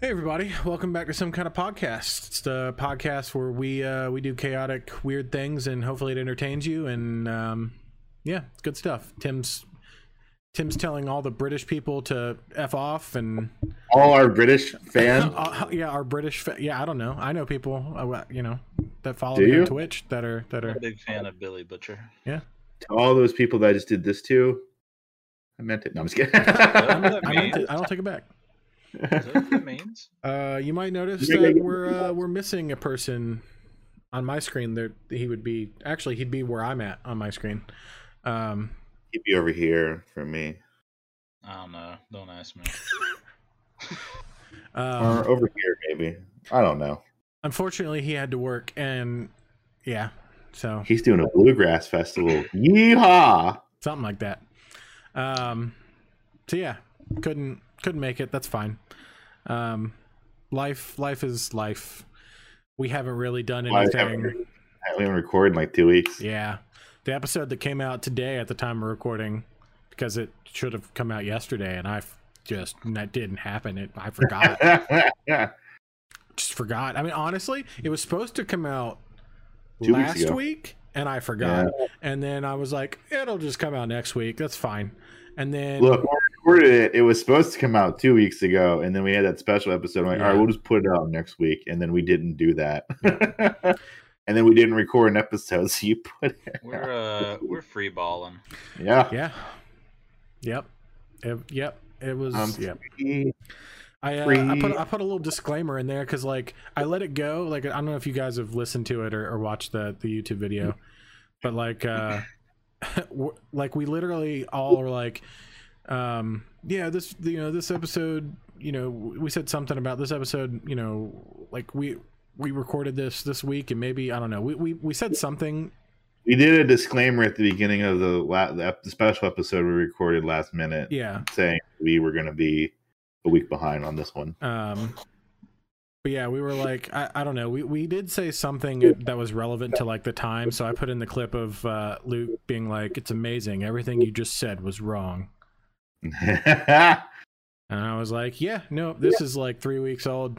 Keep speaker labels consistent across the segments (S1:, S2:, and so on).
S1: Hey everybody, welcome back to some kind of podcast. It's the podcast where we uh, we do chaotic, weird things, and hopefully it entertains you. And um, yeah, it's good stuff. Tim's Tim's telling all the British people to f off, and
S2: all our British fans.
S1: uh, yeah, our British fa- yeah, I don't know. I know people uh, you know that follow
S2: Do
S1: me on
S2: you?
S1: Twitch that are that
S3: I'm
S1: are
S3: a big fan of Billy Butcher.
S2: to all those people that I just did this to, I meant it. No, I'm just kidding.
S1: I'm,
S3: that
S1: I, meant
S3: mean?
S1: it. I don't take it back.
S3: Is that what that means?
S1: Uh, you might notice
S2: Yeah,
S1: that
S2: yeah, yeah.
S1: we're uh, we're missing a person on my screen. There, he would be actually he'd be where I'm at on my screen. Um,
S2: He'd be over here for me,
S3: I don't know. Don't ask me.
S1: um,
S2: or over here maybe. I don't know.
S1: unfortunately, he had to work, and yeah, so
S2: He's doing a bluegrass festival. Yeehaw!
S1: something like that. Um, so yeah, couldn't couldn't make it. That's fine. Um, life life is life. We haven't really done
S2: Why we haven't,
S1: anything.
S2: re- we haven't recorded in like two weeks.
S1: Yeah. The episode that came out today at the time of recording, because it should have come out yesterday, and I f- just that didn't happen. It I forgot,
S2: yeah.
S1: just forgot. I mean, honestly, it was supposed to come out
S2: Two weeks
S1: last
S2: ago.
S1: week, and I forgot. And then I was like, it'll just come out next week. That's fine. And then
S2: Look, we recorded it. It was supposed to come out two weeks ago, and then we had that special episode. I'm like, all
S1: Yeah.
S2: right, we'll just put it out next week, and then we didn't do that. and then we didn't record an episode, so you put it.
S3: We're uh we're free balling.
S2: Yeah.
S1: yeah, yep, it, yep. It was
S2: Um,
S1: yep.
S2: Free-
S1: I, uh, I put I put a little disclaimer in there because like I let it go. Like I don't know if you guys have listened to it or, or watched the the YouTube video, but like uh, w- like we literally all were like, um, yeah, this you know this episode, you know, we said something about this episode, you know, like we we recorded this this week and maybe I don't know, we we, we said something.
S2: We did a disclaimer at the beginning of the, la- the ep- the special episode we recorded last minute,
S1: Yeah,
S2: saying we were going to be a week behind on this one.
S1: Um, but yeah, we were like, I, I don't know. We, we did say something that was relevant to like the time. So I put in the clip of uh, Luke being like, it's amazing. Everything you just said was wrong. And I was like, yeah, no, this is like three weeks old.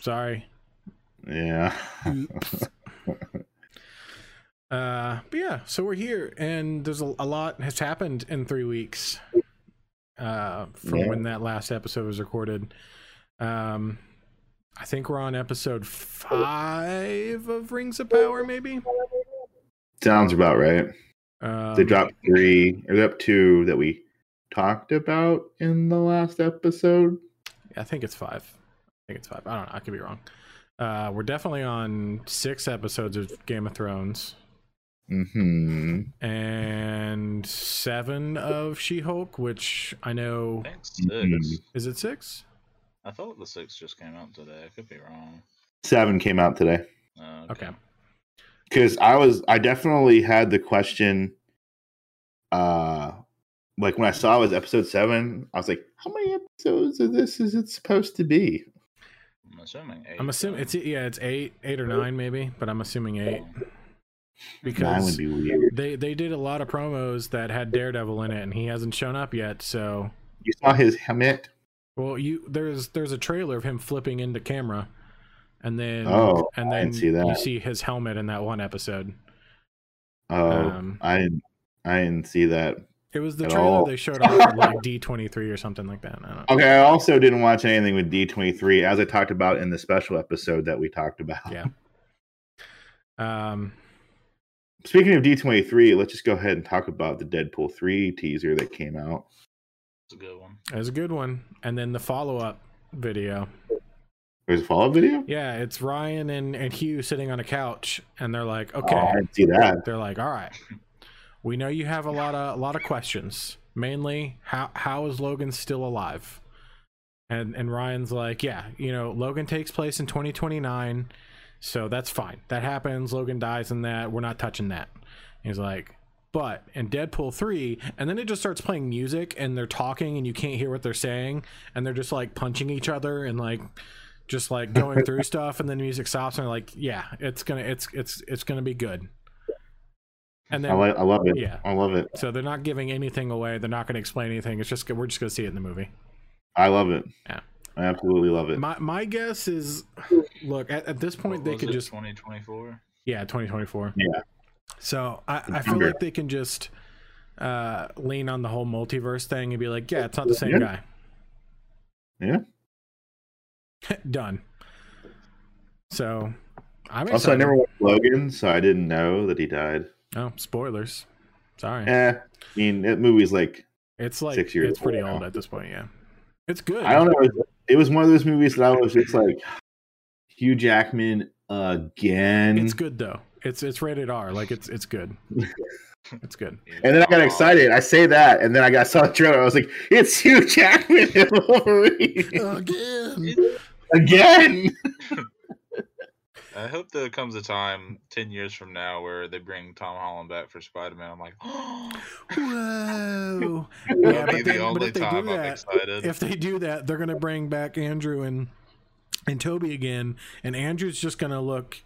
S1: Sorry.
S2: yeah.
S1: Uh, but yeah, so we're here and there's a, a lot has happened in three weeks uh, from
S2: Yeah.
S1: when that last episode was recorded. Um, I think we're on episode five of Rings of Power, maybe.
S2: Sounds about right.
S1: Um,
S2: They dropped three, or they up two that we talked about in the last episode.
S1: I think it's five. I think it's five. I don't know. I could be wrong. Uh, we're definitely on six episodes of Game of Thrones
S2: hmm
S1: and seven of She Hulk, which I know
S3: I think 6
S1: Mm-hmm.
S2: Mhm.
S1: is it six?
S3: I thought the six just came out today. I could be wrong.
S2: Seven came out today.
S3: Uh,
S1: Okay.
S2: because I was I definitely had the question uh like when I saw it was episode seven, I was like, how many episodes of this is it supposed to be?
S3: I'm assuming eight.
S1: I'm assuming it's yeah, it's eight, eight or nine maybe, but I'm assuming eight
S2: Nine
S1: because
S2: would be weird.
S1: they they did a lot of promos that had Daredevil in it, and he hasn't shown up yet. So,
S2: You saw his helmet?
S1: well, you there's there's a trailer of him flipping into camera, and then
S2: Oh,
S1: and
S2: I
S1: then
S2: didn't see that.
S1: you see his helmet in that one episode.
S2: Oh
S1: Um,
S2: I didn't I didn't see that.
S1: It was the
S2: at
S1: trailer
S2: all.
S1: they showed off at like D twenty three or something like that. I don't know.
S2: Okay, I also didn't watch anything with D twenty three, as I talked about in the special episode that we talked about.
S1: Yeah. Um,
S2: Speaking of D twenty three, let's just go ahead and talk about the Deadpool three teaser that came out.
S3: It's a good one.
S1: it was a good one. And then the follow up video.
S2: There's a follow up video?
S1: Yeah, it's Ryan and and Hugh sitting on a couch, and they're like, okay,
S2: Oh, I didn't see that.
S1: they're like, all right, we know you have a lot of a lot of questions. Mainly, how how is Logan still alive? And and Ryan's like, yeah, you know, Logan takes place in twenty twenty nine, so that's fine. That happens. Logan dies in that. We're not touching that. He's like, but in Deadpool 3, and then it just starts playing music and they're talking and you can't hear what they're saying and they're just like punching each other and like just like going through stuff and then the music stops and they're like, yeah, it's going to it's it's it's going to be good. And then
S2: I like I love it.
S1: Yeah.
S2: I love it.
S1: so they're not giving anything away. They're not going to explain anything. It's just we're just going to see it in the movie.
S2: I love it. I absolutely love it.
S1: My my guess is, look at, at this point
S3: What
S1: they
S3: was
S1: could
S3: it,
S1: just
S3: 2024.
S1: yeah 2024.
S2: Yeah.
S1: So I I feel
S2: September.
S1: like they can just uh lean on the whole multiverse thing and be like, yeah, it's not the same
S2: Yeah.
S1: guy.
S2: Yeah.
S1: Done. So I'm
S2: also, I
S1: excited.
S2: never watched Logan, so I didn't know that he died.
S1: Oh, spoilers. Sorry.
S2: Eh, I mean that movie's like
S1: it's like
S2: six years
S1: it's pretty
S2: old now.
S1: old at this point, yeah. It's good.
S2: I don't know. It was one of those movies that I was just like Hugh Jackman again.
S1: It's good though. It's it's rated R. Like it's it's good. it's good.
S2: And then I got
S3: Aw.
S2: excited. I say that, and then I got saw the trailer. I was like, "It's Hugh Jackman and Wolverine
S1: Again.
S2: again!"
S3: I hope there comes a time ten years from now where they bring Tom Holland back for Spider Man. I'm like,
S1: Whoa.
S3: that'll
S1: but
S3: be
S1: then-
S3: the
S1: but
S3: only
S1: if they do
S3: time I'm
S1: that,
S3: excited.
S1: If they do that, they're gonna bring back Andrew and and Toby again, and Andrew's just gonna look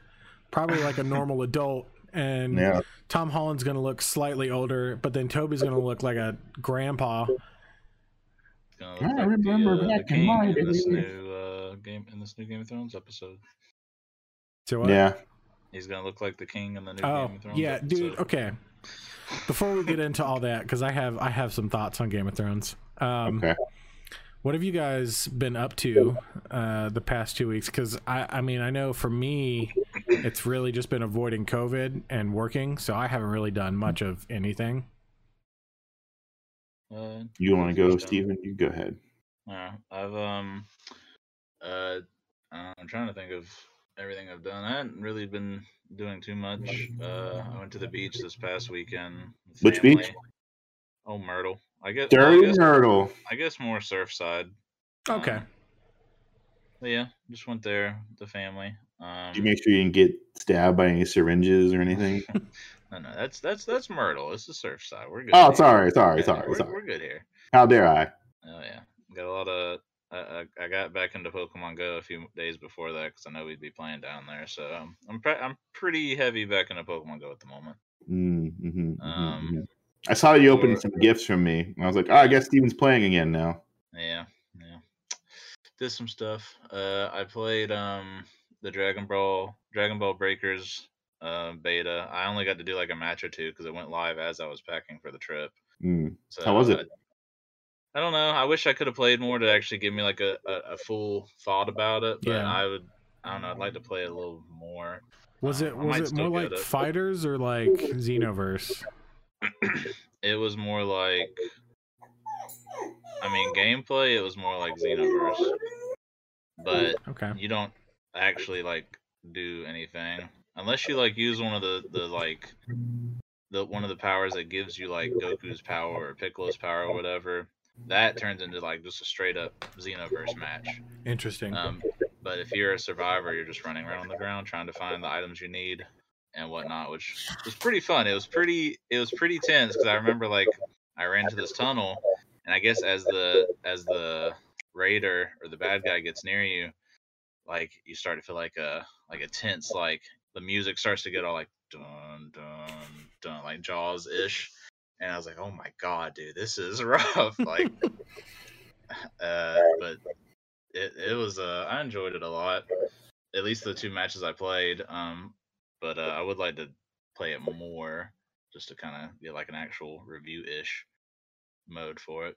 S1: probably like a normal adult, and
S2: yeah,
S1: Tom Holland's gonna look slightly older, but then Toby's gonna look like a grandpa.
S3: It's gonna
S2: I
S3: look like the,
S2: remember
S3: uh, the
S2: back in
S3: king
S2: my
S3: in this
S2: days.
S3: new uh, game in this new Game of Thrones episode.
S1: So what?
S2: yeah.
S3: He's gonna look like the king in the new
S1: Oh
S3: Game of Thrones.
S1: yeah, dude.
S3: episode.
S1: Okay. Before we get into all that, because I have I have some thoughts on Game of Thrones. Um,
S2: Okay.
S1: What have you guys been up to uh, the past two weeks? Because I, I mean, I know for me, it's really just been avoiding COVID and working, so I haven't really done much of anything.
S3: Uh,
S2: You want to
S3: First
S2: go,
S3: down.
S2: Steven? You go ahead.
S3: Yeah, I've um, uh, I'm trying to think of everything I've done. I haven't really been doing too much. Uh, I went to the beach this past weekend. with
S2: Which beach?
S3: family. Oh, Myrtle. I guess. well, I
S2: Dirty
S3: guess,
S2: Myrtle.
S3: I guess more Surfside.
S1: Okay.
S3: Um, but yeah, just went there with the family. Um,
S2: Did you make sure you didn't get stabbed by any syringes or anything?
S3: no, no, that's that's that's Myrtle. This is Surfside. We're good.
S2: Oh,
S3: here.
S2: sorry, sorry,
S3: Yeah,
S2: sorry,
S3: we're,
S2: sorry.
S3: We're good here.
S2: How dare I?
S3: Oh yeah, got a lot of. I, I I got back into Pokemon Go a few days before that because I know we'd be playing down there. So um, I'm pre- I'm pretty heavy back into Pokemon Go at the moment.
S2: Mm, mhm, mhm,
S3: Um,
S2: mhm. I saw you open
S3: or-
S2: some gifts from me, and I was like, "Oh, I guess Steven's playing again now."
S3: Yeah, yeah. Did some stuff. Uh, I played um the Dragon Ball Dragon Ball Breakers uh, beta. I only got to do like a match or two because it went live as I was packing for the trip.
S2: Mm.
S3: So
S2: How was it?
S3: I, I don't know. I wish I could have played more to actually give me like a, a, a full thought about it. But
S1: Yeah.
S3: I would. I don't know. I'd like to play a little more.
S1: Was
S3: um,
S1: it
S3: I
S1: was
S3: might
S1: it
S3: still
S1: more
S3: get
S1: like
S3: it.
S1: fighters or like Xenoverse?
S3: it was more like. I mean, gameplay. It was more like Xenoverse, but
S1: Okay.
S3: you don't actually like do anything unless you like use one of the the like the one of the powers that gives you like Goku's power or Piccolo's power or whatever. That turns into like just a straight up Xenoverse match.
S1: Interesting.
S3: Um, but if you're a survivor, you're just running around on the ground trying to find the items you need and whatnot, which was pretty fun. It was pretty it was pretty tense because I remember like I ran to this tunnel, and I guess as the as the raider or the bad guy gets near you, like you start to feel like a like a tense like the music starts to get all like dun dun dun like Jaws ish, and I was like, oh my god, dude, this is rough. Like, uh, but it it was uh I enjoyed it a lot. At least the two matches I played. Um, but uh, I would like to play it more just to kind of get like an actual review ish mode for it.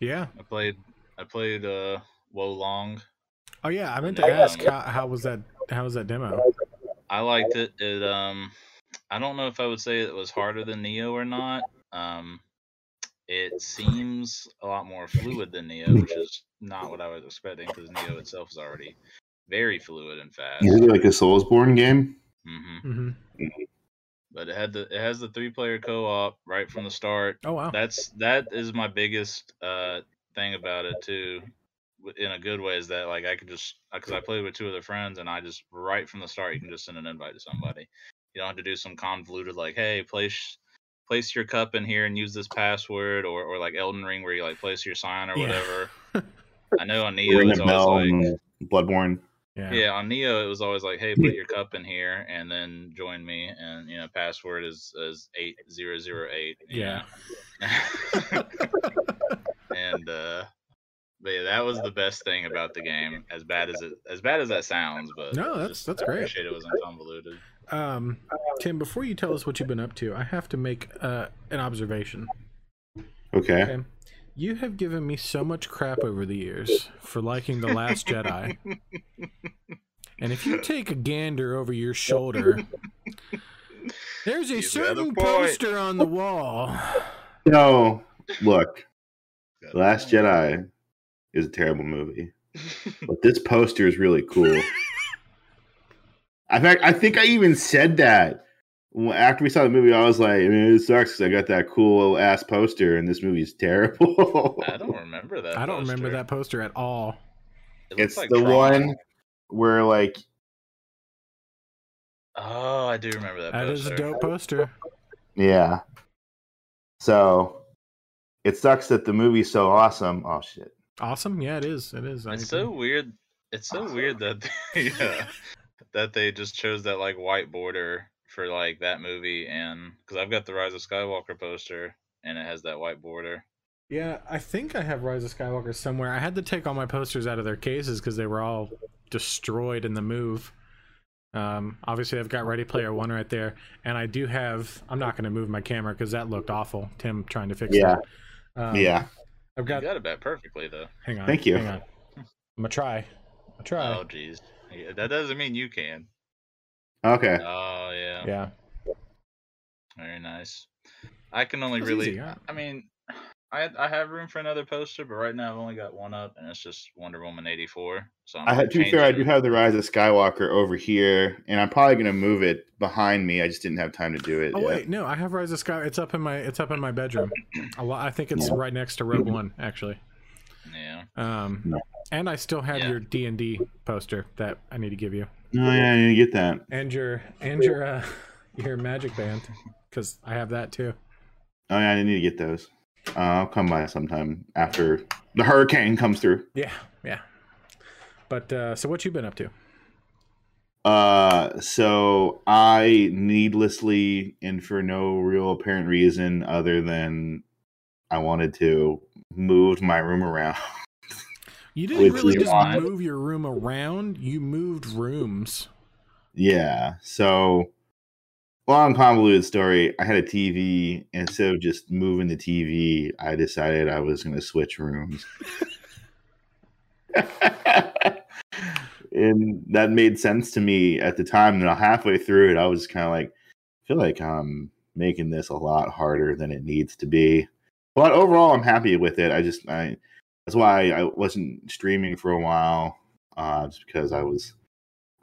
S1: yeah.
S3: I played I played uh Wolong.
S1: Oh yeah. I meant to ask how, how was that how was that demo?
S3: I liked it. It um I don't know if I would say it was harder than Neo or not. Um it seems a lot more fluid than Neo, which is not what I was expecting because Neo itself is already very fluid and fast.
S2: Is it like a Soulsborne game?
S3: hmm
S1: hmm
S3: but it had the it has the three player co op right from the start.
S1: Oh wow.
S3: That's that is my biggest uh thing about it too, w- in a good way is that like I could just because I played with two other friends and I just right from the start you can just send an invite to somebody. You don't have to do some convoluted like hey place place your cup in here and use this password or or like Elden Ring where you like place your sign or
S1: Yeah.
S3: whatever. I know on Neo
S2: Ring
S3: it's
S2: a
S3: always
S2: bell,
S3: like
S2: and Bloodborne.
S1: Yeah.
S3: yeah, on Neo it was always like, "Hey, put your cup in here and then join me." And you know, password is is eight zero zero eight.
S1: Yeah.
S3: and uh, But yeah, that was the best thing about the game. As bad as it, as bad as that sounds, but
S1: No, that's- that's great.
S3: I appreciate it wasn't convoluted.
S1: Um, Tim, before you tell us what you've been up to, I have to make uh, an observation.
S2: Okay.
S1: Okay. You have given me so much crap over the years for liking The Last Jedi. And if you take a gander over your shoulder, there's a
S3: You've got a
S1: certain
S3: point.
S1: poster on the wall.
S2: No, look, The Last Jedi is a terrible movie, but this poster is really cool. In fact, I think I even said that Well, after we saw the movie. I was like, I mean, it sucks 'cause I got that cool ass poster, and this movie's terrible.
S3: I don't remember that.
S1: I don't remember
S3: poster.
S1: that poster at all.
S3: It looked
S2: it's
S3: like
S2: the
S3: Tron.
S2: one where like
S3: Oh, I do remember that.
S1: That is a
S3: poster.
S1: dope poster.
S2: Yeah. So it sucks that the movie's so awesome. Oh shit.
S1: Awesome. Yeah, it is. It is. I
S3: It's
S2: Mm-hmm.
S1: agree.
S3: so weird. It's so weird that they, yeah, that they just chose that like white border for like that movie and because I've got the Rise of Skywalker poster and it has that white border.
S1: Yeah, I think I have Rise of Skywalker somewhere. I had to take all my posters out of their cases because they were all destroyed in the move. Um, obviously, I've got Ready Player One right there, and I do have. I'm not going to move my camera because that looked awful. Tim trying to fix
S2: Yeah.
S1: that. Um,
S2: yeah.
S1: I've
S3: You
S1: got.
S3: got it back perfectly though.
S1: Hang on.
S2: Thank you.
S1: Hang on. I'm gonna try. I try.
S3: Oh jeez, Yeah, that doesn't mean you can.
S2: Okay.
S3: Oh yeah,
S1: yeah.
S3: very nice. I can only
S1: That's
S3: really.
S1: easy, yeah.
S3: I mean, I I have room for another poster, but right now I've only got one up and it's just Wonder Woman eighty four. So I'm
S2: I
S3: gonna
S2: had to be
S3: change
S2: fair, I
S3: it.
S2: do have the Rise of Skywalker over here, and I'm probably gonna move it behind me. I just didn't have time to do it.
S1: Oh
S2: yet.
S1: wait, no, I have Rise of Sky. It's up in my. It's up in my bedroom. A lot. I think it's right next to Rogue One, actually.
S3: Yeah.
S1: Um,
S2: No.
S1: and I still have
S3: Yeah.
S1: your D and D poster that I need to give you.
S2: No, Oh, yeah, I didn't get that.
S1: and your and your uh, your magic band because I have that too.
S2: Oh yeah, I didn't need to get those. Uh, I'll come by sometime after the hurricane comes through.
S1: Yeah, yeah. But uh, so what you been up to?
S2: Uh, so I needlessly and for no real apparent reason other than I wanted to moved my room around.
S1: You didn't
S2: Which
S1: really
S2: is
S1: just
S2: odd.
S1: move your room around. You moved rooms.
S2: Yeah. So long convoluted story. I had a TV, and instead of just moving the TV, I decided I was gonna switch rooms. and that made sense to me at the time. And halfway through it, I was kind of like, I feel like I'm making this a lot harder than it needs to be. But overall, I'm happy with it. I just I that's why I wasn't streaming for a while, uh, just because I was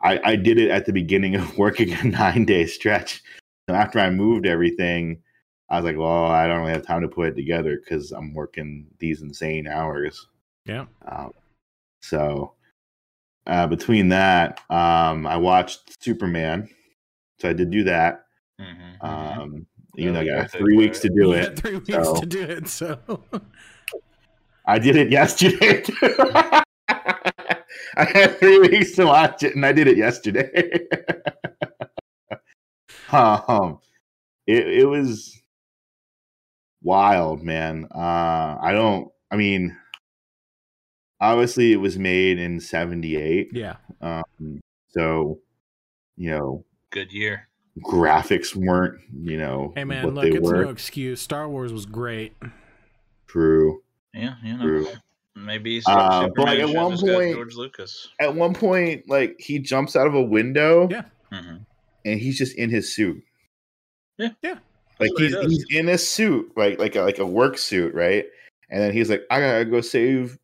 S2: I, I did it at the beginning of working a nine day stretch. So after I moved everything, I was like, well, I don't really have time to put it together because I'm working these insane hours.
S1: Yeah.
S2: Um, so uh, between that, um, I watched Superman. So I did do that.
S3: Mm-hmm.
S2: Um, even though I
S3: Yeah,
S2: got
S3: that's
S2: three weeks to
S3: okay.
S2: do
S1: You
S2: it.
S1: had three weeks
S2: so-
S1: to do it. So
S2: I did it yesterday. too. I had three weeks to watch it, and I did it yesterday. um, it it was wild, man. Uh, I don't. I mean, obviously, it was made in '78,
S1: yeah,
S2: um, so you know,
S3: Good year.
S2: graphics weren't you know
S1: hey man,
S2: what
S1: look,
S2: they
S1: it's
S2: were.
S1: no excuse. Star Wars was great.
S2: True.
S3: Yeah, you know.
S2: True.
S3: Maybe
S2: Uh,
S3: uh,
S2: but, like,
S3: Superman
S2: at
S3: should
S2: one
S3: just got
S2: point-
S3: George Lucas.
S2: At one point, like he jumps out of a window.
S1: Yeah.
S3: hmm
S2: and he's just in his suit.
S3: Yeah.
S1: Yeah.
S2: Like
S3: That's what he
S2: he's,
S3: does.
S2: he's in a suit, right? Like a, like a work suit, right? And then he's like, I gotta go save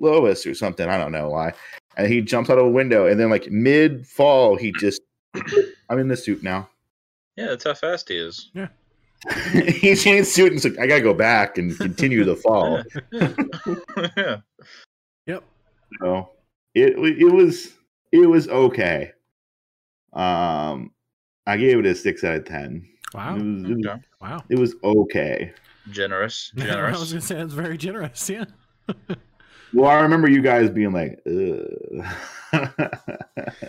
S2: Lois or something. I don't know why. And he jumps out of a window, and then like mid fall, he just, I'm in the suit now.
S3: Yeah, that's how fast he is.
S2: he's in his suit, and he's like, I gotta go back and continue the fall.
S3: Yeah. yeah.
S1: Yep.
S2: So it it was it was okay. Um, I gave it a six out of ten.
S1: Wow.
S2: It was- it was-
S3: Okay.
S1: Wow.
S2: it was okay.
S3: Generous.
S1: I was
S3: Generous.
S1: gonna say that's very generous. Yeah.
S2: Well, I remember you guys being like, Ugh.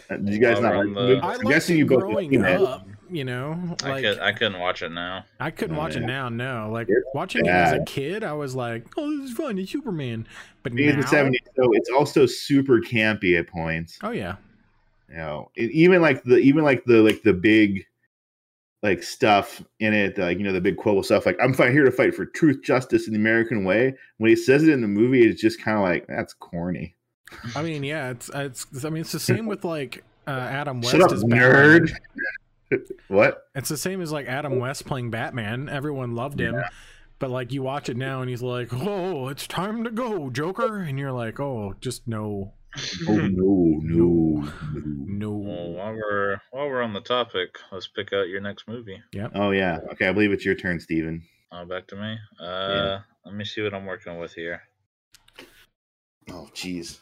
S2: "Did you guys
S3: Well,
S2: not?"
S3: around
S2: Like
S3: the-
S2: it?
S1: I
S2: I'm
S1: liked
S2: guessing
S1: it
S2: you both have
S1: growing
S2: seen it.
S1: up. You know,
S3: I,
S1: like
S3: could, I couldn't watch it now.
S1: I couldn't
S2: Oh,
S1: watch it
S2: yeah.
S1: now. No, like
S2: It's
S1: watching it as a
S2: bad.
S1: kid, I was like, "Oh, this is fun. It's Superman. But
S2: Being in the
S1: now-
S2: seventies, so it's also super campy at points.
S1: Oh yeah.
S2: You know, it, even like the even like the like the big like stuff in it, like you know the big quibble stuff. Like I'm fight, here to fight for truth, justice, and the American way. When he says it in the movie, it's just kind of like that's corny.
S1: I mean, yeah. It's it's. I mean, it's the same with like uh, Adam West
S2: Shut up,
S1: as
S2: nerd.
S1: Batman.
S2: what?
S1: It's the same as like Adam West playing Batman. Everyone loved him. But like you watch it now, and he's like, "Oh, it's time to go, Joker," and you're like, "Oh, just no,
S2: Oh no, no,
S1: no."
S2: no.
S3: Well, while we're while we're on the topic, let's pick out your next movie.
S2: Oh yeah. Okay, I believe it's your turn, Steven.
S3: Uh, back to me. Uh,
S2: Yeah.
S3: let me see what I'm working with here.
S2: Oh jeez.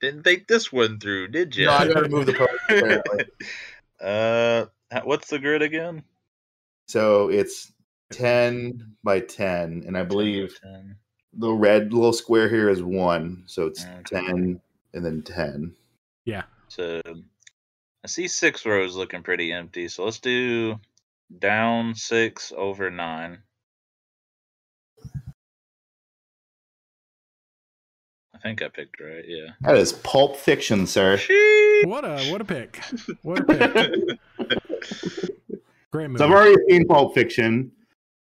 S3: Didn't think this one through, did you?
S4: No, I gotta move the post. apparently.
S3: uh, what's the grid again?
S2: So it's ten by ten, and I believe
S3: 10.
S2: the red little square here is one, so it's
S3: Okay.
S2: ten and then ten.
S1: Yeah.
S3: So I see six rows looking pretty empty. So let's do down six over nine. I think I picked right. Yeah.
S2: That is Pulp Fiction, sir.
S3: Sheesh.
S1: What a what a pick. What a pick. Great movie.
S2: So I've already seen Pulp Fiction,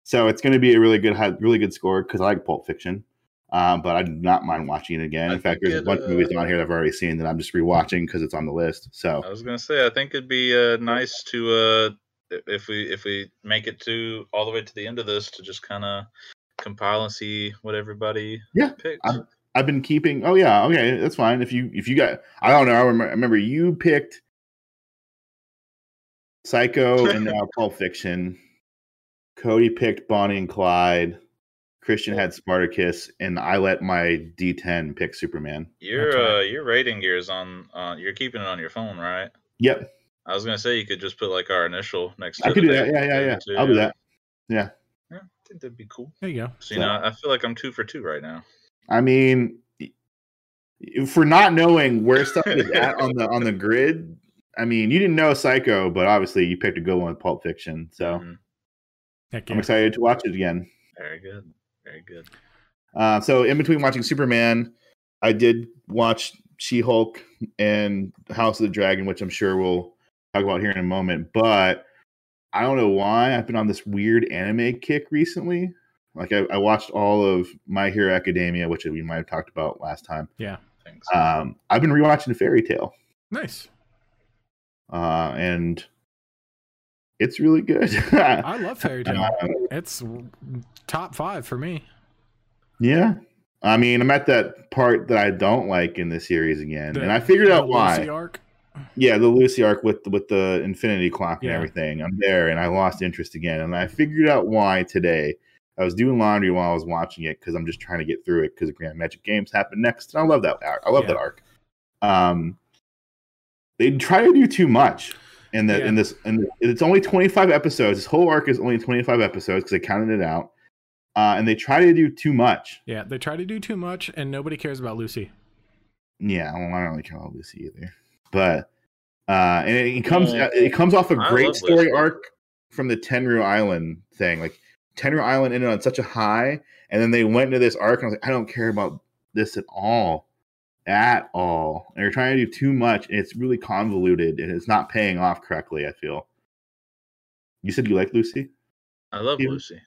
S2: so it's going to be a really good, high- really good score because I like Pulp Fiction. Um, but I do not mind watching it again.
S3: I
S2: In fact,
S3: think
S2: there's a
S3: it,
S2: bunch of
S3: uh,
S2: movies on here that I've already seen that I'm just rewatching because it's on the list. So
S3: I was gonna say I think it'd be uh, nice to uh, i- if we if we make it to all the way to the end of this to just kind of compile and see what everybody
S2: Yeah,
S3: picked.
S2: I'm- I've been keeping. Oh yeah, okay, that's fine. If you if you got, I don't know. I remember, I remember you picked Psycho and now Pulp Fiction. Cody picked Bonnie and Clyde. Christian had Spartacus, and I let my D10 pick Superman.
S3: Your
S1: That's right.
S3: uh, your rating gear is on. Uh, you're keeping it on your phone, right?
S2: Yep,
S3: I was gonna say you could just put like our initial next.
S2: I
S3: to
S2: could
S3: the
S2: do that.
S3: name
S2: Yeah, yeah,
S3: too,
S2: yeah.
S3: too,
S2: I'll do that. Yeah.
S3: Yeah, I think that'd be cool.
S1: there you go.
S3: So you know, I feel like I'm two for two right now.
S2: I mean, for not knowing where stuff is at on the on the grid. I mean, you didn't know Psycho, but obviously you picked a good one with Pulp Fiction. So
S3: Mhm.
S1: Heck
S2: I'm
S1: yeah.
S2: excited to watch it again.
S3: very good, very good.
S2: Uh, so in between watching Superman, I did watch She Hulk and House of the Dragon, which I'm sure we'll talk about here in a moment. But I don't know why I've been on this weird anime kick recently. Like I, I watched all of My Hero Academia, which we might have talked about last time.
S3: Thanks.
S2: Um, I've been rewatching Fairy Tale,
S1: Nice.
S2: uh, and it's really good.
S1: I love Fairy Tale.
S2: Um,
S1: It's top five for me.
S2: yeah, I mean, I'm at that part that I don't like in the series again, and I figured
S1: the
S2: out why.
S1: Lucy arc.
S2: Yeah, the Lucy arc with with the Infinity Clock and
S1: Yeah.
S2: everything. I'm there, and I lost interest again, and I figured out why today. I was doing laundry while I was watching it because I'm just trying to get through it because Grand Magic Games happen next, and I love that arc. I love
S1: Yeah.
S2: that arc. Um, they try to do too much, in that in
S1: Yeah.
S2: this, and it's only 25 episodes. This whole arc is only 25 episodes because I counted it out, uh, and they try to do too much.
S1: Yeah, they try to do too much, and nobody cares about Lucy.
S2: Yeah, well, I don't really care about Lucy either. But uh and it, it comes it comes off a
S3: I
S2: great
S3: love
S2: story
S3: Lucy.
S2: arc from the Tenru Island thing. Like Tenru Island ended on such a high, and then they went into this arc, and I was like, I don't care about this at all. At all. And they're trying to do too much, and it's really convoluted and it's not paying off correctly, I feel. You said you like Lucy?
S3: I love
S2: you-
S3: Lucy.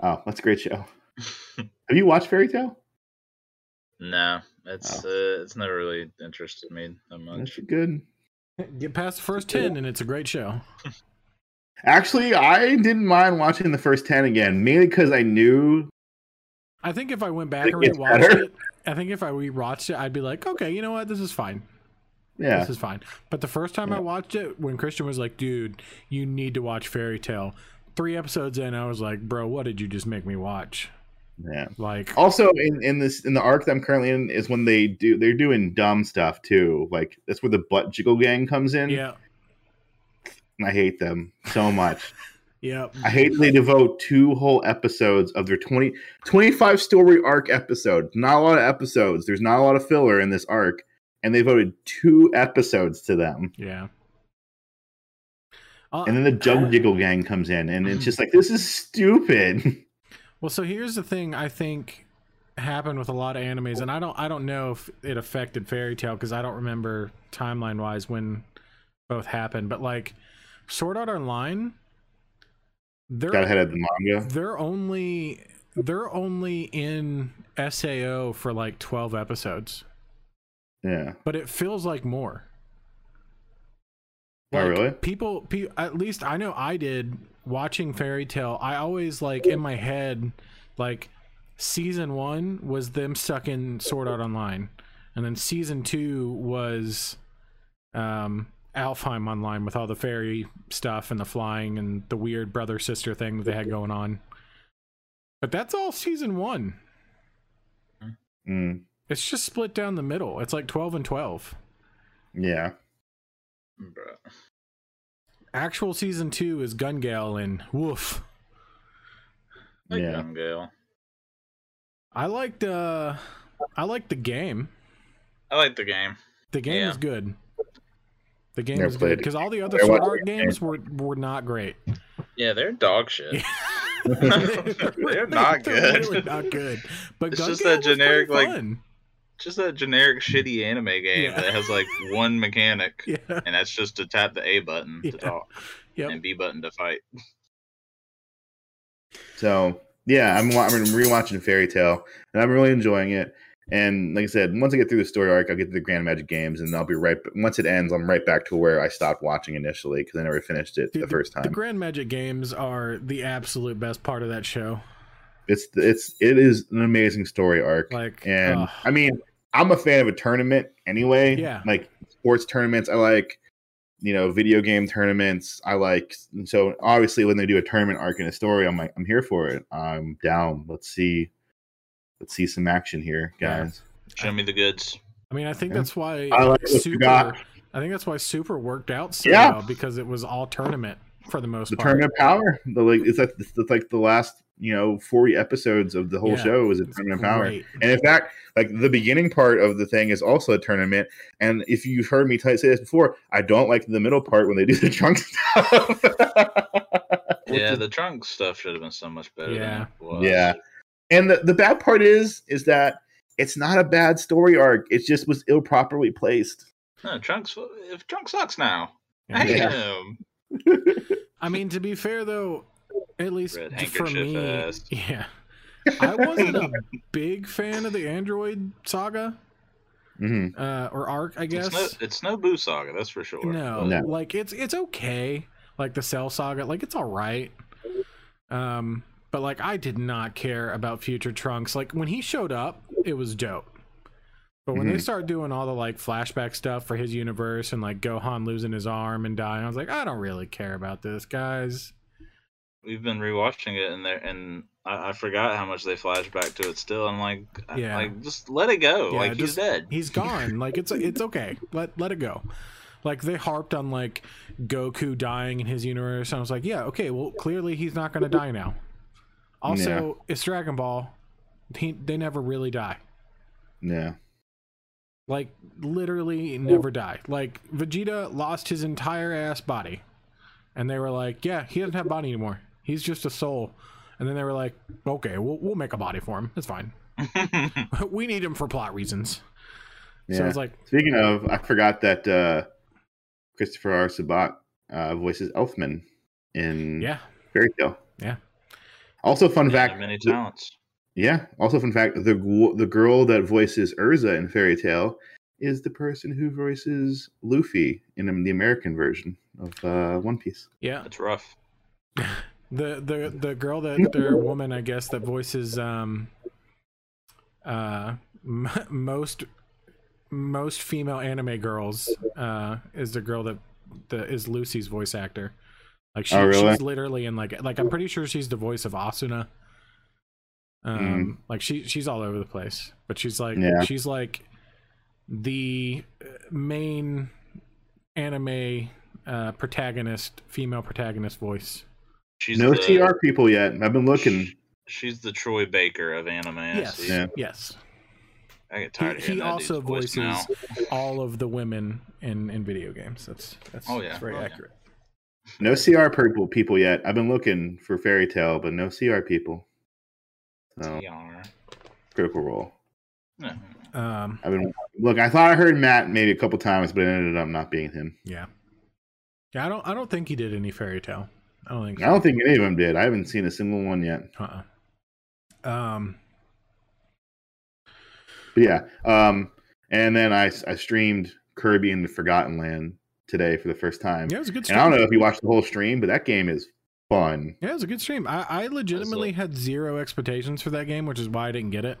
S2: Oh, that's a great show. Have you watched Fairy Tale?
S3: no, it's
S2: Oh.
S3: uh, it's never really interested me that
S2: That's
S3: much.
S2: good.
S1: Get past the first ten, and it's a great show.
S2: Actually, I didn't mind watching the first 10 again, mainly because I knew.
S1: I think if I went back
S2: It
S1: and
S2: gets
S1: rewatched
S2: better.
S1: it, I think if I rewatched it, I'd be like, okay, you know what, this is fine.
S2: Yeah.
S1: This is fine. But the first time I
S2: Yeah.
S1: watched it, when Christian was like, dude, you need to watch Fairy Tale. Three episodes in, I was like, bro, what did you just make me watch?
S2: Yeah.
S1: Like,
S2: Also, in, in this in the arc that I'm currently in is when they do they're doing dumb stuff too. Like that's where the butt jiggle gang comes in.
S1: yeah,
S2: And I hate them so much.
S1: yeah.
S2: I hate they devote two whole episodes of their 20, 25 story arc episode. Not a lot of episodes. There's not a lot of filler in this arc. And they voted two episodes to them.
S1: Yeah. Uh,
S2: And then the jug jiggle gang comes in. And it's just like, this is stupid.
S1: Well, so here's the thing I think happened with a lot of animes, and I don't I don't know if it affected Fairy Tale because I don't remember timeline wise when both happened, but like Sword Art Online, they're
S2: Got ahead of the manga.
S1: they're only they're only in SAO for like twelve episodes,
S2: Yeah.
S1: but it feels like more.
S2: Oh, really?
S1: People, pe- at least I know I did watching Fairy Tale. I always like in my head, like season one was them stuck in Sword Art Online, and then season two was um, Alfheim Online with all the fairy stuff and the flying and the weird brother sister thing that they had going on. But that's all season one.
S2: Mm,
S1: It's just split down the middle. It's like twelve and twelve.
S2: yeah.
S3: Bruh.
S1: Actual season two is Gun Gale and Woof.
S3: Like
S2: Yeah.
S3: Young Gale.
S1: I liked uh I liked the game.
S3: I like the game.
S1: The game
S3: Yeah.
S1: was good. The game
S2: Never
S1: was good
S2: played it.
S1: because all the other
S2: Never
S1: Sword
S2: watched
S1: Art
S2: the game.
S1: games were were not great.
S3: Yeah, they're dog shit. They're not
S1: They
S3: good.
S1: were not good. But
S3: It's
S1: Gun
S3: just
S1: Gale
S3: that
S1: was pretty
S3: generic, like-
S1: fun.
S3: Just that generic shitty anime game
S1: Yeah.
S3: that has like one mechanic,
S1: yeah.
S3: and that's just to tap the A button
S1: Yeah.
S3: to talk
S1: Yep.
S3: and B button to fight.
S2: So yeah, I'm, wa- I'm rewatching Fairy Tale, and I'm really enjoying it. And like I said, once I get through the story arc, I'll get to the Grand Magic Games, and I'll be right. Once it ends, I'm right back to where I stopped watching initially because I never finished it
S1: Dude,
S2: the first time.
S1: The Grand Magic games are the absolute best part of that show.
S2: it's it's it is an amazing story arc,
S1: Like
S2: and
S1: ugh.
S2: I mean, I'm a fan of a tournament anyway.
S1: Yeah.
S2: like sports tournaments, I like. You know, video game tournaments. I like and so obviously when they do a tournament arc in a story, I'm like, I'm here for it. I'm down. Let's see, let's see some action here,
S1: Yeah.
S2: guys.
S3: Show me the goods.
S1: I mean I think
S2: Yeah.
S1: that's why
S2: I like what you got.
S1: I think that's why Super worked out so
S2: Yeah.
S1: well because it was all tournament for the most
S2: the
S1: part.
S2: tournament of power. The like it's like, it's like the last you know forty episodes of the whole
S1: Yeah,
S2: show is a
S1: It's
S2: tournament of power.
S1: great.
S2: And in fact, like the beginning part of the thing is also a tournament. And if you've heard me t- say this before, I don't like the middle part when they do the drunk stuff.
S3: yeah, the trunk stuff should have been so much better.
S1: Yeah.
S3: Than it was.
S2: Yeah. and the, the bad part is is that it's not a bad story arc. It just was ill properly placed.
S3: No, trunks. If trunk sucks now,
S1: Yeah.
S3: I uh, hate
S2: Yeah.
S3: him.
S1: I mean, to be fair though, at least
S3: Red
S1: for
S3: handkerchief
S1: me,
S3: ass.
S1: yeah, I wasn't a big fan of the Android saga
S2: hmm
S1: uh, or arc. I guess
S3: It's no, it's no Boo Saga, that's for sure.
S1: no,
S2: No.
S1: like it's it's okay. Like the Cell saga, like it's all right. Um, but like I did not care about Future Trunks. Like when he showed up, it was dope. But when they
S2: Mhm.
S1: start doing all the like flashback stuff for his universe and like Gohan losing his arm and dying, I was like, I don't really care about this, guys.
S3: we've been rewatching it and there and I, I forgot how much they flash back to it still. I'm like I-
S1: Yeah.
S3: like just let it go.
S1: Yeah,
S3: like he's
S1: just-
S3: dead.
S1: he's gone like it's it's okay let let it go like they harped on like goku dying in his universe and i was like yeah okay well clearly he's not gonna die now also it's dragon ball he, they never really die
S2: Yeah,
S1: like literally never die like vegeta lost his entire ass body and they were like yeah he doesn't have body anymore he's just a soul and then they were like okay we'll, we'll make a body for him it's fine we need him for plot reasons
S2: yeah.
S1: so i was like
S2: Speaking of, I forgot that uh, Christopher R. Sabat uh, voices Elfman in
S1: yeah
S2: Fairy Tale.
S1: Yeah.
S2: Also, fun fact.
S3: many
S2: the-
S3: talents.
S2: yeah. Also, fun fact: the gw- the girl that voices Urza in Fairy Tale is the person who voices Luffy in the American version of uh, One Piece.
S1: yeah
S3: It's rough.
S1: the the the girl that the woman I guess that voices um uh m- most most female anime girls uh is the girl that the is Lucy's voice actor. Like she,
S2: Oh, really?
S1: she's literally in like like I'm pretty sure she's the voice of Asuna. Um like she she's all over the place, but she's like
S2: Hmm. Yeah.
S1: she's like the uh, main anime uh protagonist female protagonist voice.
S3: She's
S2: no
S3: the,
S2: TR people yet. I've been looking.
S3: She's the Troy Baker of anime. I
S1: Yes.
S3: see.
S2: Yeah.
S1: Yes.
S3: I get tired
S1: He,
S3: of
S1: he
S3: hearing that
S1: also
S3: dude's voice
S1: voices
S3: now.
S1: all of the women in, in video games. That's that's,
S3: Oh, yeah.
S1: that's very
S3: Oh, yeah.
S1: accurate.
S2: No CR people people yet. I've been looking for Fairy Tale, but no CR people. No,
S3: TR.
S2: Critical Role.
S3: No.
S1: Um,
S2: I've been look. I thought I heard Matt maybe a couple times, but it ended up not being him.
S1: yeah, yeah. I don't. I don't think he did any fairy tale. I don't think.
S2: I don't think any of them did. I haven't seen a single one yet.
S1: Uh. uh Um.
S2: But yeah. Um, and then I, I streamed Kirby in the Forgotten Land today for the first time.
S1: Yeah, it was a good.
S2: And
S1: Stream.
S2: I don't know if you watched the whole stream, but that game is fun.
S1: Yeah, it was a good stream. I, I legitimately had zero expectations for that game, which is why I didn't get it.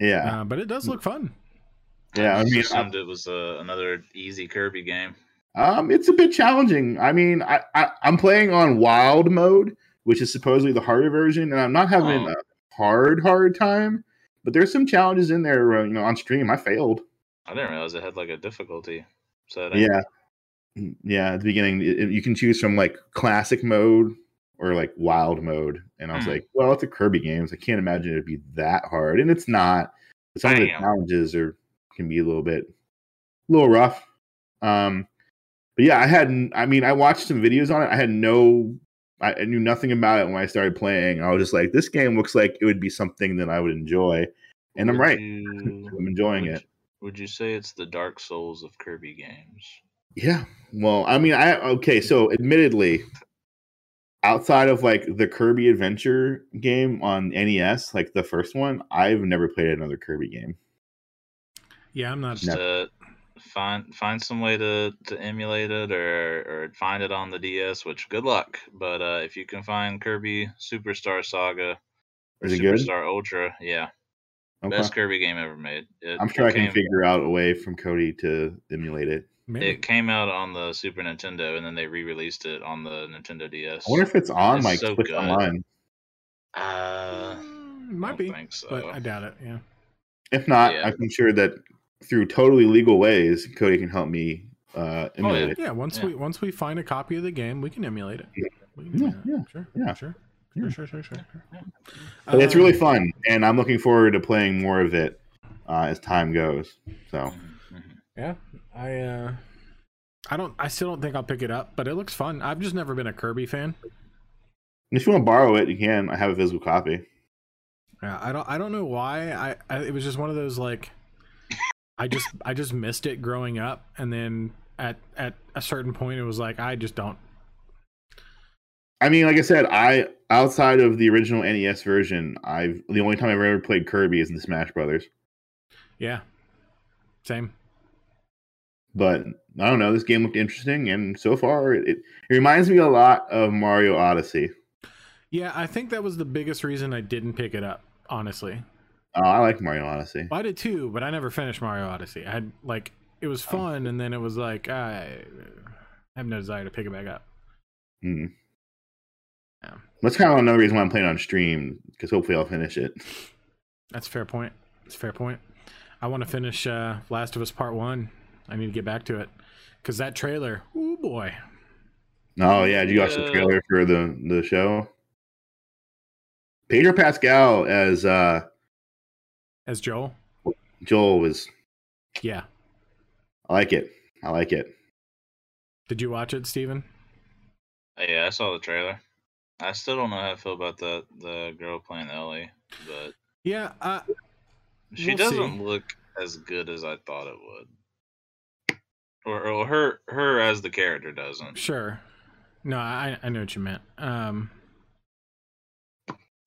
S2: Yeah.
S1: Uh, but it does look fun.
S2: Yeah, I
S3: just
S2: mean,
S3: assumed it was uh, another easy Kirby game.
S2: Um, it's a bit challenging. I mean, I, I I'm playing on wild mode, which is supposedly the harder version, and I'm not having
S3: Oh.
S2: a hard hard time. But there's some challenges in there. where, You know, on stream, I failed.
S3: I didn't realize it had like a difficulty setting.
S2: Yeah. Yeah, at the beginning, it- it- you can choose from like classic mode or like wild mode. And I was
S3: Hmm.
S2: like, well, it's a Kirby game, so I can't imagine it'd be that hard. And it's not. Some of the
S3: Damn.
S2: challenges are can be a little bit, a little rough. Um, but yeah, I had, n- I mean, I watched some videos on it. I had no, I I knew nothing about it when I started playing. I was just like, this game looks like it would be something that I would enjoy. And I'm
S3: Would
S2: right.
S3: you-
S2: I'm enjoying
S3: would
S2: it.
S3: you- Would you say it's the Dark Souls of Kirby games?
S2: Yeah. Well, I mean, I okay. So, admittedly, outside of like the Kirby Adventure game on NES, like the first one, I've never played another Kirby game.
S1: Yeah, I'm not.
S3: Just uh, find find some way to, to emulate it or or find it on the DS. Which good luck. But uh, if you can find Kirby Superstar Saga, or
S2: Is it good?
S3: Superstar Ultra, yeah,
S2: Okay.
S3: best Kirby game ever made. It,
S2: I'm sure
S3: it
S2: I can
S3: came-
S2: figure out a way from Cody to emulate it.
S1: Maybe.
S3: It came out on the Super Nintendo, and then they re-released it on the Nintendo DS.
S2: I wonder if it's on
S3: It's
S2: like
S3: so
S2: Click
S3: good.
S2: Online.
S3: uh,
S1: Mm,
S3: I
S1: might
S3: don't
S1: be,
S3: think so.
S1: but I doubt it. Yeah.
S2: If not,
S3: Yeah.
S2: I'm sure that through totally legal ways, Cody can help me
S3: Oh,
S2: uh, emulate it.
S1: Yeah. Once
S3: Yeah.
S1: we once we find a copy of the game, we can emulate it.
S2: Yeah.
S1: We can
S2: Yeah,
S1: do that.
S2: yeah,
S1: Sure.
S2: yeah.
S1: Sure.
S2: Yeah.
S1: Sure. Sure. Sure. Sure.
S3: Yeah.
S2: But it's really
S1: Um,
S2: fun, and I'm looking forward to playing more of it uh, as time goes. So,
S3: Mhm.
S1: Yeah, I uh I don't I still don't think I'll pick it up, but it looks fun. I've just never been a Kirby fan.
S2: if you want to borrow it, you can. I have a physical copy.
S1: Yeah, I don't I don't know why. I, I it was just one of those like I just I just missed it growing up and then at at a certain point it was like I just don't.
S2: I mean, like I said, I outside of the original NES version, I've the only time I've ever played Kirby is in the Smash Brothers.
S1: Yeah. Same.
S2: But I don't know, this game looked interesting, and so far it, it, reminds me a lot of Mario Odyssey.
S1: Yeah, I think that was the biggest reason I didn't pick it up, honestly.
S2: Uh, I like Mario Odyssey.
S1: Well, I did too, but I never finished Mario Odyssey. I had like it was fun and then it was like I have no desire to pick it back up.
S2: Mm.
S1: Yeah.
S2: That's kind of another reason why I'm playing on stream because hopefully I'll finish it.
S1: That's a fair point. That's a fair point. I want to finish uh, Last of Us Part One. I need to get back to it because that trailer. Oh boy.
S2: Oh yeah, did you watch the
S3: Yeah.
S2: trailer for the the show? Pedro Pascal as uh,
S1: As Joel.
S2: Joel was.
S1: Yeah.
S2: I like it. I like it.
S1: Did you watch it, Steven?
S3: Uh, Yeah, I saw the trailer. I still don't know how I feel about the the girl playing Ellie, but
S1: Yeah. Uh,
S3: she
S1: We'll
S3: doesn't
S1: see.
S3: look as good as I thought it would. Or, or her her as the character doesn't.
S1: sure. No, I I know what you meant. Um,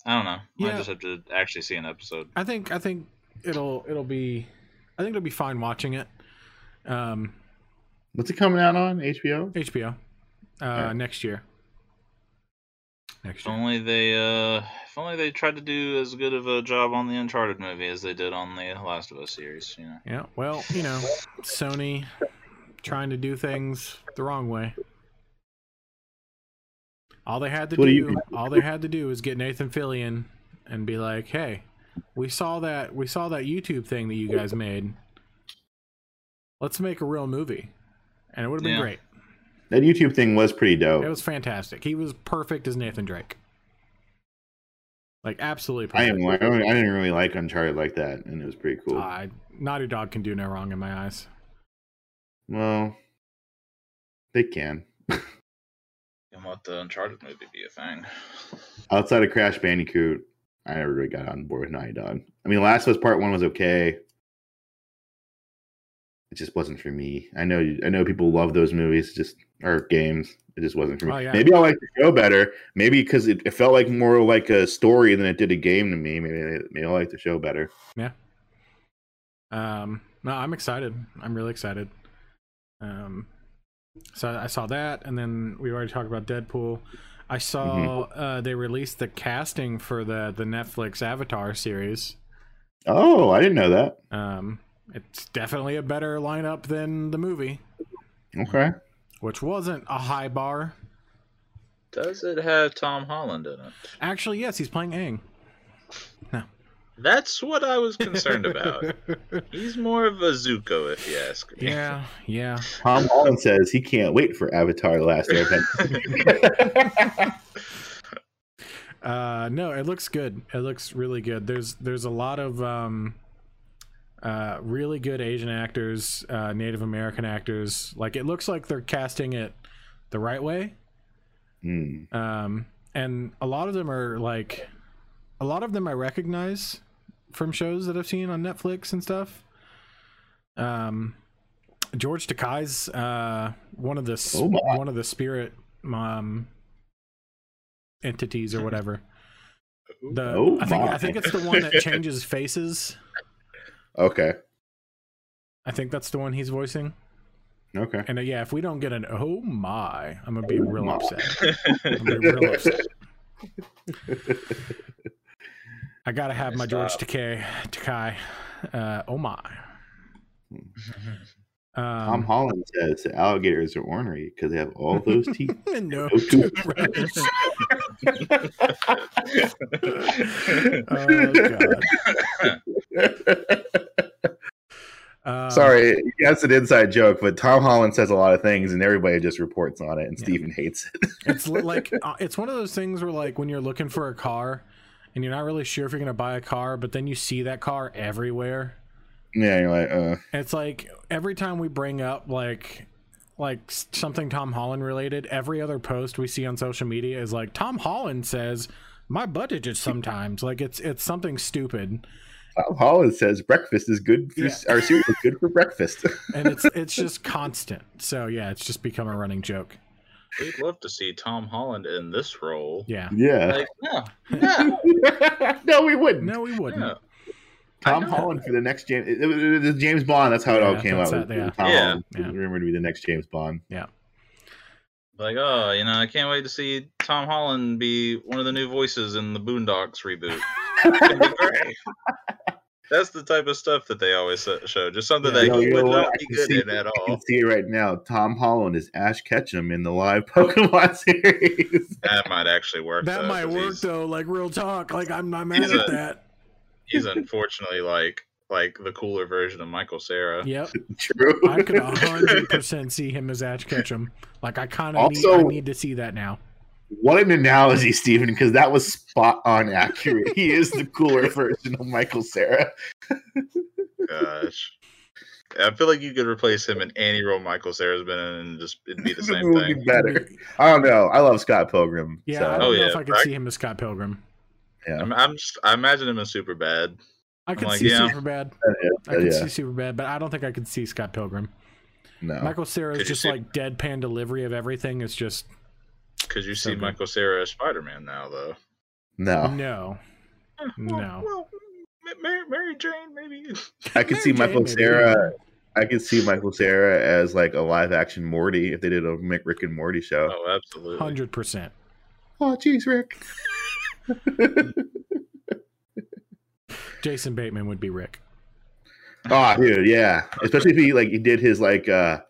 S3: I don't know. I
S1: Yeah.
S3: just have to actually see an episode.
S1: I think I think it'll it'll be, I think it'll be fine watching it. Um,
S2: What's it coming out on HBO?
S1: HBO, uh,
S2: Alright.
S1: next year. Next
S3: If
S1: year.
S3: only they uh if only they tried to do as good of a job on the Uncharted movie as they did on the Last of Us series, you know.
S1: Yeah. Well, you know, Sony trying to do things the wrong way. All they had to
S2: What do
S1: do,
S2: you
S1: all they had to do was get Nathan Fillion and be like, "Hey, we saw that we saw that YouTube thing that you guys made. Let's make a real movie." And it would have been
S3: Yeah.
S1: great.
S2: That YouTube thing was pretty dope.
S1: It was fantastic. He was perfect as Nathan Drake. Like absolutely
S2: I
S1: perfect.
S2: am. I don't- I didn't really like Uncharted like that, and it was pretty cool.
S1: Uh, Naughty Dog can do no wrong in my eyes.
S2: well, they can.
S3: And let the Uncharted movie be a thing.
S2: Outside of Crash Bandicoot, I never really got on board with Naughty Dog. I mean, Last of Us Part One was okay. It just wasn't for me. I know I know people love those movies, just or games. It just wasn't for me.
S1: Oh, yeah.
S2: Maybe I like the show better. Maybe because it, it felt like more like a story than it did a game to me. Maybe maybe I like the show better.
S1: Um, no, I'm excited. I'm really excited. Um, so I saw that, and then we already talked about Deadpool. I saw uh, they released the casting for the the Netflix Avatar series.
S2: Oh, I didn't know that.
S1: Um, it's definitely a better lineup than the movie,
S2: Okay.
S1: which wasn't a high bar.
S3: Does it have Tom Holland in it?
S1: Actually, yes, he's playing Aang.
S3: That's what I was concerned about. He's more of a Zuko, if you ask me.
S1: yeah, yeah.
S2: Tom Holland says he can't wait for Avatar: The Last Airbender.
S1: Uh, no, it looks good. It looks really good. There's there's a lot of um, uh, really good Asian actors, uh, Native American actors. Like it looks like they're casting it the right way.
S2: Hmm.
S1: Um, and a lot of them are like, a lot of them I recognize from shows that I've seen on Netflix and stuff. Um, George Takei's uh, one of the s-
S2: Oh my.
S1: one of the spirit um entities or whatever. The,
S2: Oh
S1: I think
S2: my.
S1: I think it's the one that changes faces.
S2: Okay.
S1: I think that's the one he's voicing.
S2: Okay.
S1: And uh, yeah, if we don't get an oh my, I'm gonna be real
S2: Oh my.
S1: upset. I'm gonna be real upset. I gotta have my George Takei, Takai. Uh, oh my.
S2: Tom
S1: Um,
S2: Holland says the alligators are ornery because they have all those teeth.
S1: no.
S2: No tooth.
S1: Oh, God. Um,
S2: Sorry, that's an inside joke, but Tom Holland says a lot of things, and everybody just reports on it, and
S1: Yeah.
S2: Steven hates it.
S1: It's li- like uh, it's one of those things where like when you're looking for a car and you're not really sure if you're going to buy a car, but then you see that car everywhere.
S2: Yeah, you're like, uh,
S1: And it's like every time we bring up like like s- something Tom Holland related, every other post we see on social media is like Tom Holland says my budget is sometimes like it's it's something stupid
S2: Tom Holland says breakfast is good. For,
S1: Yeah.
S2: Our cereal is good for breakfast.
S1: and it's it's just constant. So yeah, it's just become a running joke.
S3: We'd love to see Tom Holland in this role.
S1: Yeah.
S2: yeah.
S3: Like, no, no,
S2: no, we wouldn't.
S1: No, we wouldn't.
S3: no.
S2: Tom
S3: I know.
S2: Holland for the next James. It, it- it- James Bond. That's how it all
S1: Yeah,
S2: came
S1: that's
S2: out.
S1: it, yeah.
S2: Tom
S3: Yeah.
S2: Holland was
S1: Yeah.
S2: rumored to be the next James Bond.
S3: Like, oh, you know, I can't wait to see Tom Holland be one of the new voices in the Boondocks reboot. It's gonna be great. That's the type of stuff that they always so- show. Just something
S1: Yeah,
S3: that
S2: No,
S3: he
S2: you know
S3: would
S2: what?
S3: not
S2: I
S3: be
S2: can
S3: good
S2: see-
S3: in at
S2: I
S3: all.
S2: can see it right now. Tom Holland is Ash Ketchum in the live Pokemon series.
S3: That might actually work.
S1: That
S3: though,
S1: might
S3: 'cause
S1: work
S3: he's-
S1: though, like real talk. Like I'm not mad
S3: He's
S1: at
S3: a-
S1: that.
S3: He's unfortunately like like the cooler version of Michael Sarah.
S1: Yep.
S2: True.
S1: I could hundred percent see him as Ash Ketchum. Like I kind of need, I
S2: Also-
S1: need to see that now.
S2: What an analogy, Stephen, because that was spot on accurate. he is the cooler version of Michael Sarah.
S3: Gosh. I feel like you could replace him in any role Michael Sarah's been in and just it'd be the same
S2: would be
S3: thing.
S2: better. I don't know. I love Scott Pilgrim.
S1: Yeah, I
S2: so- uh,
S1: don't
S3: Oh,
S1: know
S3: yeah,
S1: if I could
S3: right?
S1: see him as Scott Pilgrim.
S3: I'm, I'm just, I imagine him as super bad.
S1: I could
S3: like,
S1: see
S3: yeah.
S1: Superbad. I
S2: yeah,
S1: could
S2: yeah,
S1: see Superbad, but I don't think I could see Scott Pilgrim.
S2: no.
S1: Michael Cera's
S3: Could you
S1: just
S3: see-
S1: like deadpan delivery of everything. It's just
S3: Because you
S1: So
S3: see
S1: good.
S3: Michael Sarah as Spider Man now, though.
S2: no.
S1: no.
S3: Eh,
S1: No.
S3: Well, Ma- Mary, Mary Jane, maybe.
S2: I could see
S1: Mary Jane,
S2: Michael
S1: maybe.
S2: Sarah. I could see Michael Sarah as like a live action Morty if they did a Mick Rick and Morty show.
S3: Oh, absolutely.
S1: Hundred percent.
S2: Oh, jeez, Rick.
S1: Jason Bateman would be Rick.
S2: Oh, dude, yeah. Especially if he like he did his like uh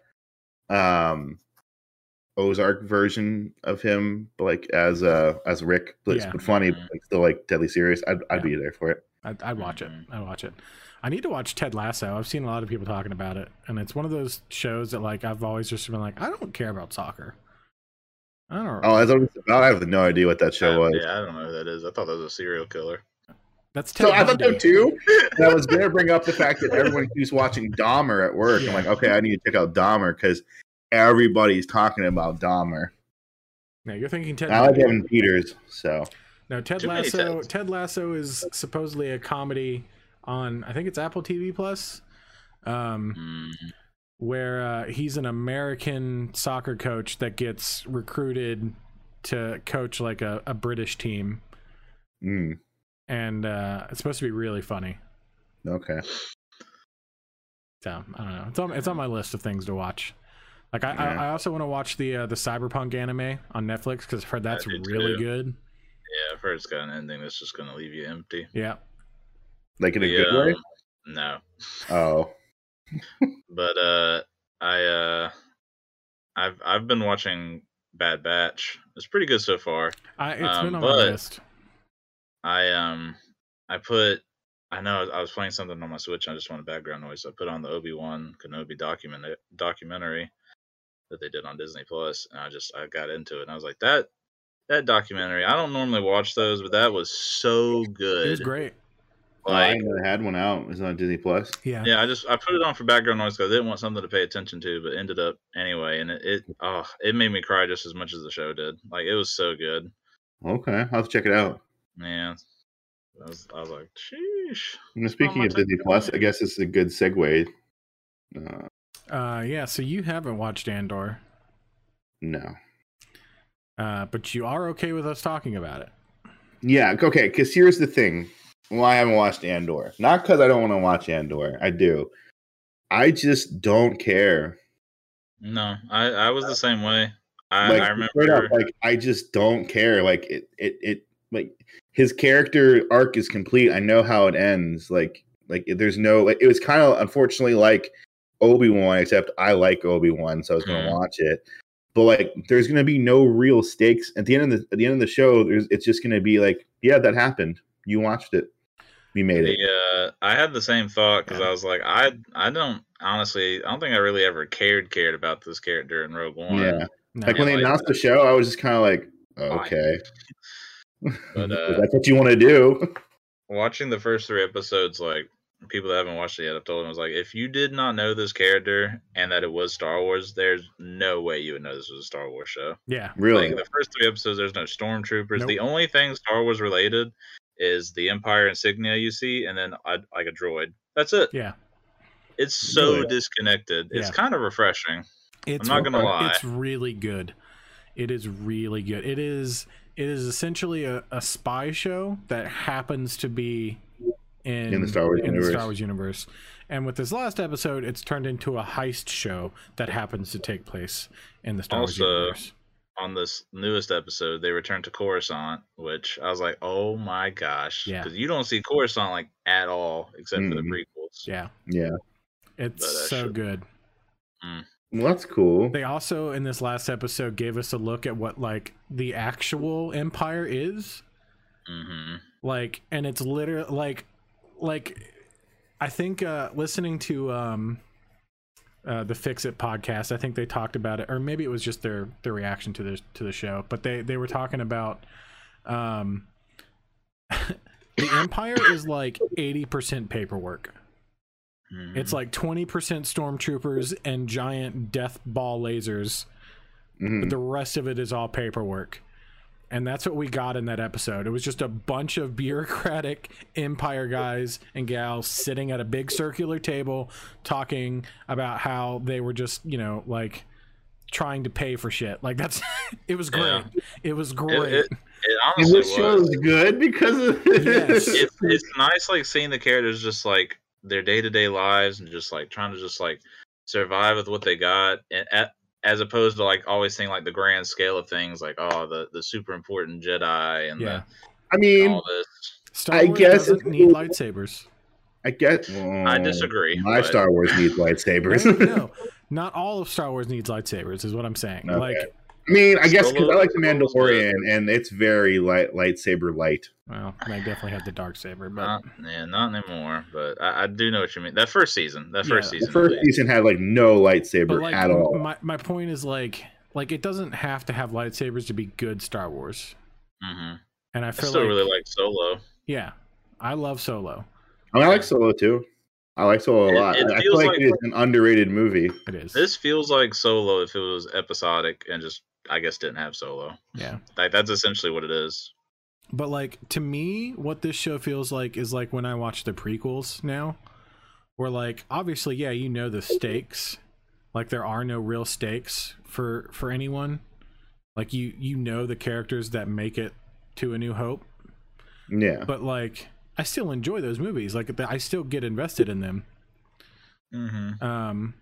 S2: um Ozark version of him, but like as uh as Rick, but,
S1: Yeah.
S2: but funny, but like, still like deadly serious. I'd I'd
S1: Yeah.
S2: be there for it.
S1: I'd, I'd watch it.
S3: Mhm.
S1: I'd watch it. I need to watch Ted Lasso. I've seen a lot of people talking about it, and it's one of those shows that like I've always just been like, I don't care about soccer. I don't.
S2: Oh, that's what it's about. I have no idea what that show
S3: Uh,
S2: was.
S3: Yeah, I don't know who that is. I thought that was a serial killer.
S1: That's Ted
S2: So I thought
S1: Bundy.
S2: so too. And I was gonna bring up the fact that everyone keeps watching Dahmer at work.
S1: Yeah.
S2: I'm like, okay, I need to check out Dahmer because everybody's talking about Dahmer.
S1: No, you're thinking Ted.
S2: And I like
S1: Bundy.
S2: Evan Peters, so
S1: No, Ted
S3: Too many
S1: Lasso.
S3: Teds.
S1: Ted Lasso is supposedly a comedy on I think it's Apple TV Plus,
S2: Hmm.
S1: um,
S3: Mm,
S1: where uh, he's an American soccer coach that gets recruited to coach like a, a British team,
S2: Mm,
S1: and uh, it's supposed to be really funny.
S2: okay.
S1: So I don't know. It's on it's on my list of things to watch. Like I,
S2: Yeah.
S1: I, I also want to watch the uh, the cyberpunk anime on Netflix because I've heard that's
S3: do
S1: really
S3: too.
S1: good.
S3: yeah, I've heard it's got an ending that's just gonna leave you empty.
S1: Yeah,
S2: Like in a
S3: The,
S2: good way?
S3: um, No,
S2: Oh.
S3: but uh, I uh, I've I've been watching Bad Batch. It's pretty good so far.
S1: I, it's
S3: Um,
S1: been on my
S3: but-
S1: list.
S3: I um I put I know I was playing something on my Switch. I just wanted background noise. So I put on the Obi Wan Kenobi document documentary that they did on Disney Plus, and I just I got into it, and I was like that that documentary. I don't normally watch those, but that was so good.
S1: It was great.
S2: Oh, I
S3: Like
S2: didn't know they had one out. It's on Disney Plus.
S1: Yeah.
S3: yeah, I just I put it on for background noise because I didn't want something to pay attention to, but ended up anyway, and it it oh it made me cry just as much as the show did. Like it was so good.
S2: Okay, I'll have to check it out.
S3: Yeah, I was I was like, sheesh.
S2: And speaking
S3: my
S2: of Disney
S3: technical
S2: Plus, I
S3: name.
S2: guess this is a good segue. Uh,
S1: Uh, yeah. So you haven't watched Andor,
S2: no.
S1: uh, but you are okay with us talking about it.
S2: Yeah, okay, because here's the thing. Why I haven't watched Andor. Not because I don't want to watch Andor. I do. I just don't care.
S3: No, I I was the same way. I,
S2: like
S3: I
S2: straight up,
S3: remember.
S2: like I just don't care. Like it, it, it, like his character arc is complete. I know how it ends. Like, like there's no. Like, it was kind of unfortunately like Obi Wan, except I like Obi Wan, so I was gonna
S3: Mhm.
S2: watch it. But like, there's gonna be no real stakes at the end of the at the end of the show. There's it's just gonna be like, yeah, that happened. You watched it. You made it.
S3: The, uh, I had the same thought because
S1: Yeah.
S3: I was like, I I don't honestly, I don't think I really ever cared cared about this character in Rogue One.
S2: Yeah.
S1: No.
S2: Like when they
S3: like-
S2: announced the show, I was just kind of like,
S3: Fine.
S2: okay,
S3: But, uh,
S2: that's what you want to do.
S3: watching the first three episodes, like people that haven't watched it yet, I've told them I was like, if you did not know this character and that it was Star Wars, there's no way you would know this was a Star Wars show.
S1: yeah.
S2: Really?
S3: Like the first three episodes, there's no stormtroopers.
S1: Nope.
S3: The only thing Star Wars related is the Empire insignia you see, and then uh, like a droid. That's it.
S1: Yeah.
S3: It's so
S2: Really?
S3: disconnected. It's
S1: Yeah.
S3: kind of refreshing.
S1: It's
S3: I'm not gonna lie.
S1: It's really good. It is really good. It is it is essentially a, a spy show that happens to be in,
S2: In the Star Wars
S1: in the
S2: universe.
S1: Star Wars universe. And with this last episode, it's turned into a heist show that happens to take place in the Star
S3: Also-
S1: Wars universe.
S3: on this newest episode, they returned to Coruscant, which I was like, "Oh my gosh!"
S1: Yeah.
S3: Because you don't see Coruscant like at all, except for the
S2: Mhm.
S3: prequels.
S1: Yeah.
S2: yeah.
S1: It's
S3: But, uh,
S1: so
S3: sure.
S1: good.
S2: Well, that's cool.
S1: They also in this last episode gave us a look at what like the actual empire is.
S3: hmm
S1: like and it's literally like like i think uh listening to um uh the fix it podcast i think they talked about it or maybe it was just their their reaction to the to the show but they they were talking about um the empire is like 80% paperwork
S3: Mm-hmm.
S1: it's like 20% stormtroopers and giant death ball lasers
S2: Mhm.
S1: but the rest of it is all paperwork. And that's what we got in that episode. It was just a bunch of bureaucratic empire guys and gals sitting at a big circular table talking about how they were just, you know, like trying to pay for shit. Like that's it was great.
S3: Yeah.
S1: It was great.
S3: it- it
S2: And
S3: honestly
S2: this
S3: was.
S2: show is good because of this.
S1: Yes.
S3: it's, it's nice, like seeing the characters just like their day to day lives and just like trying to just like survive with what they got, and at, as opposed to like always seeing like the grand scale of things, like oh the the super important Jedi and uh,
S1: yeah.
S2: I
S3: the,
S2: mean,
S3: all this.
S1: Star
S2: I
S1: Wars
S2: guess
S1: doesn't
S2: it's-
S1: need lightsabers.
S2: I guess
S3: I disagree.
S2: My
S3: but-
S2: Star Wars needs lightsabers.
S1: No, no, not all of Star Wars needs lightsabers is what I'm saying.
S2: Okay.
S1: Like
S2: I mean, I guess because I like the
S3: Solo's good.
S2: Mandalorian, and it's very light lightsaber light.
S1: well, I definitely had the dark saber, but
S3: Not, yeah, not anymore. But I, I do know what you mean. That first season, that first
S1: Yeah.
S2: The
S3: season,
S2: first
S3: at least.
S2: season had like no lightsaber
S1: but like
S2: at all.
S1: my my point is like like it doesn't have to have lightsabers to be good Star Wars.
S3: Mhm.
S1: And I
S3: I
S1: feel
S3: still
S1: like
S3: really like Solo.
S1: yeah, I love Solo.
S2: I, mean, I like Solo too. I like Solo a
S3: It-
S2: lot.
S3: it
S2: I feel
S3: feels
S2: like,
S3: like-
S2: it is an underrated movie.
S1: It is.
S3: This feels like Solo if it was episodic and just I guess didn't have Solo.
S1: Yeah.
S3: Like that's essentially what it is.
S1: But like to me, what this show feels like is like when I watch the prequels now, where like obviously, yeah, you know the stakes. Like there are no real stakes for for anyone. Like you you know the characters that make it to A New Hope,
S2: Yeah.
S1: but like I still enjoy those movies. Like I still get invested in them.
S3: Mm-hmm.
S1: um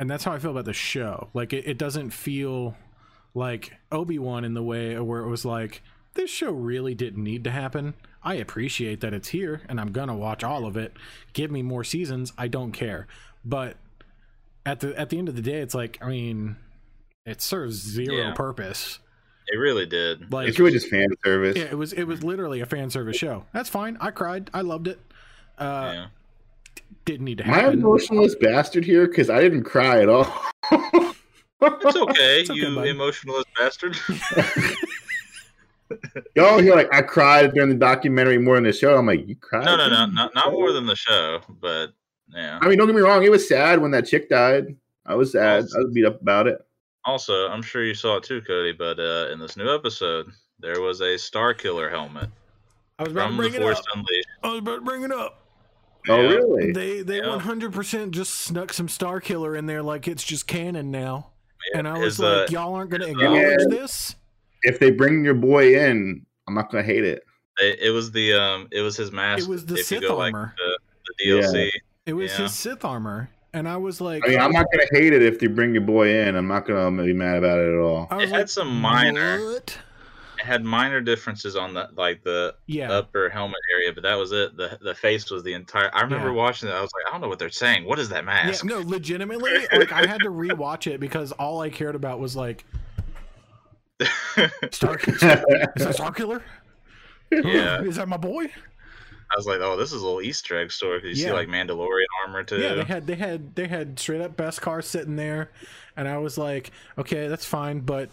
S1: and that's how i feel about the show like it, it doesn't feel like obi-wan in the way where it was like this show really didn't need to happen i appreciate that it's here and i'm gonna watch all of it give me more seasons i don't care but at the at the end of the day it's like i mean it serves zero
S3: Yeah.
S1: purpose
S3: It really did.
S1: like
S2: It's really just fan service.
S1: yeah, it was it was literally a fan service show that's fine i cried i loved it uh
S3: yeah.
S1: didn't need to
S2: Am I an
S1: happen
S2: emotionless bastard here? Because I didn't cry at all.
S3: It's okay,
S1: It's okay,
S3: you
S1: bud.
S3: emotionalist bastard.
S2: Y'all hear like I cried during the documentary more than the show. I'm like, you cried?
S3: no, no, no, not, not more than the show, but yeah.
S2: I mean, don't get me wrong. It was sad when that chick died. I was sad. I was beat up about it.
S3: Also, I'm sure you saw it too, Cody, but uh, in this new episode, there was a Star Killer helmet
S1: i was about to
S3: from The
S1: bring it up
S3: Force Unleashed.
S1: i was about to bring it up
S2: Oh,
S3: Yeah.
S2: really?
S1: They they
S3: Yeah.
S1: one hundred percent just snuck some Star Killer in there like it's just canon now. And I was
S3: His,
S1: like,
S3: uh,
S1: y'all aren't gonna
S3: his,
S2: uh,
S1: acknowledge this?
S2: if they bring your boy in, I'm not gonna hate it.
S3: it, it was the um, it was his mask.
S1: It was the
S3: if you
S1: Sith
S3: go, like,
S1: armor.
S3: the, the DLC.
S1: It was
S3: Yeah.
S1: his Sith armor. And I was like
S2: I mean, I'm not gonna hate it if they bring your boy in. I'm not gonna be mad about it at all.
S1: I
S3: It
S1: was
S3: had
S1: like
S3: some minor,
S1: What?
S3: it had minor differences on the like the
S1: Yeah.
S3: upper helmet area, but that was it. The the face was the entire. I remember
S1: Yeah.
S3: watching it. I was like, I don't know what they're saying. What is that
S1: yeah,
S3: mask?
S1: no, legitimately, like I had to rewatch it because all I cared about was like Star Is that Star Killer?
S3: Yeah.
S1: Is that my boy?
S3: I was like, oh, this is a little Easter egg story because you
S1: Yeah.
S3: see like Mandalorian armor too.
S1: Yeah, they had they had they had straight up best car sitting there and I was like, Okay, that's fine, but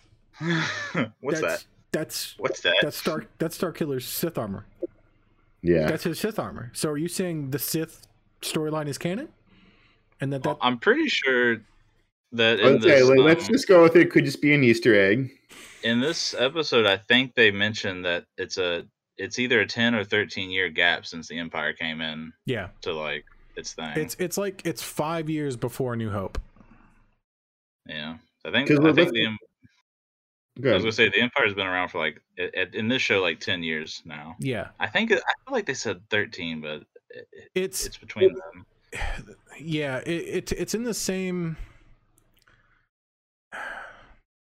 S1: that's
S3: What's that?
S1: that's
S3: What's that?
S1: that's Star that's Star Killer's Sith armor.
S2: yeah.
S1: That's his Sith armor. So are you saying the Sith storyline is canon? And that that
S3: Well, I'm pretty sure that in
S2: Okay,
S3: this,
S2: like, let's
S3: um,
S2: just go with it. Could just be an Easter egg.
S3: in this episode, I think they mentioned that it's a it's either a 10 or 13 year gap since the Empire came in
S1: yeah,
S3: to like its thing.
S1: it's it's like it's five years before New Hope.
S3: yeah, I think
S2: 'Cause
S3: I
S2: let's-
S3: think the, Em- I was
S2: Good.
S3: gonna say the Empire's been around for like i- at, in this show like 10 years now.
S1: Yeah,
S3: I think it, I feel like they said 13, but it, it-
S1: it's
S3: it's between them.
S1: yeah, it, it's it's in the same.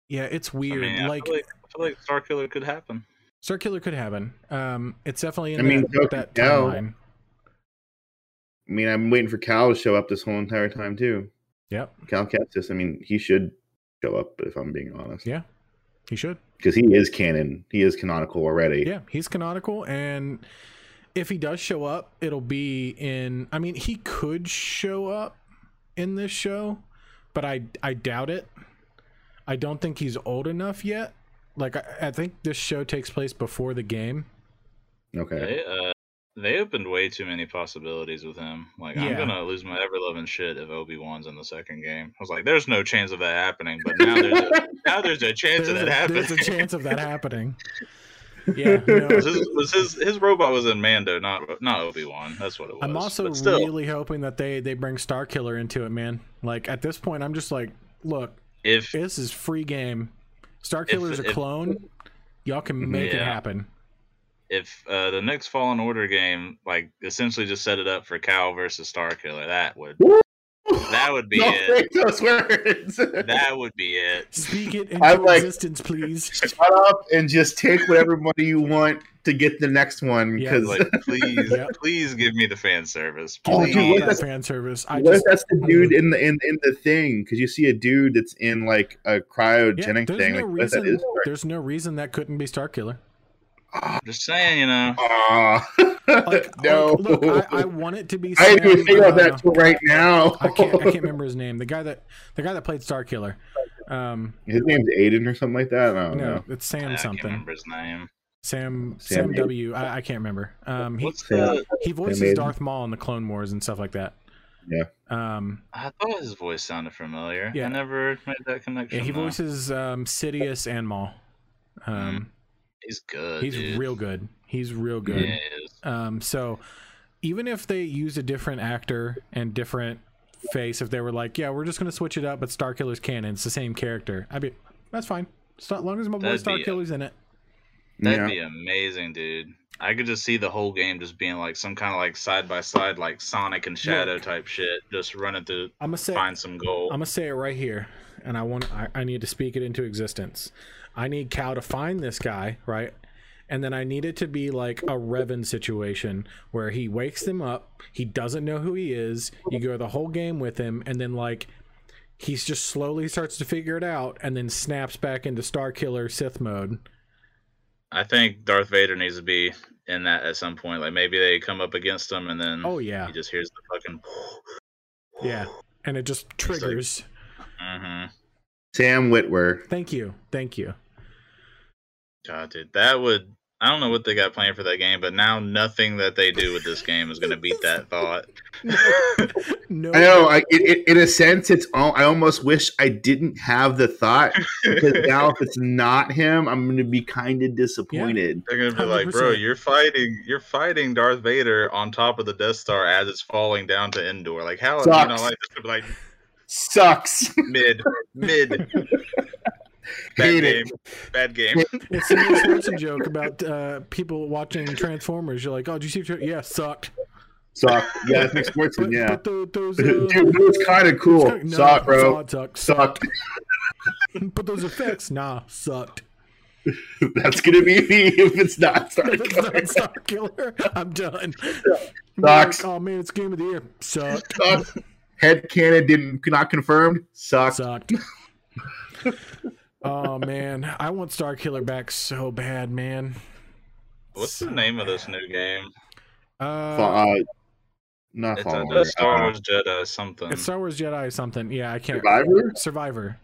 S1: Yeah, it's
S3: I
S1: weird.
S3: mean, I
S1: like
S3: feel like I feel like Star Killer could happen.
S1: Star Killer could happen. Um, it's definitely in
S2: I mean,
S1: that, that
S2: no.
S1: timeline.
S2: I mean, I'm waiting for Cal to show up this whole entire time too.
S1: Yep,
S2: Cal Kestis. I mean, he should show up if I'm being honest.
S1: Yeah. he should.
S2: Because he is canon. He is canonical already.
S1: Yeah, he's canonical, and if he does show up, it'll be in. I mean, he could show up in this show, but I I doubt it. I don't think he's old enough yet. Like I, I think this show takes place before the game.
S2: Okay.
S3: They uh, they opened way too many possibilities with him. Like I'm
S1: Yeah.
S3: gonna lose my ever loving shit if Obi Wan's in the second game. I was like, there's no chance of that happening. But now there's a, now there's a chance
S1: There's
S3: of that
S1: a,
S3: happening.
S1: there's a chance of that happening. Yeah, no,
S3: Was his, was his his robot was in Mando, not not Obi Wan. That's what it was.
S1: I'm also
S3: but still,
S1: really hoping that they they bring Star Killer into it, man. Like at this point, I'm just like, look,
S3: if
S1: this is free game. Star Killer's a
S3: if-
S1: clone. Y'all can make it
S3: Yeah.
S1: happen.
S3: if uh, the next Fallen Order game like essentially just set it up for Cal versus Star Killer, that would that would be
S2: Don't
S3: it.
S2: break those words.
S3: That would be it.
S1: Speak it into
S2: I'm like-
S1: existence, please.
S2: Shut up and just take whatever money you want to get the next one.
S1: Yeah,
S2: Because
S3: Like please,
S1: Yeah.
S3: please give me the fan service.
S2: Oh,
S1: Give me all
S2: what
S3: Please.
S2: if
S1: that
S2: that's-
S1: fan service. I
S2: what if
S1: just
S2: that's the
S1: I
S2: dude
S1: would-
S2: in the in, in the thing? Because you see a dude that's in like a
S1: yeah,
S2: cryogenic
S1: there's
S2: thing.
S1: no
S2: like, what if that
S1: reason.
S2: is for-
S1: There's no reason that couldn't be Star Killer.
S3: Just saying, you know.
S2: Ah.
S1: Like,
S2: no.
S1: like, look, I, I want it to be.
S2: I didn't even
S1: Sam,
S2: think about
S1: uh,
S2: that till right now.
S1: I can't. I can't remember his name. The guy that the guy that played Star Killer. Um,
S2: His name's Aiden or something like that. I don't
S1: no,
S2: know.
S1: it's
S3: I
S1: Sam
S3: can't
S1: something.
S3: remember his name.
S1: Sam
S2: Sam
S1: Sam
S2: Aiden.
S1: W. I, I can't remember. Um, he
S3: What's the?
S1: he voices
S2: Aiden.
S1: Darth Maul in the Clone Wars and stuff like that.
S2: Yeah.
S1: Um.
S3: I thought his voice sounded familiar.
S1: Yeah.
S3: I never made that
S1: Yeah,
S3: connection.
S1: he
S3: though.
S1: voices um Sidious and Maul. Um.
S3: He's good.
S1: He's
S3: Mm, dude.
S1: real good. He's real
S3: Yeah,
S1: good.
S3: he is.
S1: Um, so even if they used a different actor and different face, if they were like, yeah, we're just gonna switch it up, but Star Killer's canon, it's the same character. I'd be that's fine. As long as my boy
S3: That'd
S1: Star
S3: be uh, a-
S1: Killer's in it.
S3: That'd
S2: yeah.
S3: be amazing, dude. I could just see the whole game just being like some kind of like side by side, like Sonic and Shadow
S1: Look.
S3: type shit, just running through,
S1: I'm gonna say
S3: find some gold.
S1: I'm gonna say it right here, and I want I, I need to speak it into existence. I need Cal to find this guy, right? And then I need it to be like a Revan situation where he wakes them up, he doesn't know who he is, you go the whole game with him, and then like he's just slowly starts to figure it out and then snaps back into Star Killer Sith mode.
S3: I think Darth Vader needs to be in that at some point. Like maybe they come up against him and then
S1: Oh yeah.
S3: he just hears the fucking.
S1: Yeah. And it just triggers.
S3: hmm
S2: Sam Witwer.
S1: Thank you. Thank you.
S3: God, dude, that would. I don't know what they got planned for that game, but now nothing that they do with this game is gonna beat that thought.
S1: No
S2: I know. I, it, it, in a sense, it's. All, I almost wish I didn't have the thought because now if it's not him, I'm going to be kind of disappointed.
S3: They're gonna be like, bro,
S1: 100%.
S3: you're fighting, you're fighting Darth Vader on top of the Death Star as it's falling down to Endor. Like, how are you not
S2: Sucks.
S3: like this? They'll be like
S2: Sucks.
S3: mid, mid. Bad
S2: Hate
S3: game,
S2: it.
S3: bad game.
S1: It's the Neil Swanson joke about uh, people watching Transformers. You're like, oh, did you see? Tra- yeah, sucked.
S2: Suck. Yeah, that's Nick Swartzen.
S1: But,
S2: Yeah.
S1: but tho- those, uh,
S2: Dude, it was kind of cool.
S1: it's kinda-
S2: Suck, bro.
S1: Saw it sucked.
S2: Suck.
S1: But those effects, nah, sucked.
S2: That's going to be me if it's not Star
S1: If it's
S2: Killer.
S1: not Star Killer, I'm done.
S2: Sucks.
S1: oh man, it's game of the year. Sucked.
S2: Sucks. Head cannon didn't not confirmed. Sucks.
S1: Sucked. Oh man, I want Star Killer back so bad, man.
S3: What's the name of this new game?
S2: Fa-
S1: Uh,
S2: uh, not
S3: It's a,
S2: Fallen
S3: a
S2: Order,
S3: Star
S2: uh,
S3: Wars Jedi something.
S1: it's Star Wars Jedi or something. Yeah, I can't.
S2: Survivor.
S1: Survivor.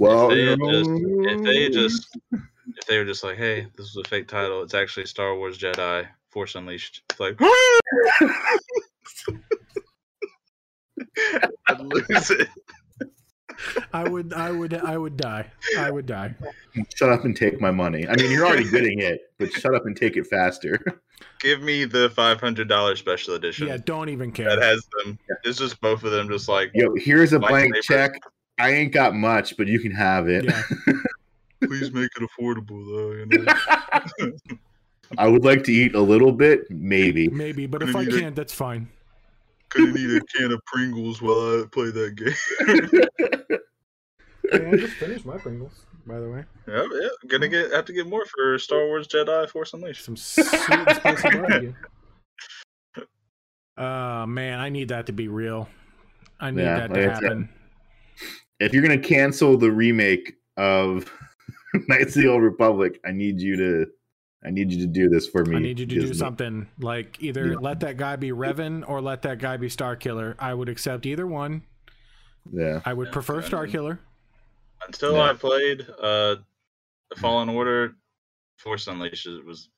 S2: Well,
S3: they had just- if they just if they were just like, hey, this is a fake title, it's actually Star Wars Jedi Force Unleashed. It's like I'd lose it.
S1: I would, I would, I would die. I would die.
S2: shut up and take my money. I mean, you're already getting it, but shut up and take it faster.
S3: Give me the five hundred dollar special edition
S1: Yeah, don't even care.
S3: that has them. It's just both of them, just like
S2: Yo, here's a blank
S3: Lightsaber.
S2: check. I ain't got much, but you can have it.
S1: Yeah.
S3: please make it affordable though. You know?
S2: I would like to eat a little bit, maybe.
S1: Maybe, but if I
S3: Maybe they-
S1: can't, that's fine.
S3: Couldn't eat a can of Pringles while I play that game.
S1: I just finished my Pringles, by the way.
S3: yeah, yeah, gonna get have to get more for Star Wars Jedi Force Unleashed.
S1: Some sweet and spicy barbecue. Oh man, I need that to be real. I need
S2: Yeah,
S1: that
S2: like
S1: to
S2: I said.
S1: happen.
S2: If you're gonna cancel the remake of Knights of the Old Republic, I need you to, I need you to do this for me.
S1: I need you to do
S2: Disney.
S1: something. Like either
S2: Yeah.
S1: let that guy be Revan or let that guy be Star Killer. I would accept either one.
S2: Yeah,
S1: I would
S3: Yeah,
S1: prefer
S3: I
S1: Star
S3: mean-
S1: Killer.
S2: Oh,
S3: Until
S2: Yeah.
S3: I played uh, the Fallen Order, Force Unleashed is- was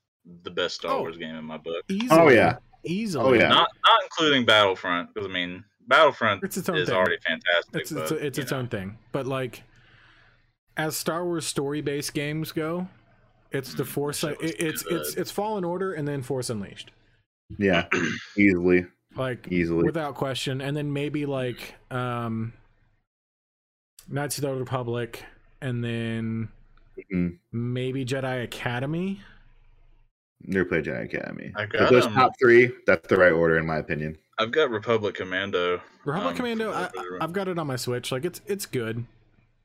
S3: the best Star
S1: Oh.
S3: Wars game in my book.
S1: Easily.
S2: Oh, yeah.
S1: Easily.
S2: Oh, yeah.
S3: Not not including Battlefront, because I mean Battlefront
S1: It's its own
S3: is
S1: thing.
S3: already fantastic.
S1: it's it's,
S3: but,
S1: it's
S3: you
S1: its
S3: know,
S1: own thing. But like, as Star Wars story based games go, it's the
S3: Mm,
S1: Force. It,
S3: that shit was
S1: it's it's
S3: good.
S1: it's Fallen Order and then Force Unleashed.
S2: yeah, easily,
S1: Like
S2: easily.
S1: without question. And then maybe like um Knights of the Old Republic and then
S2: Mhm.
S1: maybe Jedi Academy.
S2: Never played Jedi Academy.
S3: I
S2: But
S3: got
S2: those
S3: um,
S2: top three, that's the right order in my opinion.
S3: I've got Republic Commando.
S1: Republic
S3: um,
S1: Commando,
S3: for-
S1: I,
S3: for the-
S1: I've got it on my Switch. Like it's it's good.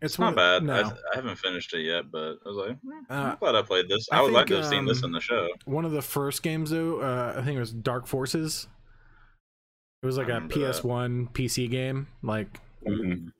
S1: It's,
S3: it's not
S1: one-
S3: bad. I,
S1: No.
S3: I haven't finished it yet, but I was like, "Hmm,
S1: Uh,
S3: I'm glad I played this.
S1: I
S3: I, would like
S1: think,
S3: to have seen this
S1: um,
S3: in the show.
S1: one of the first games though uh, i think it was dark forces it was like
S3: I
S1: a
S3: remember that.
S1: ps1 pc game like it
S3: Mm-hmm.
S2: Mhm.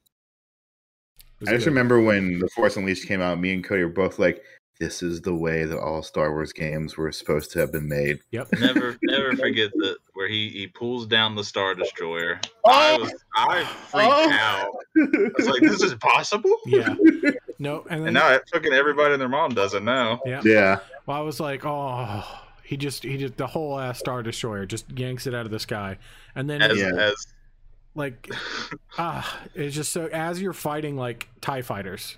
S1: was
S2: I just
S1: good.
S2: remember when The Force Unleashed came out, me and Cody were both like, this is the way that all Star Wars games were supposed to have been made.
S1: yep
S3: Never, never forget that where he, he pulls down the Star Destroyer. I was I freaked
S2: Oh!
S3: out. I was like, this is possible.
S1: yeah no and
S3: And
S1: then
S3: now I- fucking everybody and their mom does it now.
S1: yeah
S2: yeah.
S1: well, i was like oh he just he just the whole ass star destroyer just yanks it out of the sky and then
S3: As,
S2: Yeah.
S3: as
S1: like ah it's just so as you're fighting like tie fighters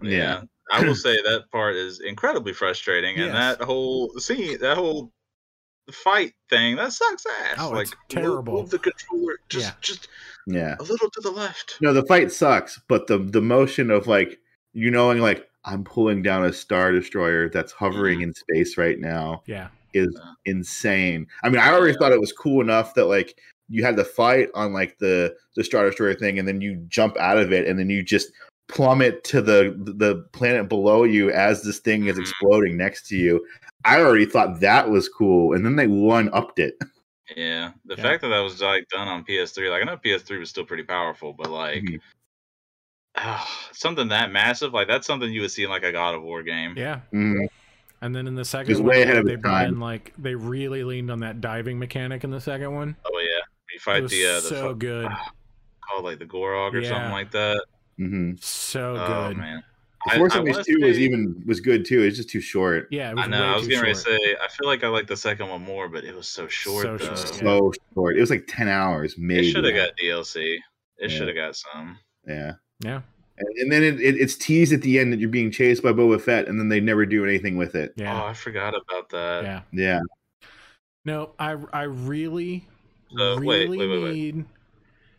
S3: yeah.
S2: Yeah.
S3: I will say that part is incredibly frustrating, and
S1: Yes.
S3: that whole scene, that whole fight thing, that sucks ass.
S1: Oh,
S3: like
S1: it's
S3: move-
S1: terrible.
S3: Move the controller just
S1: Yeah.
S3: just
S2: Yeah.
S3: a little to the left.
S2: No, the fight sucks, but the the motion of like you knowing like I'm pulling down a star destroyer that's hovering
S3: Mm-hmm.
S2: in space right now
S1: Yeah.
S2: is
S3: Yeah.
S2: insane. I mean, I already thought it was cool enough that like you had the fight on like the the star destroyer thing, and then you jump out of it, and then you just plummet to the the planet below you as this thing is
S3: Mhm.
S2: exploding next to you. I already thought that was cool, and then they one upped it.
S3: Yeah, the
S1: Yeah.
S3: fact that that was like done on PS3, like I know PS3 was still pretty powerful, but like
S1: Mm-hmm.
S2: Mhm.
S3: ah, something that massive, like that's something you would see in like a God of War game.
S1: Yeah.
S2: Mhm.
S1: And then in the second
S2: He's
S1: one,
S2: way ahead of
S1: they
S2: his
S1: brought in
S2: time.
S1: like they really leaned on that diving mechanic in the second one.
S3: Oh yeah, you
S1: It
S3: fight
S1: was
S3: the uh, the
S1: so
S3: fu-
S1: good,
S3: called like the Gorog or something
S1: Yeah.
S3: like that.
S2: Mhm.
S1: so
S3: oh
S1: good.
S3: man,
S2: The
S3: I-
S2: Force
S3: I
S2: Unleashed
S3: wanna
S2: two was
S3: say-
S2: even was good too. It's just too short.
S1: Yeah, it was
S3: I know. I
S1: way
S3: was
S1: too
S3: getting ready to
S1: short.
S3: say, I feel like I like the second one more, but it was so short.
S1: So
S3: though.
S1: short, yeah.
S2: So short. It was like ten hours,
S3: It
S2: maybe.
S3: should have got DLC. It
S2: Yeah.
S3: should have got some.
S2: yeah.
S1: Yeah,
S2: And, and then it, it, it's teased at the end that you're being chased by Boba Fett, and then they never do anything with it.
S1: yeah,
S3: Oh, I forgot about that.
S1: yeah.
S2: Yeah.
S1: No, I I really,
S3: So,
S1: really
S3: wait, wait, wait, wait.
S1: need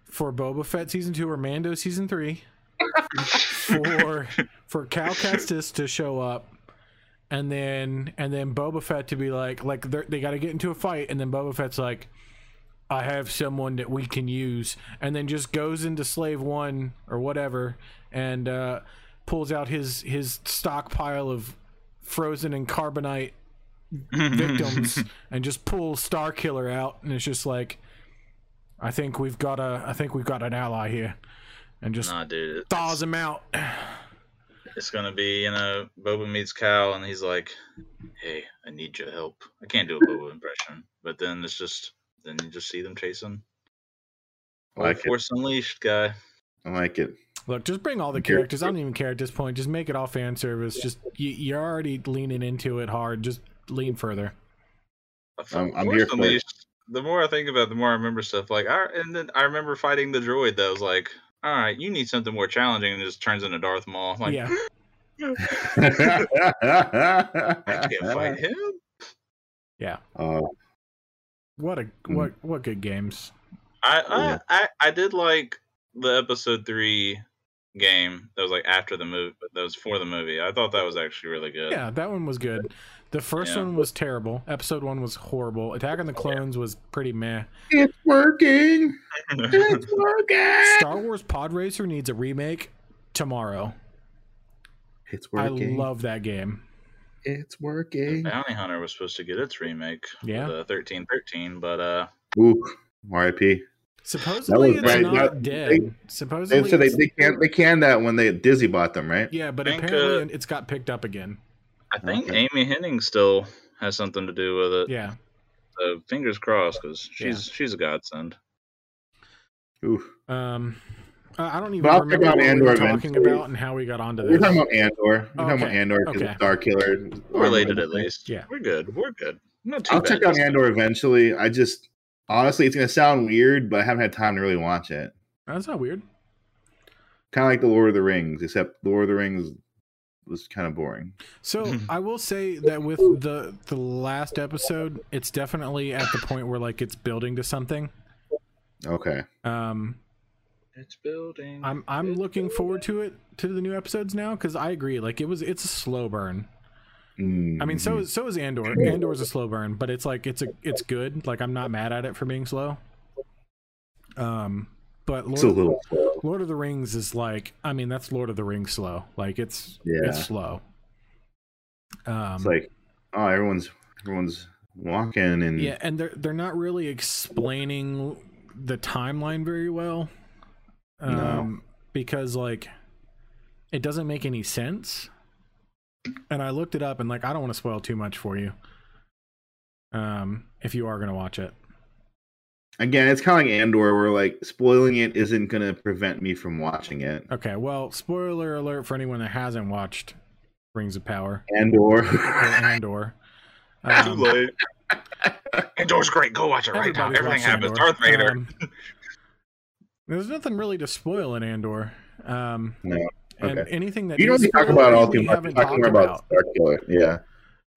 S1: for Boba Fett season two or Mando season three for for Cal Kestis to show up. And then and then Boba Fett to be like like they're- they got to get into a fight and then Boba Fett's like, I have someone that we can use and then just goes into Slave One or whatever and uh, pulls out his his stockpile of frozen and carbonite victims and just pull Star Killer out and it's just like I think we've got a I think we've got an ally here and just
S3: nah, dude. it-
S1: thaws him out.
S3: It's gonna be you know Boba meets Cal, and he's like, "Hey, I need your help. I can't do a Boba impression." But then it's just then you just see them chasing.
S2: I
S3: Like
S2: like it.
S3: Force Unleashed guy.
S2: I like it.
S1: Look, just bring all the characters. I don't even care at this point. Just make it all fan service. Just you, you're already leaning into it hard. Just lean further.
S3: I f-
S2: I'm- I'm
S3: Force
S2: here for it.
S3: Unleashed, The more I think about, it, the more I remember stuff. Like I and then I remember fighting the droid that was like, "All right, you need something more challenging," and it just turns into Darth Maul. I'm like,
S1: Yeah.
S3: I can't fight him.
S2: Oh,
S1: What a what what good games.
S3: I I,
S2: Yeah.
S3: I I did like the episode three game that was like after the movie that was for the movie. I thought that was actually really good.
S1: Yeah, that one was good. The first
S3: Yeah.
S1: one was terrible. Episode one was horrible. Attack on the Clones was pretty meh.
S2: it's working. It's working.
S1: Star Wars Pod Racer needs a remake tomorrow.
S2: It's
S1: I
S2: working.
S1: love that game.
S2: it's
S3: The
S2: working.
S3: Bounty Hunter was supposed to get its remake,
S1: Yeah.
S3: the thirteen thirteen, but uh,
S2: Ooh, R.I.P.
S1: Supposedly it's
S2: That was right.
S1: not
S2: That-
S1: dead.
S2: they-
S1: Supposedly,
S2: They, so they,
S1: it's-
S2: they can they can that when they Disney bought them, right?
S1: yeah, but
S3: Think,
S1: apparently it's got picked up again.
S3: I think
S2: Okay.
S3: Amy Henning still has something to do with it.
S1: Yeah,
S3: So fingers crossed, because she's she's a godsend.
S2: Ooh.
S1: um, I I don't even
S2: But I'll check
S1: remember
S2: out
S1: what we
S2: Andor
S1: were talking
S2: eventually.
S1: about and how we got onto
S2: We're
S1: this.
S2: talking about Andor. We're talking about
S1: Okay,
S2: Andor because
S1: okay.
S2: Star Killer
S3: Related at least.
S1: Yeah.
S3: we're good. We're good. Not too
S2: I'll
S3: bad
S2: check out
S3: this time.
S2: Andor eventually. I just honestly, it's gonna sound weird, but I haven't had time to really watch it.
S1: That's not weird.
S2: Kind of like the Lord of the Rings, except Lord of the Rings was kind of boring.
S1: So I will say that with the the last episode, it's definitely at the point where like it's building to something.
S2: Okay,
S1: Um,
S3: It's building.
S1: I'm I'm looking forward to it to the new episodes now because I agree. Like it was, it's a slow burn. I mean, so
S2: Mhm.
S1: is so is Andor. Andor is a slow burn, but it's like it's a it's good. Like I'm not mad at it for being slow. Um, but
S2: it's a
S1: Lord,
S2: little slow.
S1: Lord of the Rings is like I mean that's Lord of the Rings slow. Like it's
S2: Yeah.
S1: it's slow. Um,
S2: It's like oh, everyone's everyone's walking and
S1: yeah, and they're they're not really explaining the timeline very well. Um,
S2: No.
S1: because like it doesn't make any sense. And I looked it up and like I don't want to spoil too much for you. Um, if you are gonna watch it.
S2: again, it's kind of like Andor, where like spoiling it isn't gonna prevent me from watching it.
S1: Okay, well, spoiler alert for anyone that hasn't watched Rings of Power
S2: Andor,
S1: or Andor.
S3: too
S1: Um,
S3: late. Andor's great. Go watch it right now.
S1: everybody's
S3: Everything
S1: watched
S3: happens.
S1: Andor.
S3: Darth Vader.
S1: Um, there's nothing really to spoil in Andor. Um,
S2: No.
S1: and
S2: Okay.
S1: anything that
S2: You don't
S1: is
S2: need to talk
S1: cool
S2: about all
S1: we
S2: too much.
S1: haven't
S2: Talk more
S1: talked
S2: about Starkiller. Yeah.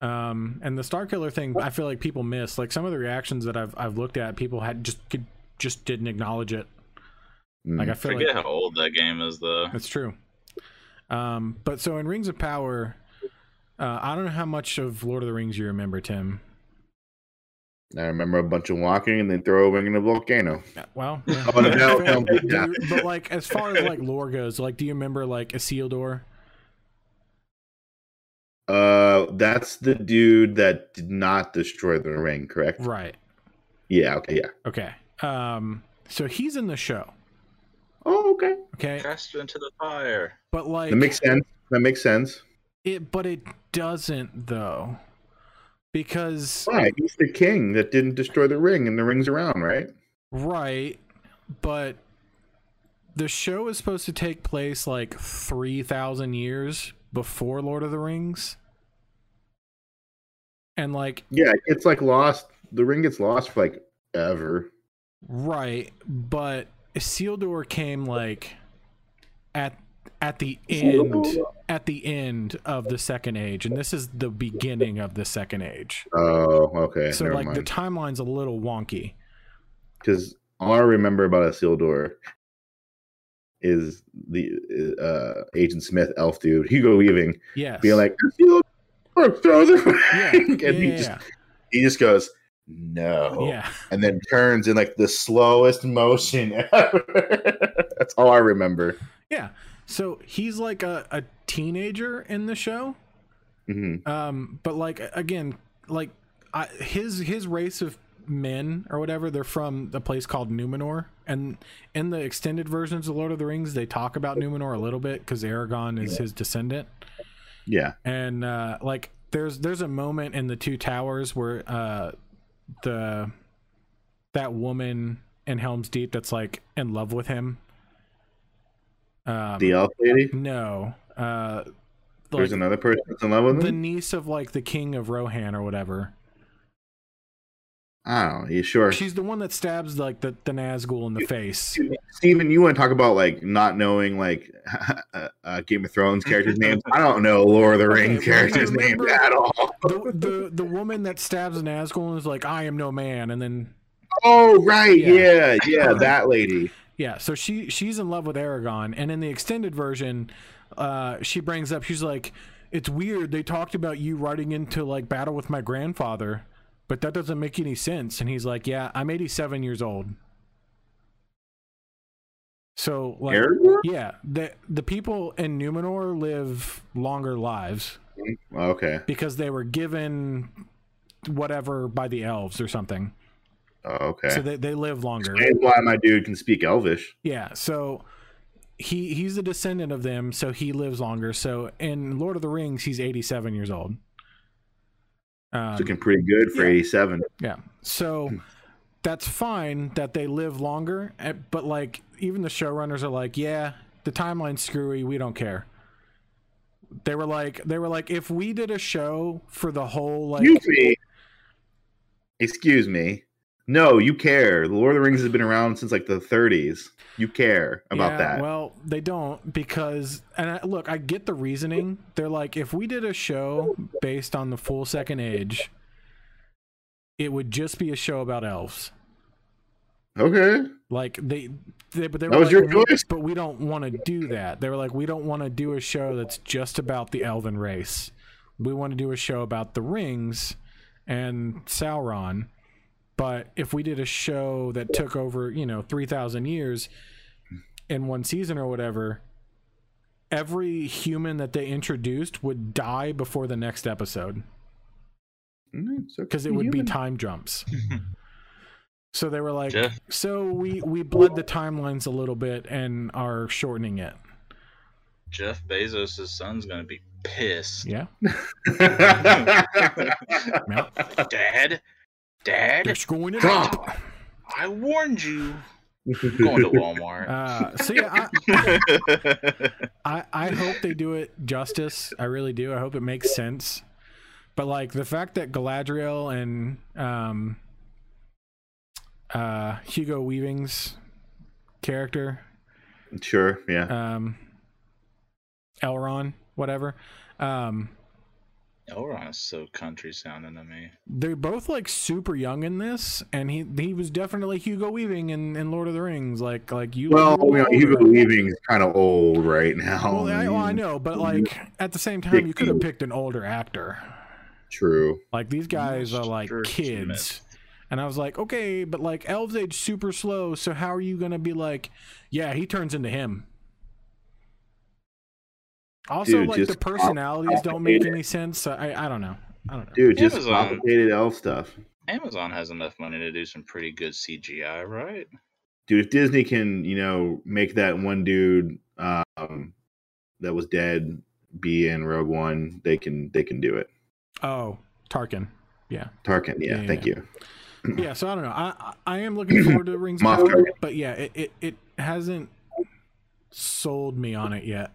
S1: um and the star killer thing i feel like people miss like some of the reactions that i've i've looked at people had just could just didn't acknowledge it
S2: Mm.
S1: like i feel
S3: Forget
S1: like
S3: how old that game is, though.
S1: that's true um but so in rings of power uh i don't know how much of lord of the rings you remember tim
S2: I remember a bunch of walking and then throw a ring in a volcano.
S1: Uh, well yeah.
S2: Oh, no, no, no,
S1: Do you-
S2: yeah.
S1: but like as far as like lore goes like do you remember like isildur
S2: Uh, that's the dude that did not destroy the ring, correct?
S1: right
S2: Yeah. Okay. Yeah.
S1: okay um so he's in the show
S2: Oh, okay.
S1: okay
S3: Cast into the fire.
S1: but like
S2: That makes sense. That makes sense.
S1: It, but it doesn't though, because
S2: Why? He's the king that didn't destroy the ring, and the ring's around, right?
S1: right, but the show is supposed to take place like three thousand years before Lord of the Rings, and like
S2: Yeah. It's like lost. The ring gets lost for like ever.
S1: right, but Isildur came like at at the end at the end of the second age, and this is the beginning of the second age.
S2: Oh, okay.
S1: So
S2: never
S1: like the
S2: mind.
S1: timeline's a little wonky.
S2: because all I remember about Isildur is the uh, Agent Smith elf dude Hugo Weaving
S1: Yes.
S2: being like Isildur, throw the ring,
S1: yeah,
S2: and
S1: yeah,
S2: he
S1: yeah,
S2: just
S1: yeah.
S2: he just goes no,
S1: yeah.
S2: and then turns in like the slowest motion ever. That's all I remember.
S1: Yeah. So he's like a, a teenager in the show.
S2: Mhm.
S1: Um, but like again, like I, his his race of men or whatever, they're from a place called Numenor. And in the extended versions of Lord of the Rings, they talk about Numenor a little bit because Aragon is his descendant.
S2: Yeah,
S1: And uh like there's there's a moment in the two towers where uh the that woman in Helm's Deep that's like in love with him. Um,
S2: the elf lady.
S1: No. Uh like
S2: There's another person that's in love with
S1: the
S2: him.
S1: niece of like the king of Rohan or whatever.
S2: Oh, you sure?
S1: She's the one that stabs like the, the Nazgul in the face.
S2: Steven, you want to talk about like not knowing like uh, uh, Game of Thrones characters' names? I don't know Lord of the
S1: Okay,
S2: Rings
S1: well,
S2: characters' names
S1: remember-
S2: at all.
S1: The, the the woman that stabs an Nazgul and is like, I am no man and then
S2: Oh right,
S1: Yeah.
S2: yeah, yeah, that lady.
S1: yeah, so she she's in love with Aragon and in the extended version, uh she brings up she's like, It's weird they talked about you riding into like battle with my grandfather, but that doesn't make any sense and he's like, Yeah, I'm eighty seven years old. So like
S2: Aragorn?
S1: Yeah, the the people in Numenor live longer lives
S2: Okay.
S1: because they were given whatever by the elves or something.
S2: Oh, okay.
S1: So they, they live longer.
S2: Explains why my dude can speak Elvish.
S1: Yeah, so he he's a descendant of them, so he lives longer. So in Lord of the Rings, he's 87 years old. Um,
S2: Looking pretty good for
S1: yeah.
S2: eighty-seven.
S1: Yeah. So that's fine that they live longer, eh, but like even the showrunners are like, yeah, the timeline's screwy. We don't care. They were like, they were like, if we did a show for the whole like,
S2: Excuse me. Excuse me. No, you care. The Lord of the Rings has been around since like the 30s. You care about
S1: Yeah,
S2: that.
S1: Well, they don't because, and I, look, I get the reasoning. They're like, if we did a show based on the full second age, it would just be a show about elves.
S2: okay.
S1: Like they, they but they
S2: That
S1: were like,
S2: was your
S1: "We-
S2: choice."
S1: but we don't want to do that. They were like, we don't want to do a show that's just about the elven race. We want to do a show about the rings and Sauron. But if we did a show that took over, you know, 3,000 years in one season or whatever, every human that they introduced would die before the next episode
S2: Mm, it's okay.
S1: because it would be
S2: Human.
S1: time jumps. so they were like,
S3: Yeah.
S1: so we we bled the timelines a little bit and are shortening it.
S3: Jeff Bezos' son's gonna be pissed.
S1: Yeah, yeah.
S3: Dad,
S1: They're
S3: Dad,
S1: screwing it
S2: Trump.
S1: up.
S3: I warned you. I'm going to Walmart.
S1: Uh, so yeah, I, I I hope they do it justice. I really do. I hope it makes sense. But like the fact that Galadriel and um uh Hugo Weaving's character Uh,
S2: sure, yeah.
S1: um Elron, whatever. Um,
S3: Elron is so country sounding to me.
S1: they're both like super young in this, and he he was definitely Hugo Weaving in, in Lord of the Rings. Like like you.
S2: Well,
S1: you were
S2: you know,
S1: older.
S2: Hugo Weaving is kind of old right now.
S1: Well, I, well, oh, I
S2: mean,
S1: know, but like at the same time, you could have picked an older actor.
S2: True.
S1: Like these guys are like
S3: Sure,
S1: kids. And I was like, okay, but like elves age super slow, so how are you gonna be like, yeah, he turns into him? Also,
S2: Dude,
S1: like the
S2: just uh,
S1: personalities don't make
S2: complicate it.
S1: any sense. so I I don't know. I don't know.
S2: Dude, just
S3: Amazon.
S2: complicated elf stuff.
S3: Amazon has enough money to do some pretty good CGI, right?
S2: Dude, if Disney can, you know, make that one dude um, that was dead be in Rogue One, they can they can do it.
S1: Oh, Tarkin.
S2: Tarkin, yeah,
S1: Yeah,
S2: thank
S1: yeah.
S2: you.
S1: Yeah, so I don't know. I I I am looking forward to Rings of
S2: Moff
S1: Power,
S2: Tarkin.
S1: but yeah, it, it it hasn't sold me on it yet.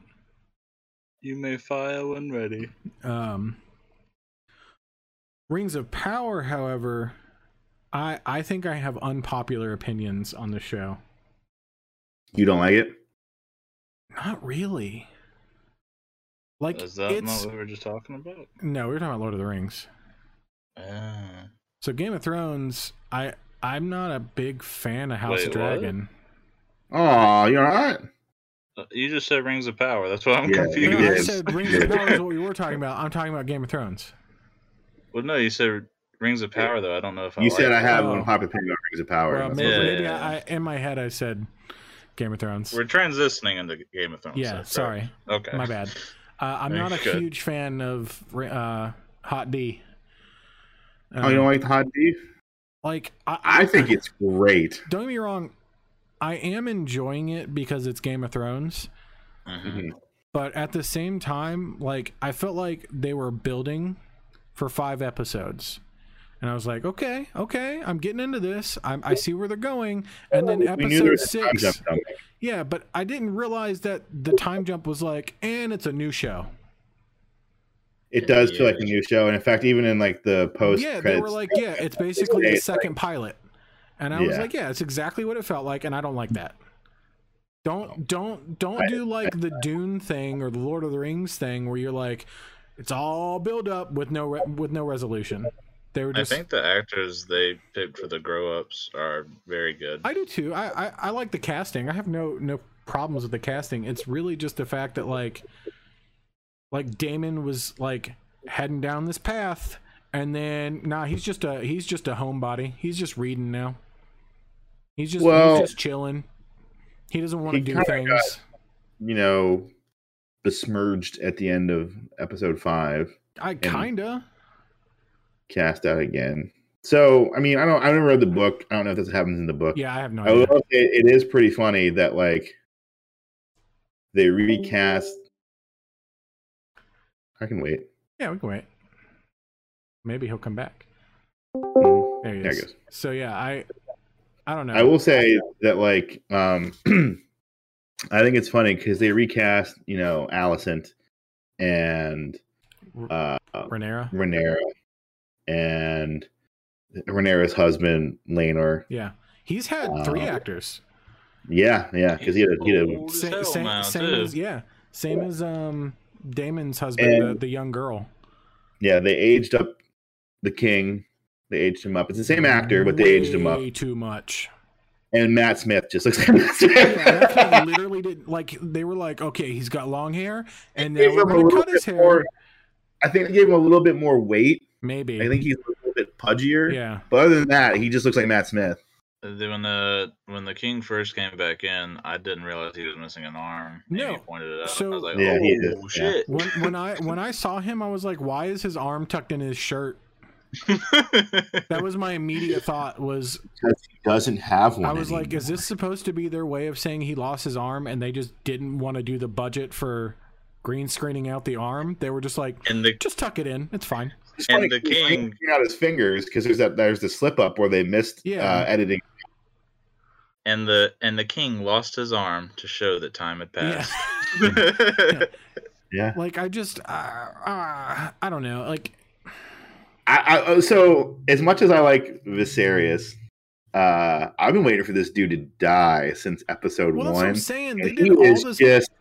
S3: You may fire when ready.
S1: Um, Rings of Power, however, I I think I have unpopular opinions on the show.
S2: You don't like it?
S1: Not really. Like
S3: Is that not
S1: it's
S3: what we were just talking about?
S1: no, we were talking about Lord of the Rings.
S3: Ah.
S1: So Game of Thrones, I I'm not a big fan of House of
S3: Wait, what?
S1: Dragon.
S2: Oh, you're all right.
S3: Uh, You just said Rings of Power. That's why I'm
S2: Yeah,
S1: No,
S2: you
S1: I
S2: did.
S3: confused.
S1: said Rings of Power is what we were talking about. I'm talking about Game of Thrones.
S3: Well, no, you said Rings of Power, though. I don't know if I
S2: You said
S3: like
S2: I
S3: it.
S2: have
S1: Oh.
S2: one hot opinion on Rings of Power.
S1: Well,
S2: That's
S1: maybe,
S2: what-
S3: Yeah.
S1: maybe I, I in my head I said Game of Thrones.
S3: We're transitioning into Game of Thrones.
S1: yeah,
S3: so, correct?
S1: sorry,
S3: Okay.
S1: my bad. Uh, I'm not a
S3: Good.
S1: huge fan of uh, Hot D.
S2: Oh, you
S1: Um,
S2: don't like the hot D?
S1: like I,
S2: I think it's great.
S1: don't get me wrong, I am enjoying it because it's Game of Thrones.
S2: Mm-hmm.
S3: Mhm.
S1: But at the same time, like I felt like they were building for five episodes. And I was like, okay, okay, I'm getting into this. I'm, I see where they're going. And then
S2: we knew
S1: episode
S2: there was a time jump
S1: six,
S2: coming.
S1: yeah, but I didn't realize that the time jump was like, and it's a new show.
S2: It does feel like a new show, and in fact, even in like the post
S1: yeah, they
S2: credits,
S1: were like, yeah, it's basically
S2: Yeah,
S1: the
S2: it's like-
S1: second pilot. And I was
S2: Yeah.
S1: like, yeah, it's exactly what it felt like, and I don't like that. Don't don't don't
S2: I-
S1: do like the Dune thing or the Lord of the Rings thing where you're like, it's all build up with no re- with no resolution. They were
S3: I
S1: just. I,
S3: think the actors they picked for the grow ups are very good.
S1: do too. I, I I like the casting. I have no no problems with the casting. It's really just the fact that like, like Damon was like heading down this path, and then nah, he's just a he's just a homebody. He's just reading now. He's just
S2: Well-
S1: he's just chilling. He doesn't want to
S2: He
S1: do
S2: kinda
S1: things.
S2: you know, besmirched at the end of episode five,
S1: I kinda.
S2: cast out again. So, I mean, I don't, I never read the book. I don't know if this happens in the book.
S1: Yeah, I have no
S2: I
S1: idea.
S2: will say it is pretty funny that like they
S1: Oh.
S2: recast. I can wait.
S1: Yeah, we can wait. Maybe he'll come back.
S2: Mhm.
S1: There he
S2: There
S1: is.
S2: he goes.
S1: So yeah, I I don't know.
S2: I will say that like um I think it's funny because they recast, you know, Allison and uh
S1: Renera.
S2: Renera and Renera's husband, Lanor.
S1: Yeah. He's had three
S2: Uh,
S1: actors.
S2: Yeah, yeah, because he had a, he had a
S3: Old as
S1: Sa-
S3: hell
S1: same,
S3: now,
S1: same
S3: too.
S1: as yeah, same as um Damon's husband, the,
S2: And-
S1: the young girl.
S2: yeah, they aged up the king. They aged him up. It's the same actor, but they aged him up.
S1: Way too much.
S2: And Matt Smith just looks like Matt Smith.
S1: Yeah, that's what they literally did. Like they were like, okay, he's got long hair, and
S2: They
S1: then
S2: gave
S1: we're
S2: him a
S1: gonna
S2: little
S1: cut his
S2: bit
S1: hair.
S2: more- I think they gave him a little bit more weight.
S1: Maybe.
S2: I think he's a little bit pudgier.
S1: yeah.
S2: But other than that, he just looks like Matt Smith.
S3: And Uh, then When the when the king first came back in, I didn't realize he was missing an arm. and
S1: No.
S3: he pointed it out.
S1: So-
S3: I was like,
S2: Yeah,
S3: oh
S2: he is, yeah.
S3: shit!
S1: When when I when I saw him, I was like, why is his arm tucked in his shirt? That was my immediate thought. Was
S2: doesn't have
S1: I was like, is this supposed to be their way of saying he lost his arm, and they just didn't want to do the budget for green screening out the arm? They were just like,
S3: and the
S1: just tuck it in. It's fine.
S2: It's
S3: and
S2: funny,
S3: the
S2: he's
S3: king-
S2: yanking out his fingers because there's that there's the slip up where they missed
S1: Yeah.
S2: uh, editing.
S3: and the and the king lost his arm to show that time had
S1: Yeah.
S3: passed.
S2: Yeah.
S1: like i just uh, uh, i don't know like
S2: I, I oh, so as much as I like Viserys, uh, I've been waiting for this dude to die since episode
S1: well that's what i'm
S2: one.
S1: saying
S2: and
S1: they
S2: he
S1: did all
S2: is
S1: this
S2: just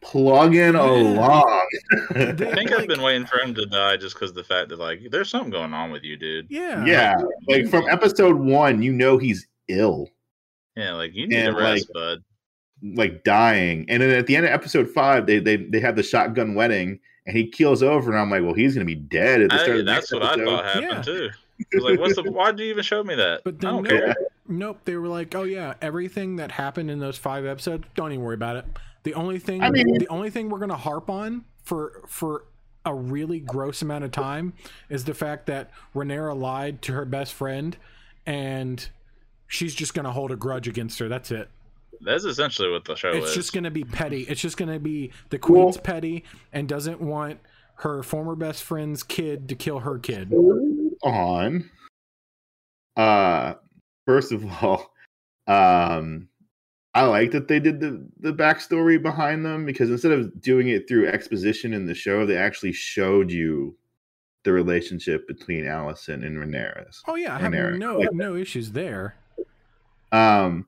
S2: plugging along.
S3: I think I've been waiting for him to die just because the fact that like there's something going on with you, dude.
S1: Yeah.
S2: yeah, like from episode one, you know he's ill,
S3: Yeah, like you need
S2: And,
S3: to rest, bud.
S2: like dying, and then at the end of episode five, they they they have the shotgun wedding, and he keels over, and I'm like, well, he's gonna be dead at the start
S3: I,
S2: of the next
S3: that's what I
S2: episode.
S3: thought happened
S1: Yeah.
S3: too. I was like, what's the? Why did you even show me that?
S1: But
S3: I
S1: then
S3: don't
S1: no,
S3: care.
S1: nope, they were like, "Oh yeah, everything that happened in those five episodes, don't even worry about it." The only thing,
S2: I mean-
S1: the only thing we're gonna harp on for for a really gross amount of time is the fact that Renera lied to her best friend, and she's just gonna hold a grudge against her. That's it.
S3: That's essentially what the show
S1: it's
S3: is.
S1: just gonna be petty. It's just gonna be the
S2: Well-
S1: queen's petty and doesn't want her former best friend's kid to kill her kid.
S2: on. Uh, first of all, um, I like that they did the the backstory behind them because instead of doing it through exposition in the show, they actually showed you the relationship between Allison and Rhaenyra's.
S1: Oh yeah, I have
S2: Renera.
S1: no
S2: Like-
S1: no issues there.
S2: Um,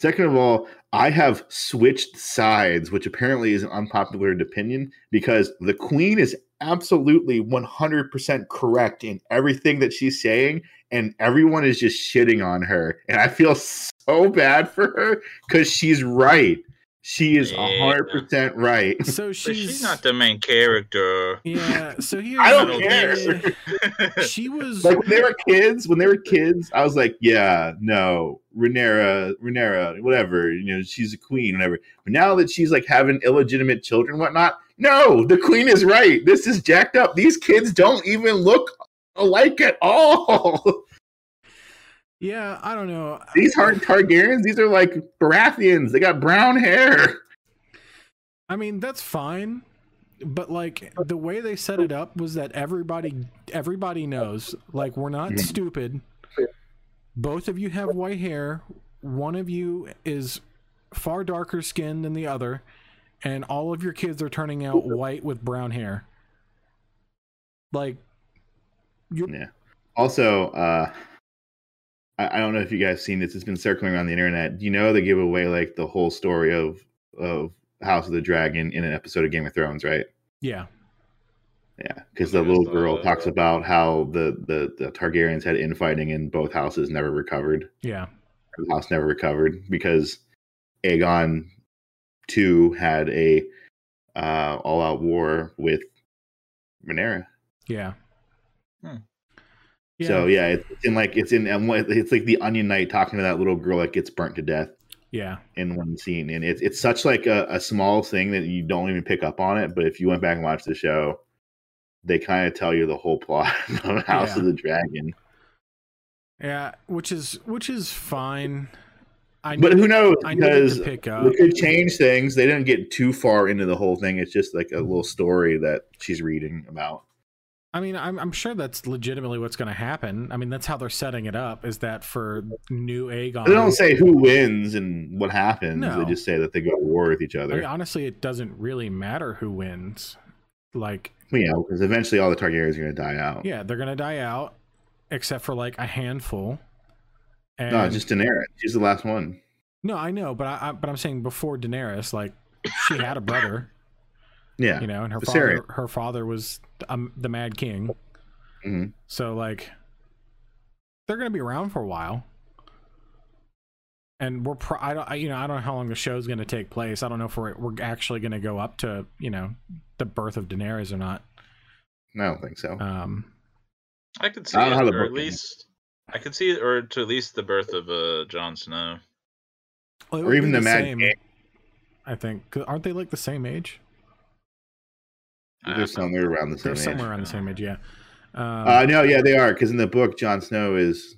S2: second of all, I have switched sides, which apparently is an unpopular opinion because the queen is absolutely 100% correct in everything that she's saying, and everyone is just shitting on her. And I feel so bad for her because she's right. She is
S3: Yeah.
S2: 100% right.
S1: So
S3: But
S1: she's,
S3: she's not the main character.
S1: Yeah. So here's
S2: I
S3: don't
S2: don't care.
S1: Yeah, She was.
S2: Like when they were kids, when they were kids, I was like, yeah, no, Renera, Renera, whatever, you know, she's a queen, whatever. But now that she's like having illegitimate children, and whatnot, no, the queen is right. This is jacked up. These kids don't even look alike at all.
S1: yeah, I don't know.
S2: these aren't Targaryens. These are like Baratheons. They got brown hair.
S1: I mean, that's fine, but like the way they set it up was that everybody everybody knows. Like we're not
S2: Yeah.
S1: stupid. Both of you have white hair. One of you is far darker skinned than the other, and all of your kids are turning out white with brown hair. Like you
S2: Yeah. Also, uh, I, I don't know if you guys seen this. It's been circling around the internet. You know, they give away like the whole story of of House of the Dragon in an episode of Game of Thrones, right?
S1: yeah.
S2: Yeah, because
S3: I
S2: the
S3: think I
S2: little
S3: saw
S2: girl
S3: that,
S2: talks
S3: yeah.
S2: about how the, the the Targaryens had infighting and both houses never recovered.
S1: Yeah.
S2: The house never recovered because Aegon two had a uh, all out war with Rhaenyra.
S1: Yeah.
S3: Hmm.
S1: Yeah.
S2: So yeah, it's in like it's in and what- it's like the Onion Knight talking to that little girl that gets burnt to death
S1: yeah.
S2: in one scene, and it's it's such like a, a small thing that you don't even pick up on it. But if you went back and watched the show, they kind of tell you the whole plot of House of the Dragon.
S1: Yeah, which is which is fine. I
S2: But who knows?
S1: I needed
S2: because
S1: to pick up.
S2: it could change things. They didn't get too far into the whole thing. It's just like a little story that she's reading about.
S1: I mean, I'm I'm sure that's legitimately what's going to happen. I mean, that's how they're setting it up. Is that for new Aegon?
S2: They don't say who wins and what happens.
S1: Um, No.
S2: They just say that they go to war with each
S1: I mean,
S2: other.
S1: honestly, it doesn't really matter who wins. Like,
S2: you know, because eventually all the Targaryens are going to die out.
S1: yeah, they're going to die out, except for like a handful. And,
S2: No, just Daenerys. She's the last one.
S1: no, I know, but I, I but I'm saying before Daenerys, like she had a brother,
S2: Yeah.
S1: you know, and her
S2: Viserion.
S1: father her father was um, the Mad King.
S2: Mhm.
S1: So like they're going to be around for a while. And we're pro- I don't I, you know I don't know how long the show's going to take place. I don't know if we're we're actually going to go up to, you know, the birth of Daenerys or not.
S2: I don't think so.
S1: Um
S3: I could see
S2: I don't know how
S3: it,
S2: the
S3: or at
S2: book ends.
S3: least I could see it, or to at least the birth of uh, Jon Snow.
S1: well, it
S2: Or
S1: would
S2: even
S1: be
S2: the Mad King.
S1: I think 'Cause aren't they like the same age?
S2: They're somewhere around the
S1: They're
S2: same
S1: somewhere
S2: age.
S1: around the same age, yeah. Um,
S2: Uh, no, yeah, they are. Because in the book, Jon Snow is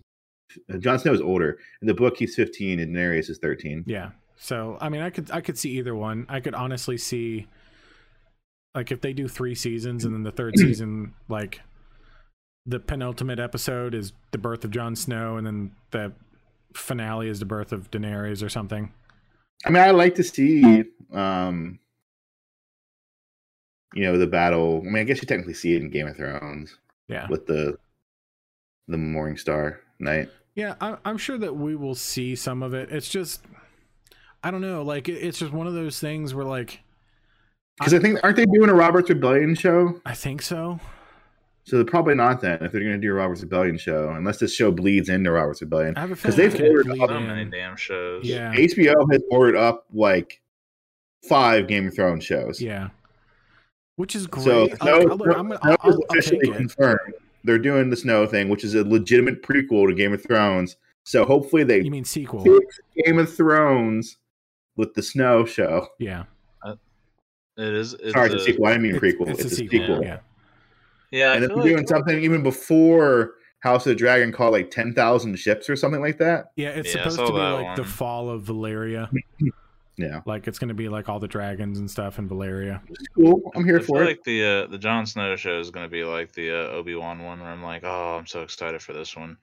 S2: uh, Jon Snow is older. In the book, he's fifteen, and Daenerys is thirteen.
S1: Yeah. So I mean, I could I could see either one. I could honestly see, like, if they do three seasons and then the third season, like, the penultimate episode is the birth of Jon Snow, and then the finale is the birth of Daenerys or something.
S2: I mean, I like to see, um, you know, the battle. I mean, I guess you technically see it in Game of Thrones
S1: Yeah.
S2: with the the Morning Star Knight.
S1: Yeah, I, I'm sure that we will see some of it. It's just, I don't know. Like, it, it's just one of those things where, like,
S2: Because I think aren't they doing a Robert's Rebellion show?
S1: I think so.
S2: So they're probably not then if they're going to do a Robert's Rebellion show, unless this show bleeds into Robert's Rebellion.
S1: I have a
S2: 'Cause
S1: feeling it's
S2: they've
S1: gonna
S2: ordered
S1: bleed
S2: up-
S3: So
S1: in.
S3: many damn shows.
S1: Yeah,
S2: HBO has ordered up like five Game of Thrones shows.
S1: yeah. Which is great.
S2: So
S1: Like,
S2: Snow,
S1: I'll-
S2: Snow-
S1: I'm-
S2: Snow
S1: I'll-
S2: is
S1: I'll take
S2: officially
S1: it.
S2: confirmed. They're doing the Snow thing, which is a legitimate prequel to Game of Thrones. So hopefully they
S1: You mean sequel?
S2: fix Game of Thrones with the Snow show.
S1: Yeah.
S3: It is. It's
S2: Sorry, it's,
S3: a-
S2: a sequel. I didn't mean
S1: It's-
S2: prequel. It's, a, sequel.
S1: Yeah.
S3: Yeah, I
S2: And
S3: feel
S2: they're
S3: like-
S2: doing something even before House of the Dragon called like ten thousand ships or something like that.
S1: Yeah, it's
S3: Yeah, I
S1: supposed
S3: saw
S1: to be
S3: that
S1: like the
S3: one.
S1: fall of Valeria.
S2: Yeah,
S1: Like it's going to be like all the dragons and stuff in Valeria.
S2: which is cool. I'm
S3: I
S2: here
S3: feel
S2: for it.
S3: like the uh, the Jon Snow show is going to be like the uh, Obi Wan one, where I'm like, oh, I'm so excited for this one,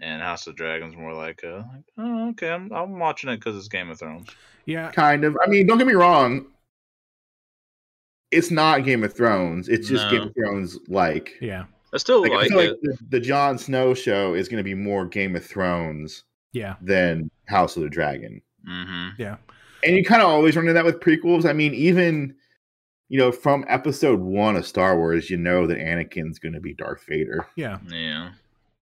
S3: and House of the Dragons more like, uh, like oh, okay, I'm I'm watching it because it's Game of Thrones.
S1: Yeah,
S2: kind of. I mean, don't get me wrong. It's not Game of Thrones. It's just
S3: No.
S2: Game of Thrones like.
S1: yeah,
S3: I still
S2: Like,
S3: like,
S2: I feel
S3: it.
S2: like the, the Jon Snow show is going to be more Game of Thrones
S1: yeah,
S2: than House of the Dragon.
S3: hmm
S2: And you kind of always run into that with prequels. I mean, even you know, from episode one of Star Wars, you know that Anakin's going to be Darth Vader.
S1: yeah.
S3: Yeah.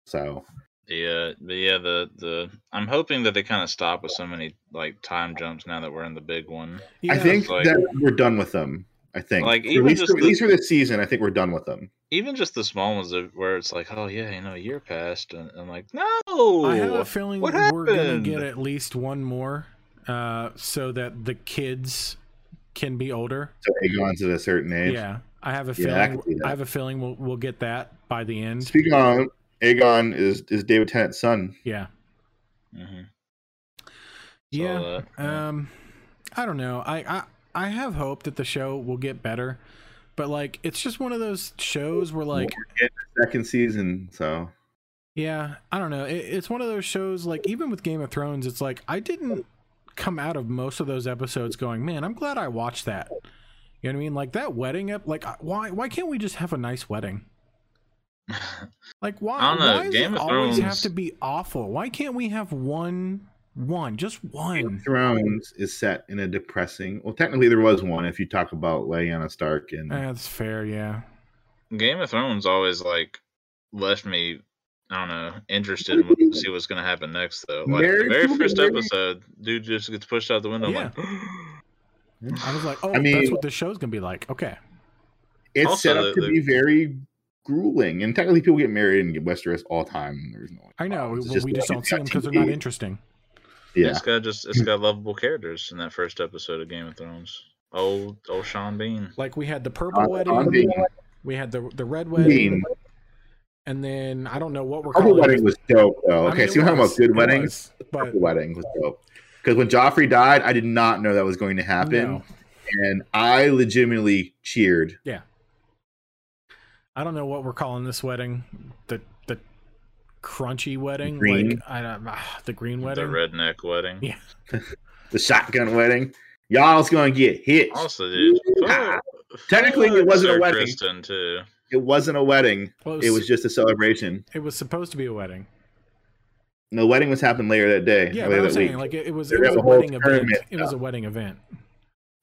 S2: So
S3: Yeah, but yeah, the the I'm hoping that they kind of stop with so many like time jumps now that we're in the big one.
S1: yeah.
S2: I think
S3: like-
S2: that we're done with them. I think,
S3: Like,
S2: Or at
S3: even
S2: least,
S3: just
S2: for, at
S3: the-
S2: least for this season, I think we're done with them.
S3: Even just the small ones of, where it's like, oh yeah, you know, a year passed, and I'm like, no,
S1: I have a feeling
S3: what
S1: we're going to
S3: happened?
S1: get at least one more, uh, so that the kids can be older.
S2: So Aegon's at a certain age.
S1: Yeah, I have a
S2: Yeah, I
S1: feeling.
S2: can see that.
S1: I have a feeling we'll we'll get that by the end.
S2: Speaking on Aegon is is David Tennant's son.
S1: Yeah,
S3: Mhm. Saw
S1: yeah.
S3: that, yeah. uh,
S1: Um, I don't know. I, I I have hope that the show will get better, but like it's just one of those shows where like
S2: Second season, so
S1: yeah, I don't know. It, it's one of those shows like even with Game of Thrones, it's like I didn't come out of most of those episodes going, man, I'm glad I watched that. You know what I mean? Like that wedding up. Like I- why why can't we just have a nice wedding? Like why?
S3: I don't know.
S1: Why does
S3: Game
S1: it
S3: of
S1: always have
S3: Thrones-
S1: to be awful? Why can't we have one one just
S2: Game of
S1: one?
S2: Thrones is set in a depressing. Well, technically there was one if you talk about Lyanna Stark and
S1: Eh, That's fair. Yeah.
S3: Game of Thrones always like left me, I don't know, interested in what, to see what's gonna happen next though. Like the
S2: Married
S3: very
S2: people
S3: first
S2: married.
S3: episode, dude just gets pushed out the window. I'm like,
S1: I was like, oh,
S2: I mean-
S1: that's what the show's gonna be like. Okay.
S2: it's
S3: Also,
S2: set up to
S3: the- the-
S2: be very grueling. And technically people get married in Westeros all the time. There's no
S1: I know.
S2: problems.
S1: We,
S2: It's
S1: we just
S2: like
S1: don't
S2: it's
S1: see them
S2: got
S1: because they're not
S2: TV.
S1: interesting.
S2: Yeah.
S3: It's got just it's got lovable characters in that first episode of Game of Thrones. Old old Sean Bean.
S1: Like we had the purple
S2: On-
S1: wedding,
S2: on the-
S1: we had the the red
S2: I
S1: wedding,
S2: mean,
S1: and then I don't know what we're
S2: Purple
S1: calling.
S2: Wedding
S1: it.
S2: was dope though.
S1: I
S2: Okay,
S1: mean,
S2: so
S1: it
S2: you're talking
S1: was-
S2: about good
S1: it
S2: weddings.
S1: was, but
S2: Purple Wedding was dope. Because when Joffrey died, I did not know that was going to happen.
S1: no.
S2: And I legitimately cheered.
S1: I don't know what we're calling this wedding. The the crunchy wedding,
S2: green.
S1: like I don't, ah, the green wedding.
S3: The redneck wedding.
S1: Yeah.
S2: The shotgun wedding. Y'all's gonna get hit.
S3: Also, dude.
S2: Yeah. Ah. Technically, it wasn't a wedding.
S3: Kristen too.
S2: It wasn't a wedding.
S1: Well,
S2: It was just a celebration.
S1: it was supposed to be a wedding.
S2: And the wedding was happening later that day.
S1: Yeah,
S2: or
S1: but
S2: later
S1: I'm
S2: that
S1: saying
S2: week.
S1: like it, it was
S2: They
S1: it was
S2: have
S1: a
S2: a whole
S1: wedding event.
S2: tournament
S1: It was a wedding event.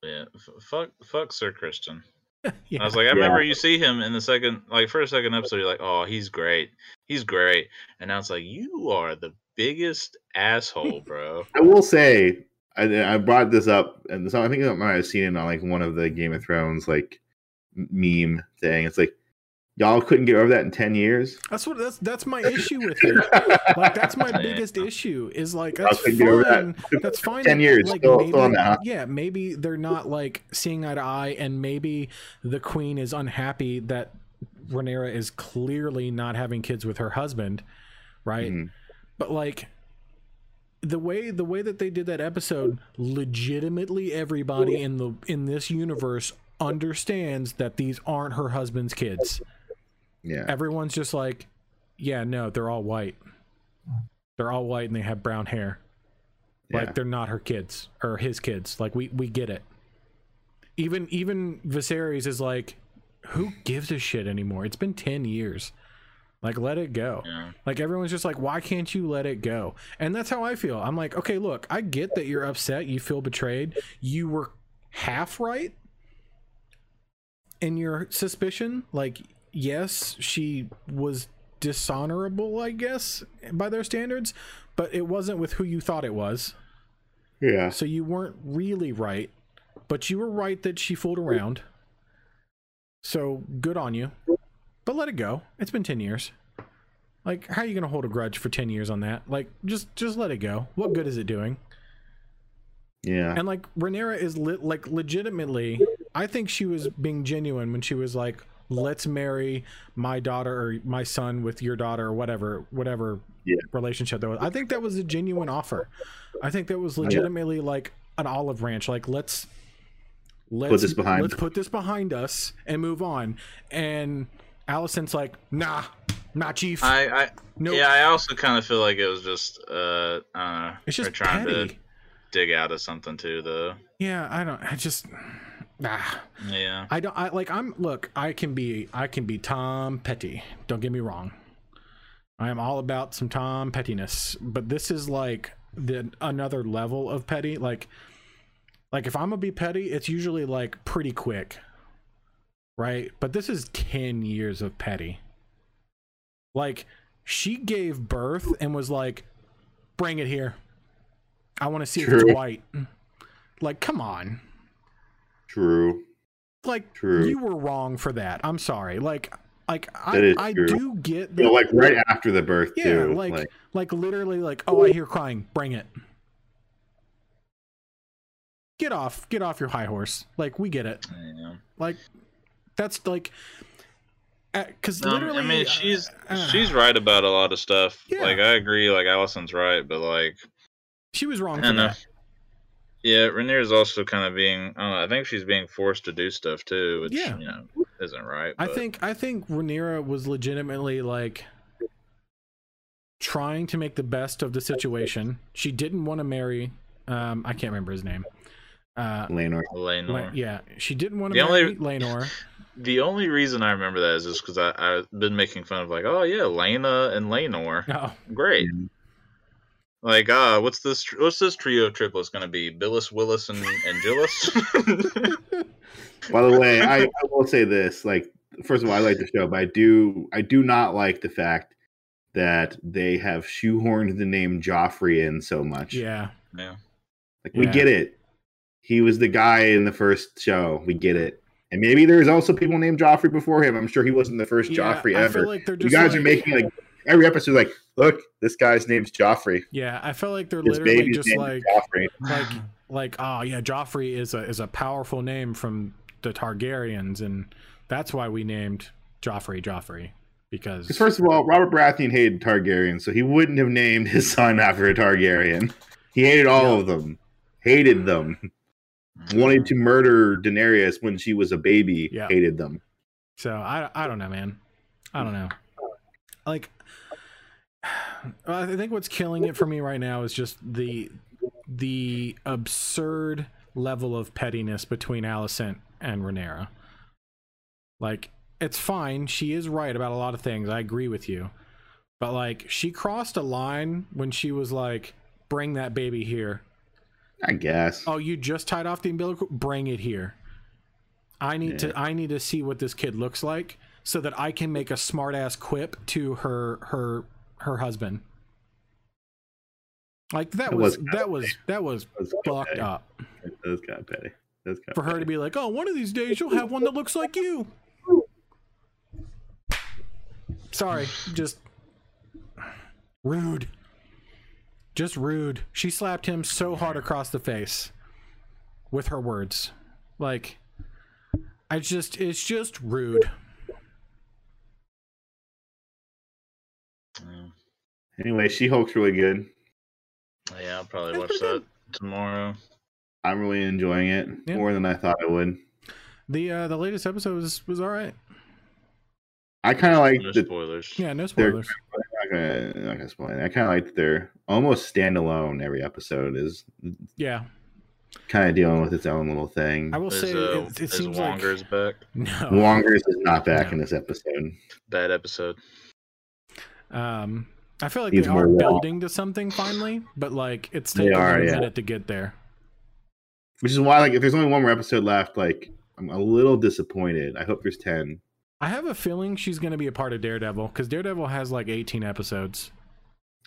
S3: Yeah. F- fuck fuck Sir Kristen. I
S1: Yeah,
S3: was like, I remember you see him in the second, like first second episode. You're like, oh, he's great, he's great, and now it's like, you are the biggest asshole, bro.
S2: I will say, I, I brought this up, and so I think I might have seen it on like one of the Game of Thrones like m- meme thing. It's like y'all couldn't get over that in ten years.
S1: that's what that's that's my issue with it. Like that's my
S3: Yeah.
S1: biggest issue is like
S2: I'll
S1: that's
S2: take you over
S1: fine. That's fine.
S2: 10
S1: that,
S2: years,
S1: Like,
S2: still- still
S1: maybe,
S2: on that, huh?
S1: Yeah, maybe they're not like seeing eye to eye, and maybe the queen is unhappy that Rhaenyra is clearly not having kids with her husband, right?
S2: Mhm.
S1: But like the way the way that they did that episode, legitimately everybody in the in this universe understands that these aren't her husband's kids.
S2: Yeah,
S1: Everyone's just like, yeah, no, they're all white. They're all white and they have brown hair.
S2: yeah.
S1: Like they're not her kids or his kids. Like we we get it. Even even Viserys is like, who gives a shit anymore? It's been ten years. Like let it go.
S3: Yeah.
S1: Like everyone's just like, why can't you let it go? And that's how I feel. I'm like, okay, look, I get that you're upset, you feel betrayed, you were half right, in your suspicion. Like, yes, she was dishonorable, I guess, by their standards, but it wasn't with who you thought it was.
S2: Yeah.
S1: So you weren't really right, but you were right that she fooled around. So good on you. But let it go. It's been 10 years. Like how are you going to hold a grudge for 10 years on that? Like just just let it go. What good is it doing?
S2: Yeah.
S1: And like Renera is lit like legitimately, I think she was being genuine when she was like, "Let's marry my daughter or my son with your daughter or whatever, whatever
S2: Yeah.
S1: relationship that was." I think that was a genuine offer. I think that was
S2: yeah.
S1: legitimately like an olive branch. Like let's let's
S2: this behind.
S1: let's put this behind us and move on. And Allison's like, "Nah, not chief.
S3: I, I
S1: no,
S3: yeah, I also kind of feel like it was just uh, I
S1: it's
S3: don't know,
S1: just
S3: they're trying
S1: petty."
S3: to dig out of something too, though.
S1: Yeah, I don't. I just. Ah.
S3: Yeah,
S1: I don't I like I'm look, I can be I can be Tom Petty. Don't get me wrong. I am all about some Tom Pettiness, but this is like the another level of petty. Like like if I'm gonna be petty, it's usually like pretty quick. Right? But this is 10 years of petty. Like she gave birth and was like bring it here. I want to see if
S2: True.
S1: it's white. Like come on.
S2: True.
S1: Like
S2: True.
S1: you were wrong for that. I'm sorry. Like, like
S2: That
S1: I,
S2: is
S1: I
S2: true.
S1: do get that.
S2: Yeah, like right after the birth
S1: yeah,
S2: too.
S1: like,
S2: like
S1: like, literally, like, oh, I hear crying. Bring it. Get off, get off your high horse. Like we get it.
S3: yeah.
S1: Like that's like, because
S3: No, Um, I mean-
S1: literally,
S3: I mean, she's
S1: uh,
S3: she's right about a lot of stuff.
S1: Yeah.
S3: Like I agree, like Allison's right, but like
S1: she was
S3: I
S1: wrong for
S3: don't know.
S1: that.
S3: Yeah, Rainier's also kind of being. I don't know. I think she's being forced to do stuff too, which
S1: Yeah.
S3: you know isn't right.
S1: I
S3: but-
S1: think I think Rhaenyra was legitimately like trying to make the best of the situation. She didn't want to marry. Um, I can't remember his name. Uh,
S2: Lanor.
S3: Lainor.
S1: La- yeah, she didn't want to
S3: The
S1: marry
S3: only-
S1: Lenore.
S3: The only reason I remember that is just because I I've been making fun of like, oh yeah, Lena and Lainor,
S1: No,
S3: great. Like, ah, what's this? What's this trio of triplets gonna be? Billis, Willis, and and Gillis.
S2: By the way, I, I will say this: like, first of all, I like the show, but I do, I do not like the fact that they have shoehorned the name Joffrey in so much.
S1: yeah,
S3: yeah.
S2: like we
S1: Yeah.
S2: get it. He was the guy in the first show. We get it. And maybe there's also people named Joffrey before him. I'm sure he wasn't the first
S1: yeah,
S2: Joffrey
S1: I
S2: ever.
S1: feel like they're
S2: you
S1: just
S2: guys
S1: like-
S2: are making like every episode, like, look, this guy's name's Joffrey.
S1: Yeah, I feel like they're
S2: His
S1: literally
S2: baby's
S1: just
S2: name
S1: like
S2: is Joffrey.
S1: like like oh yeah, Joffrey is a is a powerful name from the Targaryens, and that's why we named Joffrey Joffrey because
S2: Because first of all, Robert Baratheon hated Targaryen, so he wouldn't have named his son after a Targaryen. He hated all of them, hated them, wanted to murder Daenerys when she was a baby,
S1: Yeah.
S2: hated them.
S1: So I I don't know, man. I don't know. Like I think what's killing it for me right now is just the the absurd level of pettiness between Allison and Renera. Like it's fine, she is right about a lot of things. I agree with you. But like she crossed a line when she was like bring that baby here.
S2: I guess.
S1: Oh, you just tied off the umbilical? Bring it here. I need
S2: Yeah.
S1: to I need to see what this kid looks like so that I can make a smart ass quip to her her her husband. Like that
S2: That
S1: was
S2: was kinda
S1: that was that was
S2: That's
S1: fucked
S2: petty.
S1: up.
S2: That's kind of petty. That's kind
S1: For her to be like, "Oh, one of these days you'll have one that looks like you." Sorry, just rude. Just rude. She slapped him so hard across the face with her words. Like I just it's just rude.
S3: Yeah,
S2: Anyway, She Hulk's really good.
S3: Yeah, I'll probably watch that tomorrow.
S2: I'm really enjoying it
S1: Yeah.
S2: more than I thought I would.
S1: The uh the latest episode was was all right.
S2: I kind of like
S3: No
S2: that.
S3: spoilers.
S1: Yeah, no
S2: They're-
S1: spoilers.
S2: I'm not gonna, I'm not gonna spoil it. I kind of like that they're almost standalone. Every episode is
S1: Yeah.
S2: kind of dealing with its own little thing.
S1: I will
S3: Is,
S1: say
S3: uh,
S1: it, it
S3: is
S1: seems
S3: Wonger's
S1: like
S3: back?
S1: no.
S2: Wongers is not back
S1: No.
S2: in this episode.
S3: Bad episode.
S1: Um, I feel like
S2: He's
S1: they are
S2: more raw.
S1: building to something finally, but like it's
S2: They
S1: taking
S2: are,
S1: a
S2: yeah.
S1: minute to get there.
S2: Which is why, like, if there's only one more episode left, like, I'm a little disappointed. I hope there's ten.
S1: I have a feeling she's going to be a part of Daredevil because Daredevil has like 18 episodes.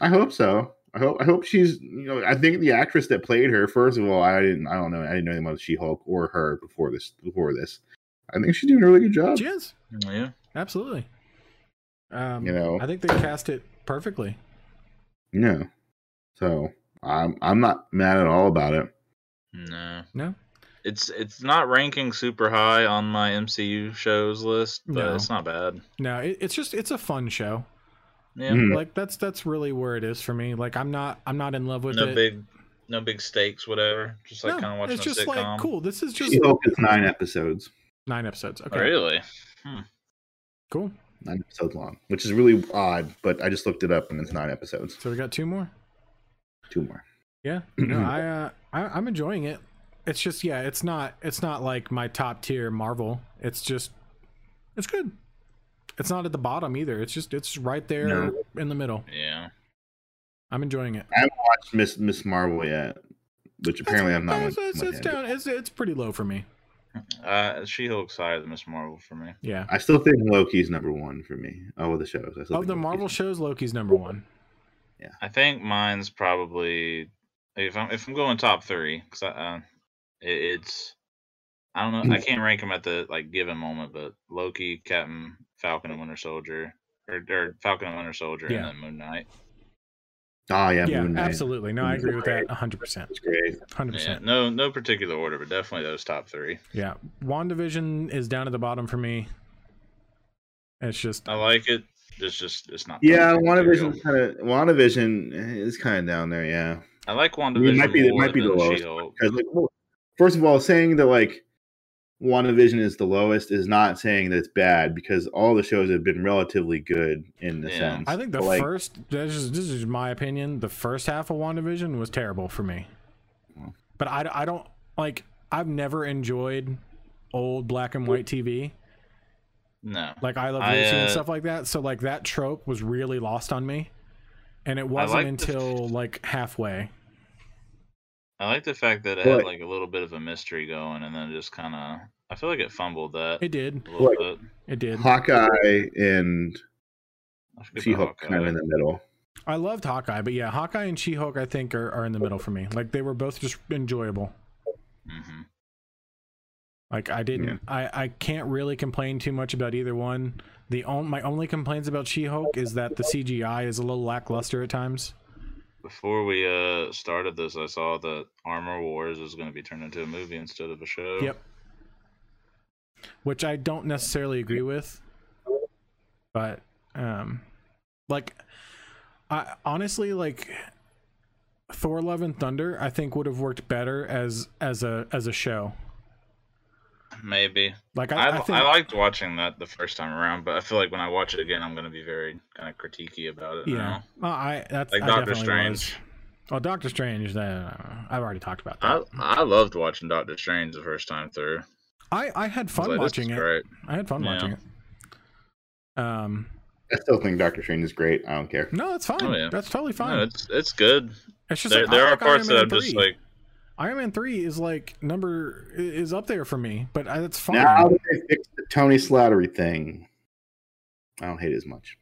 S2: I hope so. I hope I hope she's you know I think the actress that played her first of all I didn't I don't know I didn't know anything about She Hulk or her before this before this. I think she's doing a really good job.
S1: She is
S3: Oh, Yeah.
S1: absolutely. Um,
S2: You know.
S1: I think they cast it perfectly.
S2: No, so I'm I'm not mad at all about it.
S3: No.
S1: No?
S3: It's it's not ranking super high on my MCU shows list, but
S1: No.
S3: it's not bad.
S1: No, it, it's just it's a fun show.
S3: Yeah.
S2: Mm.
S1: Like that's that's really where it is for me. Like I'm not I'm not in love with
S3: No
S1: it.
S3: big no big stakes, whatever. Just like kind of watching
S1: it's
S3: a
S1: just
S3: sitcom.
S1: like cool. This is just
S2: She Hulk is nine episodes,
S1: nine episodes. Okay,
S3: Oh, Really?
S1: cool.
S2: nine episodes long, which is really odd. But I just looked it up and it's nine episodes.
S1: So we got two more.
S2: Two more.
S1: Yeah, no, I, uh, I I'm enjoying it. It's just yeah, it's not it's not like my top tier Marvel. It's just it's good. It's not at the bottom either. It's just it's right there
S2: No.
S1: in the middle.
S3: Yeah.
S1: I'm enjoying it.
S2: I haven't watched Miss Miss Marvel yet, which apparently I'm not.
S1: It's,
S2: much-
S1: it's,
S2: much
S1: it's
S2: into.
S1: down. It's it's pretty low for me.
S3: Uh, she Hulk's higher than Miss Marvel for me.
S1: Yeah.
S2: I still think Loki's number one for me. Oh, the shows. I still
S1: Of
S2: think
S1: the
S2: Loki's
S1: Marvel shows, Loki's number one.
S3: I think mine's probably if I'm if I'm going top three because uh, it, it's I don't
S1: Mm.
S3: know I can't rank them at the like given moment, but Loki, Captain Falcon, and Winter Soldier, or, or Falcon and Winter Soldier,
S1: Yeah.
S3: and then Moon Knight.
S2: Ah, yeah,
S1: Yeah,
S2: Moon Knight.
S1: absolutely. No, I agree with that 100%.
S2: It's great.
S1: 100%.
S3: Yeah, no no particular order, but definitely those top three.
S1: Yeah. WandaVision is down at the bottom for me. It's just
S3: I like it. It's just it's not.
S2: Yeah,
S3: perfect material.
S2: WandaVision kind of WandaVision is kind of down there. Yeah,
S3: I like WandaVision.
S2: It might be- it
S3: more
S2: might be the
S3: than
S2: lowest
S3: She-Hulk.
S2: 'Cause, like, well, first of all, saying that like WandaVision is the lowest is not saying that it's bad because all the shows have been relatively good in the
S3: Yeah.
S2: sense.
S1: I think the
S2: But, like,
S1: first this is, this is my opinion, the first half of WandaVision was terrible for me.
S2: Well.
S1: But I, I don't like I've never enjoyed old black and white TV.
S3: No,
S1: Like I love
S3: I,
S1: Lucy and
S3: uh,
S1: stuff like that. So like that trope was really lost on me. And it wasn't
S3: like the-
S1: until like halfway.
S3: I like the fact that it had
S2: But-
S3: like a little bit of a mystery going, and then it just kind of I feel like it fumbled that
S1: It did.
S3: a little
S2: Like-
S3: bit.
S1: It did.
S2: Hawkeye and
S3: I forget about
S2: She Hulk kind of
S3: Hawkeye.
S2: in the middle.
S1: I loved Hawkeye, but yeah, Hawkeye and She Hulk I think are, are in the middle for me. Like they were both just enjoyable.
S3: Mhm.
S1: Like I didn't,
S2: Yeah.
S1: I I can't really complain too much about either one. The on, my only complaints about She-Hulk is that the CGI is a little lackluster at times.
S3: Before we uh started this, I saw that Armor Wars is going to be turned into a movie instead of a show.
S1: Yep. Which I don't necessarily agree with, but um, like I honestly like Thor: Love and Thunder. I think would have worked better as as a as a show.
S3: Maybe.
S1: Like I, I
S3: I, I,
S1: think
S3: liked watching that the first time around, but I feel like when I watch it again, I'm going to be very kind of critiquey about it.
S1: yeah.
S3: now.
S1: Well, I that's
S3: Like
S1: I
S3: Doctor
S1: definitely
S3: Strange.
S1: was. Well, Doctor Strange. That I've already talked about that.
S3: I, I loved watching Doctor Strange the first time through. I
S1: I I had
S3: was
S1: fun
S3: like, this is
S1: watching it.
S3: great.
S1: I had fun
S3: Yeah.
S1: watching it. Um,
S2: I still think Doctor Strange is great. I don't care.
S1: no, that's fine.
S3: Oh, yeah.
S1: That's totally fine.
S3: No, it's it's good.
S1: it's just
S3: there
S1: like, I
S3: there are
S1: like
S3: parts
S1: Iron
S3: that
S1: Man
S3: I'm just
S1: 3.
S3: like,
S1: Iron Man Three is like number i- is up there for me, but I- that's fine.
S2: Now that they fixed the Tony Slattery thing, I don't hate it as much.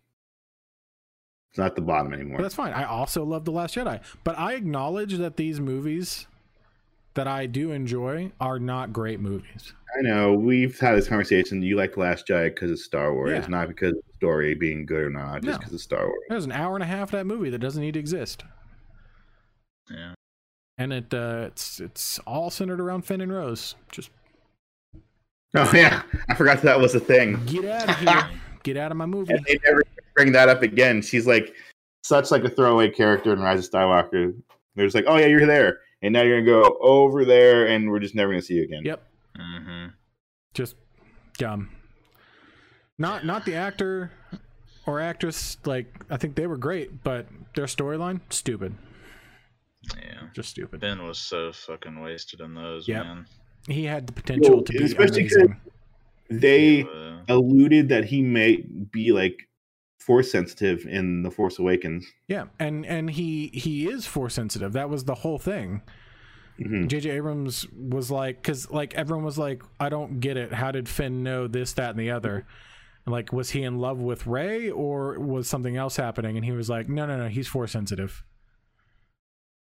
S2: It's not the bottom
S1: but
S2: anymore.
S1: that's fine. I also love the Last Jedi, but I acknowledge that these movies that I do enjoy are not great movies.
S2: I know we've had this conversation. You like The Last Jedi because it's Star Wars,
S1: Yeah.
S2: not because of the story being good or not, just
S1: No.
S2: because it's Star Wars.
S1: There's an hour and a half of that movie that doesn't need to exist,
S3: yeah.
S1: and it uh, it's it's all centered around Finn and Rose. Just
S2: Oh yeah, I forgot that was a thing.
S1: get out of here, get out of my movie.
S2: And they never bring that up again. She's like such like a throwaway character in Rise of Skywalker. They're just like, oh yeah, you're there, and now you're gonna go over there, and we're just never gonna see you again.
S1: Yep.
S3: hmm
S1: just dumb. Not not the actor or actress. Like I think they were great, but their storyline stupid,
S3: Yeah.
S1: just stupid.
S3: Ben was so fucking wasted in those,
S1: Yep.
S3: man.
S1: He had the potential
S2: Well,
S1: to be
S2: especially 'cause-
S1: amazing.
S2: They
S3: Uh,
S2: alluded that he may be like force sensitive in The Force Awakens.
S1: Yeah, and and he he is force sensitive. That was the whole thing.
S2: Mhm.
S1: JJ Abrams was like cuz like everyone was like I don't get it how did Finn know this that and the other And, like was he in love with Ray or was something else happening and he was like no no no he's force sensitive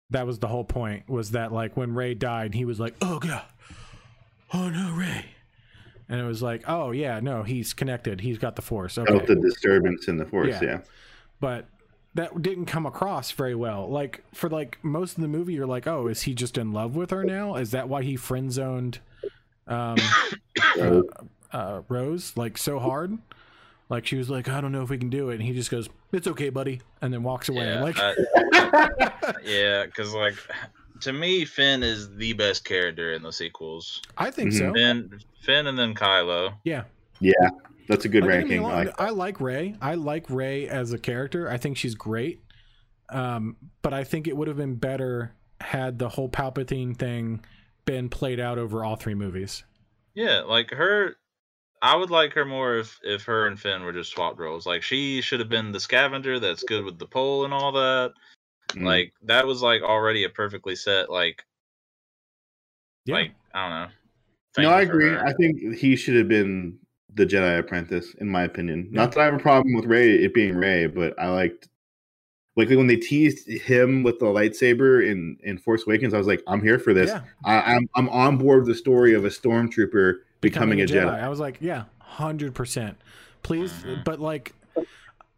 S1: That was the whole point was that like when Ray died he was like oh god oh no Ray and it was like oh yeah no he's connected he's got the force okay
S2: Felt the disturbance in the force.
S1: Yeah.
S2: Yeah.
S1: but that didn't come across very well. Like for like most of the movie, you're like, oh, is he just in love with her now? Is that why he friend zoned um, uh,
S2: So,
S1: uh, Rose like so hard? Like she was like, I don't know if we can do it, and he just goes, "It's okay, buddy," and then walks away.
S3: Yeah,
S1: like,
S3: I- yeah, because like to me, Finn is the best character in the sequels.
S1: I think
S2: Mhm.
S1: so.
S3: Finn, Finn, and then Kylo.
S1: Yeah,
S2: yeah. That's a good
S1: Like, don't get me
S2: ranking.
S1: wrong,
S2: I like
S1: I like Ray. I like Ray as a character. I think she's great. Um, but I think it would have been better had the whole Palpatine thing been played out over all three movies.
S3: Yeah, like her. I would like her more if, if her and Finn were just swapped roles. Like she should have been the scavenger that's good with the pole and all that.
S2: Mm.
S3: Like that was like already a perfectly set like
S1: Yeah.
S3: like I don't
S2: no,
S3: know. thing
S2: I
S3: for
S2: agree.
S3: her.
S2: I think he should have been the Jedi apprentice, in my opinion. Not that I have a problem with Ray it being Ray, but I liked like when they teased him with the lightsaber in in Force Awakens. I was like, I'm here for this.
S1: Yeah.
S2: I, I'm I'm on board with the story of a stormtrooper becoming, a Jedi. Mm-hmm.
S1: I was like, yeah, hundred percent. Please,
S3: Mhm.
S1: but like,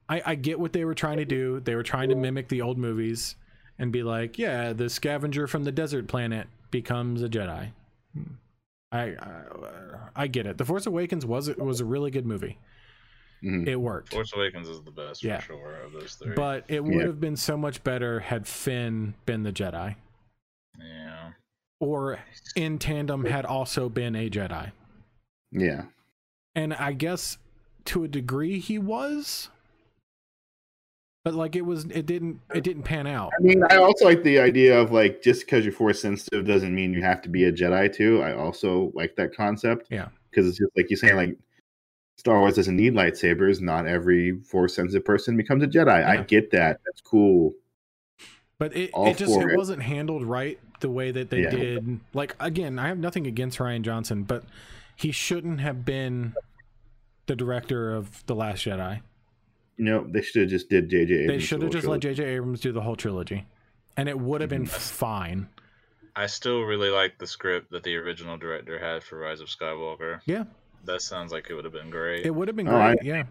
S1: I, I get what they were trying to do. They were trying to mimic the old movies and be like, yeah, the scavenger from the desert planet becomes a Jedi. Hmm. I I, I get it. The Force Awakens was was a really good movie.
S2: Mhm.
S1: It worked,
S3: Force Awakens is the best
S1: Yeah.
S3: for sure of those three.
S1: but it would
S2: Yeah.
S1: have been so much better had Finn been the Jedi,
S3: yeah.
S1: or in tandem had also been a Jedi.
S2: Yeah,
S1: and I guess to a degree he was, but like it was, it didn't, it didn't pan out.
S2: I mean, I also like the idea of like just because you're force sensitive doesn't mean you have to be a Jedi too. I also like that concept.
S1: Yeah.
S2: because it's just like you're saying, like Star Wars doesn't need lightsabers. Not every force sensitive person becomes a Jedi.
S1: Yeah.
S2: I get that. That's cool.
S1: But it,
S2: All
S1: it just,
S2: for
S1: it
S2: it.
S1: wasn't handled right the way that they
S2: Yeah.
S1: did. Like again, I have nothing against Ryan Johnson, but he shouldn't have been the director of the Last Jedi.
S2: You know, they should have just did JJ.
S1: They
S2: Abrams'
S1: should have
S2: whole
S1: just let
S2: trilogy.
S1: J.J. Abrams do the whole trilogy, and it would have been
S2: Mhm.
S1: fine.
S3: I still really like the script that the original director had for Rise of Skywalker.
S1: Yeah.
S3: That sounds like it would have been great.
S1: It would have been
S2: Oh, I-
S1: great. yeah,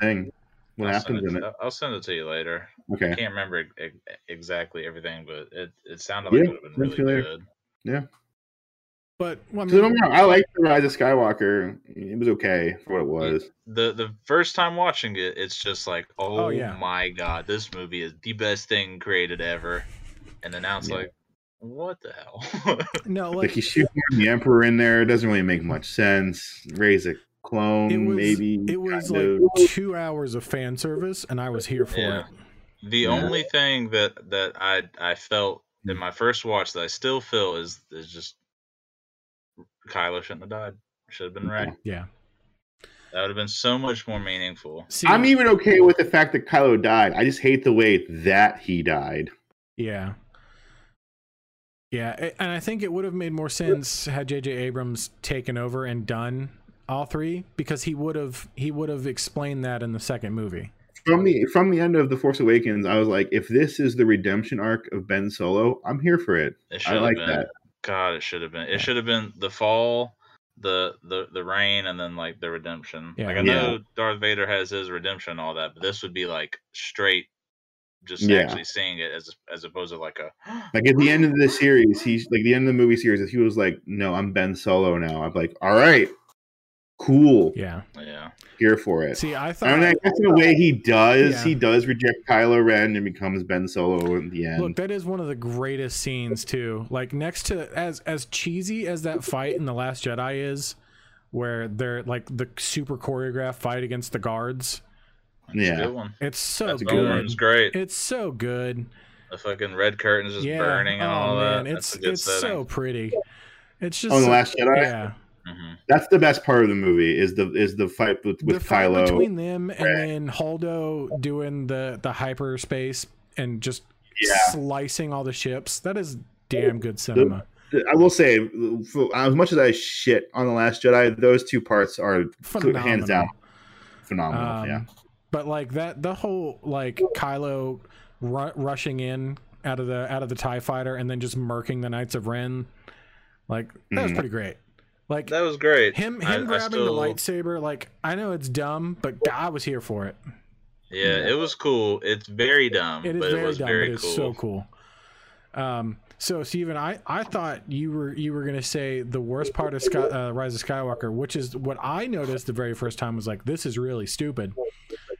S2: thing. What
S3: I'll send
S2: happens
S3: it
S2: in
S3: to-
S2: it?
S3: I'll send it to you later. I
S2: Okay,
S3: can't remember e- e- exactly everything, but it, it sounded like
S2: Yeah,
S3: it would have
S2: sounds
S3: been really
S2: familiar.
S3: good.
S1: but well, I
S2: so don't
S1: mean,
S2: get me wrong, I like the Rise of Skywalker. It was okay for what it was.
S3: The the first time watching it, it's just like, oh,
S1: yeah.
S3: my god, this movie is the best thing created ever. And then now it's
S2: Yeah.
S3: like, what the hell?
S1: no,
S2: Like,
S1: like
S2: he's shooting the Emperor in there. It doesn't really make much sense. Raise a clone,
S1: It was-
S2: maybe.
S1: it was
S2: kind
S1: like
S2: of.
S1: two hours of fan service, and I was here for
S3: Yeah.
S1: it.
S3: The
S2: Yeah. Mm.
S3: only thing that that I I felt in my first watch that I still feel is is just Kylo shouldn't have died. Should have been right.
S1: Yeah.
S3: That would have been so much more meaningful.
S1: See,
S2: I'm even okay with the fact that Kylo died. I just hate the way that he died.
S1: Yeah. Yeah, a- and I think it would have made more sense had J.J. Abrams taken over and done all three because he would have he would have explained that in the second movie.
S2: From the from the end of The Force Awakens, I was like, if this is the redemption arc of Ben Solo, I'm here for it.
S3: It should
S2: I
S3: have
S2: like
S3: been.
S2: that.
S3: God, it should have been. It
S1: Yeah.
S3: should have been the fall, the the the rain, and then like the redemption.
S1: Yeah.
S3: Like I
S2: Yeah.
S3: know Darth Vader has his redemption and all that, but this would be like straight, just
S2: Yeah.
S3: actually seeing it as as opposed to like a
S2: Like at the end of the series, he's like the end of the movie series, if he was like, No, I'm Ben Solo now, I'm like, All right, cool,
S1: Yeah.
S3: yeah.
S2: here for it.
S1: See, I
S2: I
S1: thought
S2: mean, I guess in a way he does.
S1: Yeah.
S2: He does reject Kylo Ren and becomes Ben Solo in the end.
S1: Look, that is one of the greatest scenes too. Like next to as as cheesy as that fight in the Last Jedi is, where they're like the super choreographed fight against the guards.
S3: That's a
S2: Yeah.
S3: good one.
S1: It's so
S2: That's a
S1: good.
S2: good one.
S3: That was great.
S1: It's so good.
S3: The fucking red curtains just burning and all that.
S1: Oh, It's
S3: That's a good
S1: it's
S3: setting.
S1: so pretty. It's just
S2: Oh, the
S1: so-
S2: Last Jedi.
S1: yeah.
S3: Mhm.
S2: That's the best part of the movie is the is the fight with, with
S1: the fight
S2: Kylo.
S1: between them and
S2: Right.
S1: then Holdo doing the the hyperspace and just
S2: Yeah.
S1: slicing all the ships. That is damn good cinema.
S2: I will say, for, as much as I shit on the Last Jedi, those two parts are
S1: Phenomenal.
S2: hands down phenomenal.
S1: Um,
S2: yeah,
S1: But like that, the whole like Kylo ru- rushing in out of the out of the Tie Fighter and then just murking the Knights of Ren, like that was
S2: Mhm.
S1: pretty great. Like
S3: That was great.
S1: him him
S3: I- I
S1: grabbing the
S3: still-
S1: lightsaber, like I know it's dumb, but I was here for it.
S3: Yeah, it was cool. It's very dumb,
S1: It is
S3: but it
S1: very
S3: was
S1: dumb,
S3: very
S1: but it's
S3: cool.
S1: so cool. Um, so Steven, I, I thought you were you were gonna say the worst part of Sky, uh, Rise of Skywalker, which is what I noticed the very first time was like this is really stupid.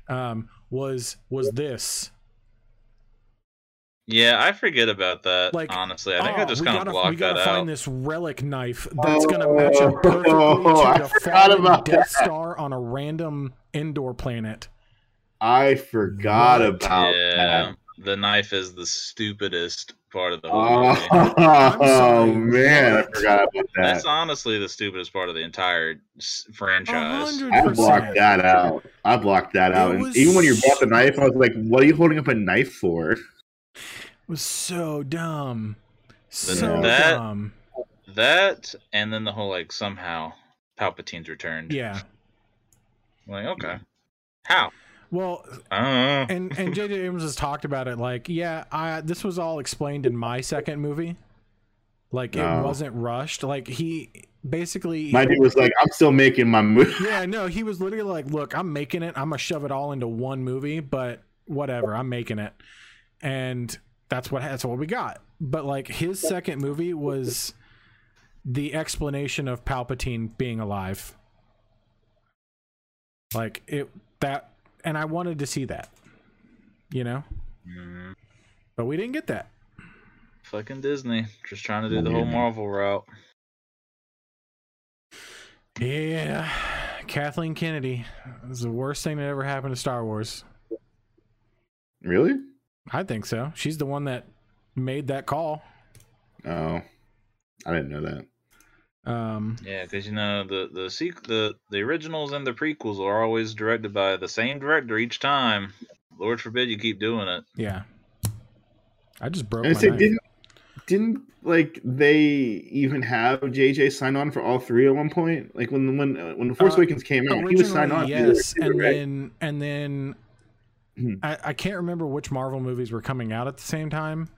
S1: Um, was was this
S3: Yeah, I forget about that.
S1: Like,
S3: honestly, I think
S1: "Oh,
S3: I just
S1: we
S3: kind
S1: gotta-
S3: of
S1: we
S3: blocked
S1: gotta
S3: that out.
S1: find this relic knife that's gonna
S2: Oh,
S1: match up perfectly
S2: oh, I
S1: to the
S2: forgot
S1: fallen
S2: about
S1: Death
S2: that.
S1: Star on a random indoor planet.
S2: I forgot
S1: What?
S2: about
S3: yeah,
S2: that.
S3: the knife is the stupidest part of the whole
S2: Oh,
S3: movie.
S1: sorry.
S2: man, I forgot about that.
S3: That's honestly the stupidest part of the entire s- franchise.
S1: hundred-
S2: I blocked
S1: 100%.
S2: that out. I blocked that
S1: It
S2: out. And
S1: was
S2: even when you brought
S1: so-
S2: the knife, I was like, "What are you holding up a knife for?"
S1: It was so dumb, so
S3: that-
S1: dumb.
S3: That and then the whole like somehow Palpatine's returned.
S1: Yeah.
S3: I'm like okay, how?
S1: Well,
S3: I don't know.
S1: and and J.J. Abrams has talked about it. Like, yeah, I, this was all explained in my second movie. Like, it
S2: No.
S1: wasn't rushed. Like, he basically.
S2: My dude was like, "I'm still making my move."
S1: yeah, no, he was literally like, "Look, I'm making it. I'm gonna shove it all into one movie, but whatever, I'm making it." And that's what that's what we got. But like his second movie was the explanation of Palpatine being alive. Like it that, and I wanted to see that, you know,
S3: Mhm.
S1: but we didn't get that.
S3: Fucking Disney, just trying to do the
S2: Yeah.
S3: whole Marvel route.
S1: Yeah, Kathleen Kennedy is the worst thing that ever happened to Star Wars.
S2: Really?
S1: I think so. She's the one that made that call.
S2: Oh, I didn't know that.
S1: Um,
S3: Yeah, because you know the the, sequ- the the originals and the prequels are always directed by the same director each time. Lord forbid you keep doing it.
S1: yeah. I just broke
S2: And
S1: my
S2: say,
S1: knife.
S2: didn't didn't like they even have JJ sign on for all three at one point? Like when when uh, when Force
S1: Uh,
S2: Awakens came out, he was signed on.
S1: Originally,
S2: for
S1: yes,
S2: the other
S1: and
S2: two, right?
S1: then and then
S2: Hmm.
S1: I, I can't remember which Marvel movies were coming out at the same time,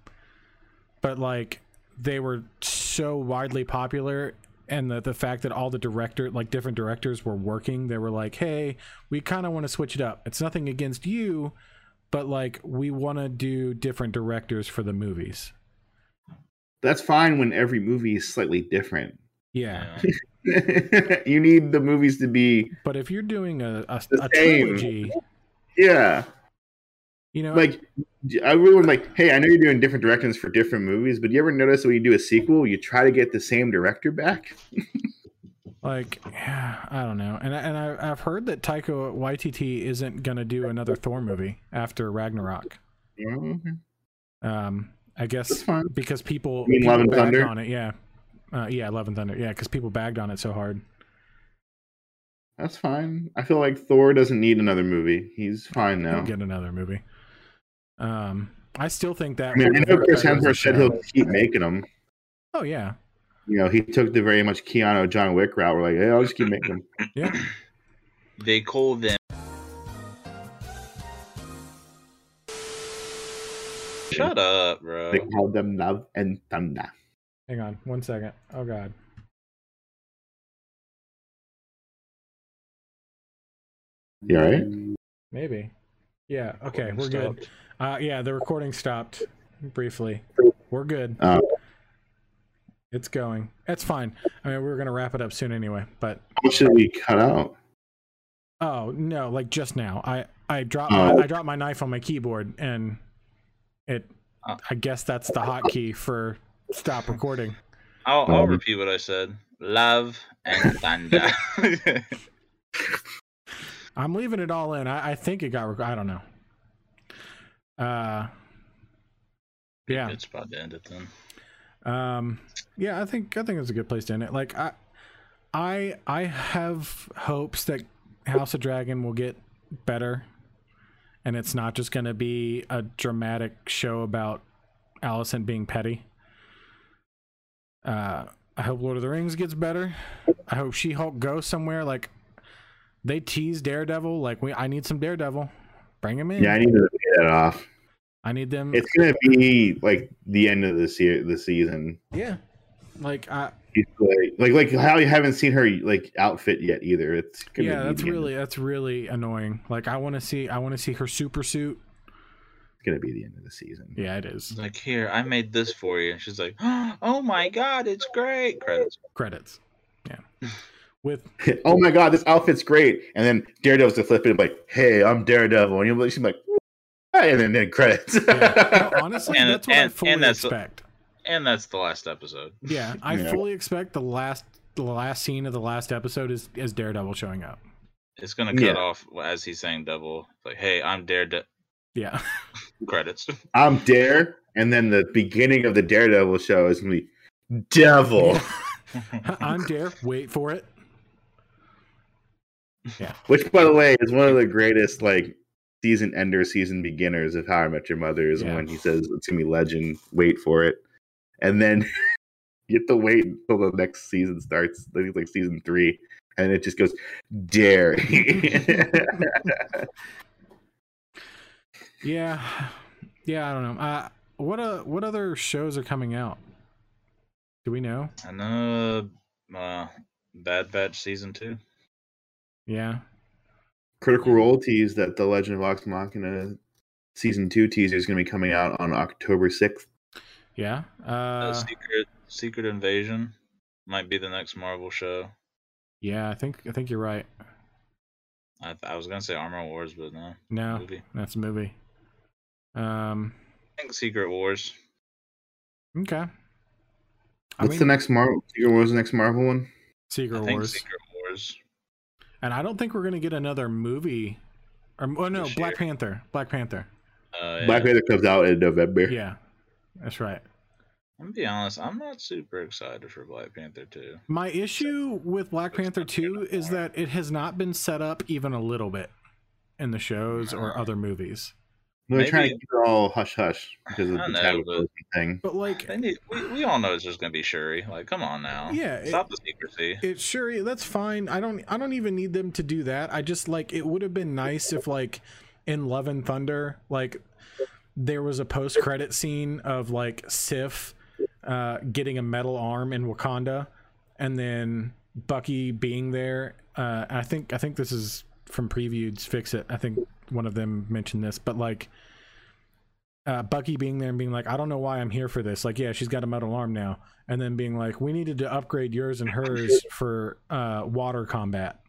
S1: but like they were so widely popular, and the the fact that all the director like different directors were working, they were like, hey, we kind of want to switch it up. It's nothing against you, but like we want to do different directors for the movies.
S2: that's fine when every movie is slightly different.
S1: Yeah.
S3: you know.
S2: you need the movies to be
S1: But if you're doing a, a,
S2: The
S1: a
S2: same.
S1: trilogy,
S2: yeah.
S1: you know,
S2: Like I really would like, hey, I know you're doing different directions for different movies, but you ever notice when you do a sequel, you try to get the same director back?
S1: like I don't know, and I, and I, I've heard that Taika Waititi isn't gonna do another Thor movie after Ragnarok.
S2: Yeah, okay.
S1: Um, I
S2: That's
S1: guess
S2: fine.
S1: because people,
S2: You mean
S1: people
S2: Love and
S1: bagged
S2: Thunder?
S1: on it, yeah, uh, yeah, Love and Thunder, yeah, because people bagged on it so hard.
S2: That's fine. I feel like Thor doesn't need another movie. He's fine
S1: He'll
S2: now.
S1: Get another movie. Um, I still think that.
S2: I mean, I
S1: would've
S2: know
S1: worked
S2: Chris
S1: better as a
S2: Hemsworth said
S1: show.
S2: he'll keep making them.
S1: Oh yeah,
S2: You know, he took the very much Keanu John Wick route. We're like, hey, I'll just keep making them.
S1: yeah.
S3: They call them. Shut up, bro.
S2: They call them Love and Thunder.
S1: Hang on one second. Oh god.
S2: You all right?
S1: Maybe. Yeah. Okay.
S3: Recording
S1: We're good.
S3: stopped.
S1: Uh, yeah, the recording stopped briefly. We're good.
S2: Oh.
S1: It's going. It's fine. I mean, we were gonna wrap it up soon anyway, but
S2: What should we cut out?
S1: oh no, like just now, I I dropped
S2: Oh.
S1: I dropped my knife on my keyboard, and it.
S3: Uh.
S1: I guess that's the hotkey for stop recording.
S3: I'll, I'll
S2: Um,
S3: repeat what I said. Love and thunder.
S1: I'm leaving it all in. I, I think it got. Rec- I don't know. Uh. Yeah.
S3: It's about to end it then.
S1: Um, yeah, I think I think it's a good place to end it. Like I, I I have hopes that House of Dragon will get better, and it's not just going to be a dramatic show about Allison being petty. Uh, I hope Lord of the Rings gets better. I hope She Hulk goes somewhere. Like they tease Daredevil. Like we, I need some Daredevil. Bring him in.
S2: Yeah, I need to pay that off.
S1: I need them.
S2: It's gonna be like the end of this year, the season.
S1: yeah, like I,
S2: She's Like, like, like how you haven't seen her like outfit yet either. It's gonna
S1: yeah,
S2: be
S1: that's
S2: the end-
S1: really that's really annoying. Like I want to see, I want to see her super suit.
S2: it's gonna be the end of the season.
S1: Yeah, it is.
S3: It's like, here, I made this for you. And she's like, oh my god, it's great. Credits.
S1: Credits. Yeah, with
S2: oh my god, this outfit's great. And then Daredevil's gonna flip it and be like, hey, I'm Daredevil. And you'll she's like, "Hey," and then, then credits.
S1: yeah. No, honestly,
S3: And-
S1: that's what I
S3: and-
S1: fully
S3: and that's-
S1: expect.
S3: And that's the last episode.
S1: Yeah, I
S2: Yeah.
S1: fully expect the last the last scene of the last episode is is Daredevil showing up.
S3: It's gonna cut
S2: Yeah.
S3: off as he's saying double. Like, hey, I'm Daredevil.
S1: Yeah,
S3: Credits.
S2: I'm Dare. And then the beginning of the Daredevil show is gonna be Devil,
S1: I'm Dare. Wait for it.
S2: which by the way is one of the greatest like season ender, season beginners of How I Met Your Mother is
S1: Yeah.
S2: when he says it's gonna be legend. Wait for it, and then you have to wait until the next season starts. I think it's like season three, and it just goes Dare.
S1: Yeah, yeah. I don't know. Uh, what uh, what other shows are coming out? Do we know?
S3: I know uh, Bad Batch season two.
S1: Yeah.
S2: Critical Role tease that the Legend of Vox Machina season two teaser is going to be coming out on October sixth.
S1: Yeah.
S3: Uh,
S1: Uh,
S3: Secret Secret Invasion might be the next Marvel show.
S1: yeah, I think I think you're right.
S3: I, I was gonna say Armor Wars, but no
S1: No,
S3: movie.
S1: that's a movie. Um.
S3: I think Secret Wars.
S1: Okay. I
S2: What's
S1: mean,
S2: the next Marvel? What was the next Marvel one?
S1: Secret
S3: I think
S1: Wars,
S3: Secret Wars.
S1: and I don't think we're gonna get another movie. Or oh no,
S3: This
S1: Black Panther. Black Panther.
S3: Uh, yeah.
S2: Black Panther comes out in November.
S1: Yeah, that's right.
S3: I'm gonna be honest. I'm not super excited for Black Panther two.
S1: My issue with Black Panther 2 is that it has not been set up even a little bit in the shows or other movies.
S2: They're trying to
S3: Maybe-
S2: keep it all hush hush because of
S3: I
S2: the
S3: know,
S2: Chadwick
S3: but-
S2: Boseman thing.
S1: But like
S3: They need, we, we all know it's just gonna be Shuri. Like, come on now.
S1: Yeah, it-
S3: Stop the secrecy.
S1: it's sure that's fine. I don't I don't even need them to do that. I just like it would have been nice if like in Love and Thunder like there was a post credit scene of like Sif uh getting a metal arm in Wakanda and then Bucky being there. Uh I think I think this is from previewed fix it. I think one of them mentioned this, but like uh, Bucky being there and being like, I don't know why I'm here for this. Like, yeah, she's got a metal arm now. And then being like, we needed to upgrade yours and hers for uh, water combat.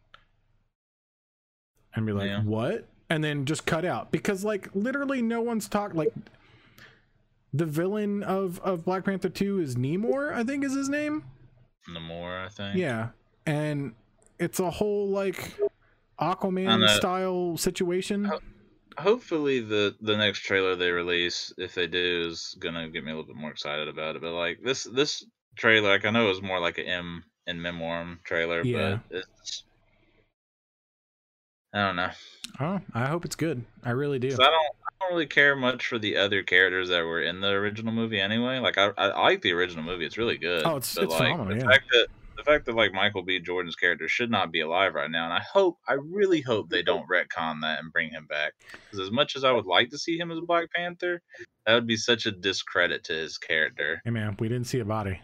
S1: And be like,
S3: Yeah.
S1: what? And then just cut out because, like, literally no one's talked. Like, the villain of, of Black Panther 2 is Namor, I think is his name.
S3: Namor, I think.
S1: Yeah. And it's a whole, like, Aquaman
S3: know.
S1: style situation.
S3: Oh. hopefully the the next trailer they release if they do is gonna get me a little bit more excited about it but like this this trailer like i know it was more like an m and memoir trailer
S1: Yeah.
S3: but it's i don't know
S1: Oh, I hope it's good. I really do.
S3: 'Cause i don't i don't really care much for the other characters that were in the original movie anyway like i i, I like the original movie it's really good
S1: Oh, it's- it's
S3: like
S1: phenomenal,
S3: the
S1: yeah.
S3: fact that the fact that like Michael B. Jordan's character should not be alive right now, and I hope, I really hope they don't retcon that and bring him back. Because as much as I would like to see him as Black Panther, that would be such a discredit to his character.
S1: Hey, man, we didn't see a body.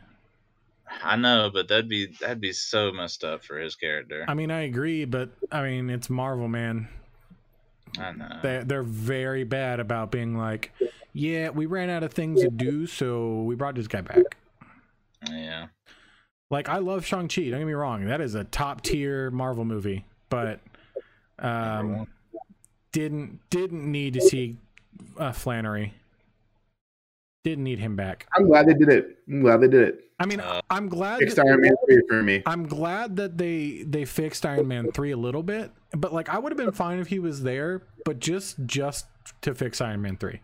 S3: I know, but that'd be that'd be so messed up for his character.
S1: I mean, I agree, but I mean, it's Marvel, man.
S3: I know.
S1: They they're very bad about being like, yeah, we ran out of things to do, so we brought this guy back.
S3: yeah,
S1: Like, I love Shang Chi. Don't get me wrong; that is a top tier Marvel movie, but um,
S3: Everyone.
S1: didn't didn't need to see uh, Flannery. Didn't need him back.
S2: I'm glad they did it. I'm glad they did it.
S1: I mean,
S3: Uh,
S1: I'm glad.
S2: Fixed
S1: that-
S2: Iron Man three for me.
S1: I'm glad that they they fixed Iron Man three a little bit, but like I would have been fine if he was there, but just just to fix Iron Man three.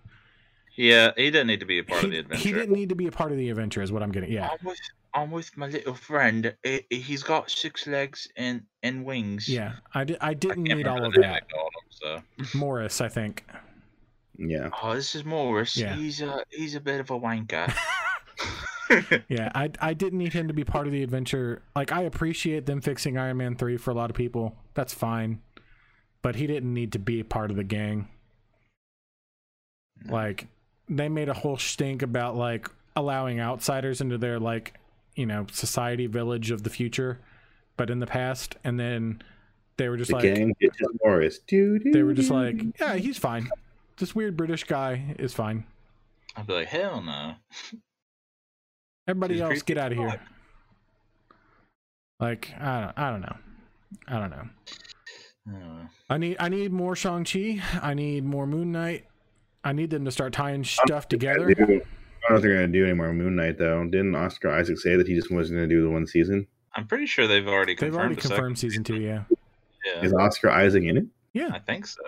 S3: yeah, he didn't need to be a part of the
S1: He,
S3: adventure. Oh,
S1: he didn't need to be a part of the adventure, is what I'm getting. Yeah,
S5: I'm with I'm with my little friend. I- I- He's got six legs and and wings.
S1: yeah. I di- I
S3: I
S1: didn't
S3: can't
S1: need all
S3: remember
S1: of
S3: the name they
S1: that.
S3: called him, so.
S1: Morris, I think.
S2: Yeah.
S5: Oh, this is Morris.
S1: Yeah.
S5: He's a he's a bit of a wanker.
S1: yeah, I I didn't need him to be part of the adventure. Like I appreciate them fixing Iron Man 3 for a lot of people. That's fine. But he didn't need to be a part of the gang. Like they made a whole stink about like allowing outsiders into their like, you know, society village of the future, but in the past and then they were just
S2: the
S1: like
S2: gang get to Morris. Dude,
S1: they were just like, yeah, he's fine. This weird British guy is fine.
S3: I'd be like, hell no.
S1: Everybody
S3: He's
S1: else,
S3: creepy
S1: get
S3: as
S1: out of here.
S3: fuck.
S1: Like I don't, I don't know, I don't know.
S3: Uh,
S1: I need, I need more Shang Chi. I need more Moon Knight. I need them to start tying stuff together.
S2: I don't know if they're gonna do any more Moon Knight though. Didn't Oscar Isaac say that he just wasn't gonna do the one season?
S3: I'm pretty sure they've already confirmed.
S1: They've already
S3: the second
S1: confirmed season two. Yeah,
S3: Yeah,
S2: Is Oscar Isaac in it?
S1: yeah.
S3: I think so.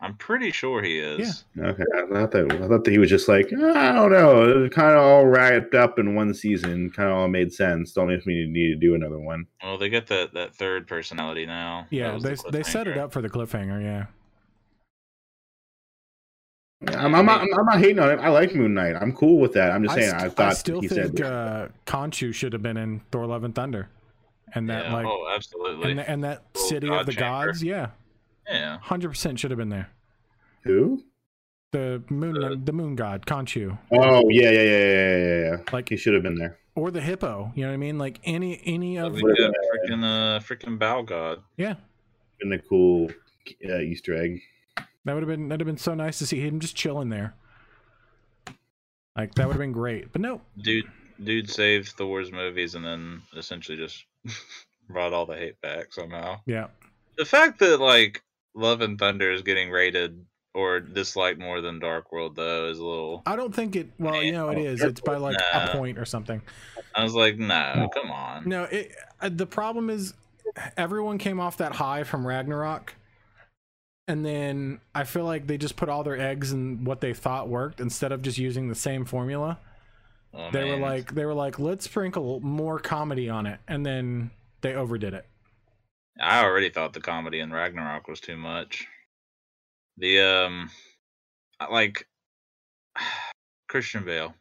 S3: I'm pretty sure he is.
S2: Okay, I thought that I thought that he was just like "Ah, I don't know, it was kind of all wrapped up in one season, kind of all made sense. Don't know if we need to do another one.
S3: Well, they get that that third personality now. That
S1: Yeah,
S3: was
S1: they
S3: the
S1: they set it
S3: cliffhanger.
S1: up for the cliffhanger. Yeah,
S2: I'm I'm, not- I'm, I'm not hating on it. I like Moon Knight. I'm cool with that. I'm just saying.
S1: st-
S2: I thought
S1: still
S2: he
S1: think
S2: said
S1: uh, Conchu should have been in Thor: Love and Thunder, and that
S3: yeah,
S1: like,
S3: oh, absolutely.
S1: and, the, and that
S3: Little
S1: city of
S3: god
S1: the
S3: chamber.
S1: gods. Yeah,
S3: yeah,
S1: hundred percent should have been there.
S2: who?
S1: The moon,
S3: Uh,
S1: the moon god Conchu.
S2: Oh yeah, yeah, yeah, yeah, yeah, yeah. yeah.
S1: Like-
S2: he should have been there.
S1: or the hippo. You know what I mean? Like any any of
S3: we
S2: Would've
S3: get freaking uh, freaking bow god.
S1: yeah,
S2: Been a cool uh, Easter egg.
S1: that would have been that'd have been so nice to see him just chilling there. Like that would have been great, but no,
S3: Dude, dude saved Thor's movies and then essentially just brought all the hate back somehow.
S1: yeah,
S3: The fact that like Love and Thunder is getting rated or disliked more than Dark World though is a little.
S1: I don't think it. Well, you know, it is. It's by like a
S3: Nah.
S1: point or something.
S3: I was like, no, come on.
S1: No, it. Uh, the problem is, everyone came off that high from Ragnarok, and then I feel like they just put all their eggs in what they thought worked instead of just using the same formula.
S3: Oh,
S1: they were
S3: man.
S1: like, they were like, let's sprinkle more comedy on it, and then they overdid it.
S3: I already thought the comedy in Ragnarok was too much. The um, I- like Christian Bale,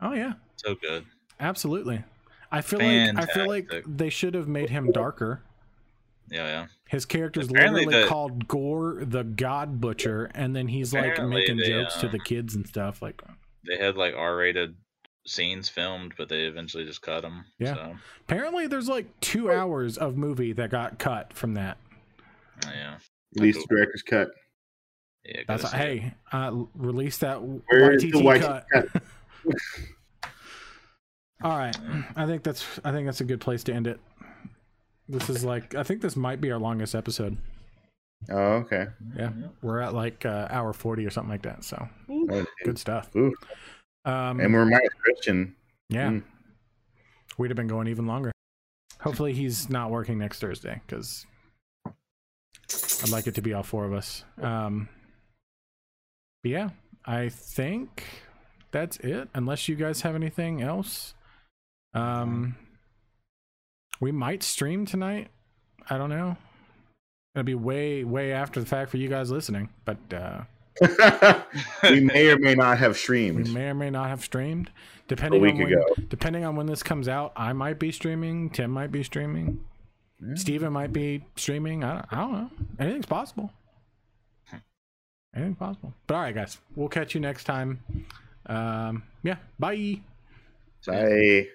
S1: Oh yeah.
S3: so good.
S1: Absolutely. I feel like I feel like
S3: Fantastic.
S1: they should have made him darker.
S3: Yeah, yeah.
S1: His character's
S3: Apparently
S1: literally
S3: the-
S1: called Gore the God Butcher, and then he's like
S3: Apparently
S1: making
S3: they,
S1: jokes to
S3: um,
S1: the kids and stuff. Like,
S3: They had like R-rated scenes filmed, but they eventually just cut them.
S1: Yeah.
S3: So,
S1: apparently, there's like two hours of movie that got cut from that.
S3: yeah.
S2: At least the director's cut.
S3: Yeah.
S1: That's
S3: gotta see it.
S1: hey, uh, release that
S2: Where's the
S1: YTT
S2: white
S1: cut.
S2: cut?
S1: All right, I think that's I think that's a good place to end it. This is like I think this might be our longest episode.
S2: Oh, okay.
S1: Yeah, we're at like uh, hour forty or something like that. So
S2: Oh,
S1: good stuff.
S2: Ooh.
S1: Um,
S2: And we're my Christian.
S1: Yeah.
S2: Mm.
S1: We'd have been going even longer. Hopefully he's not working next Thursday because I'd like it to be all four of us. Um, but yeah, I think that's it. Unless you guys have anything else. Um, we might stream tonight. I don't know. It'll be way, way after the fact for you guys listening, but uh,
S2: we may or may not have
S1: we
S2: streamed
S1: may or may not have streamed.
S2: a
S1: Depending
S2: week
S1: on when,
S2: ago.
S1: depending on when this comes out, I might be streaming. Tim might be streaming.
S2: Yeah.
S1: Steven might be streaming. I don't, I don't know. Anything's possible. Anything's possible. But all right, guys, we'll catch you next time. Um, yeah, bye.
S2: Bye.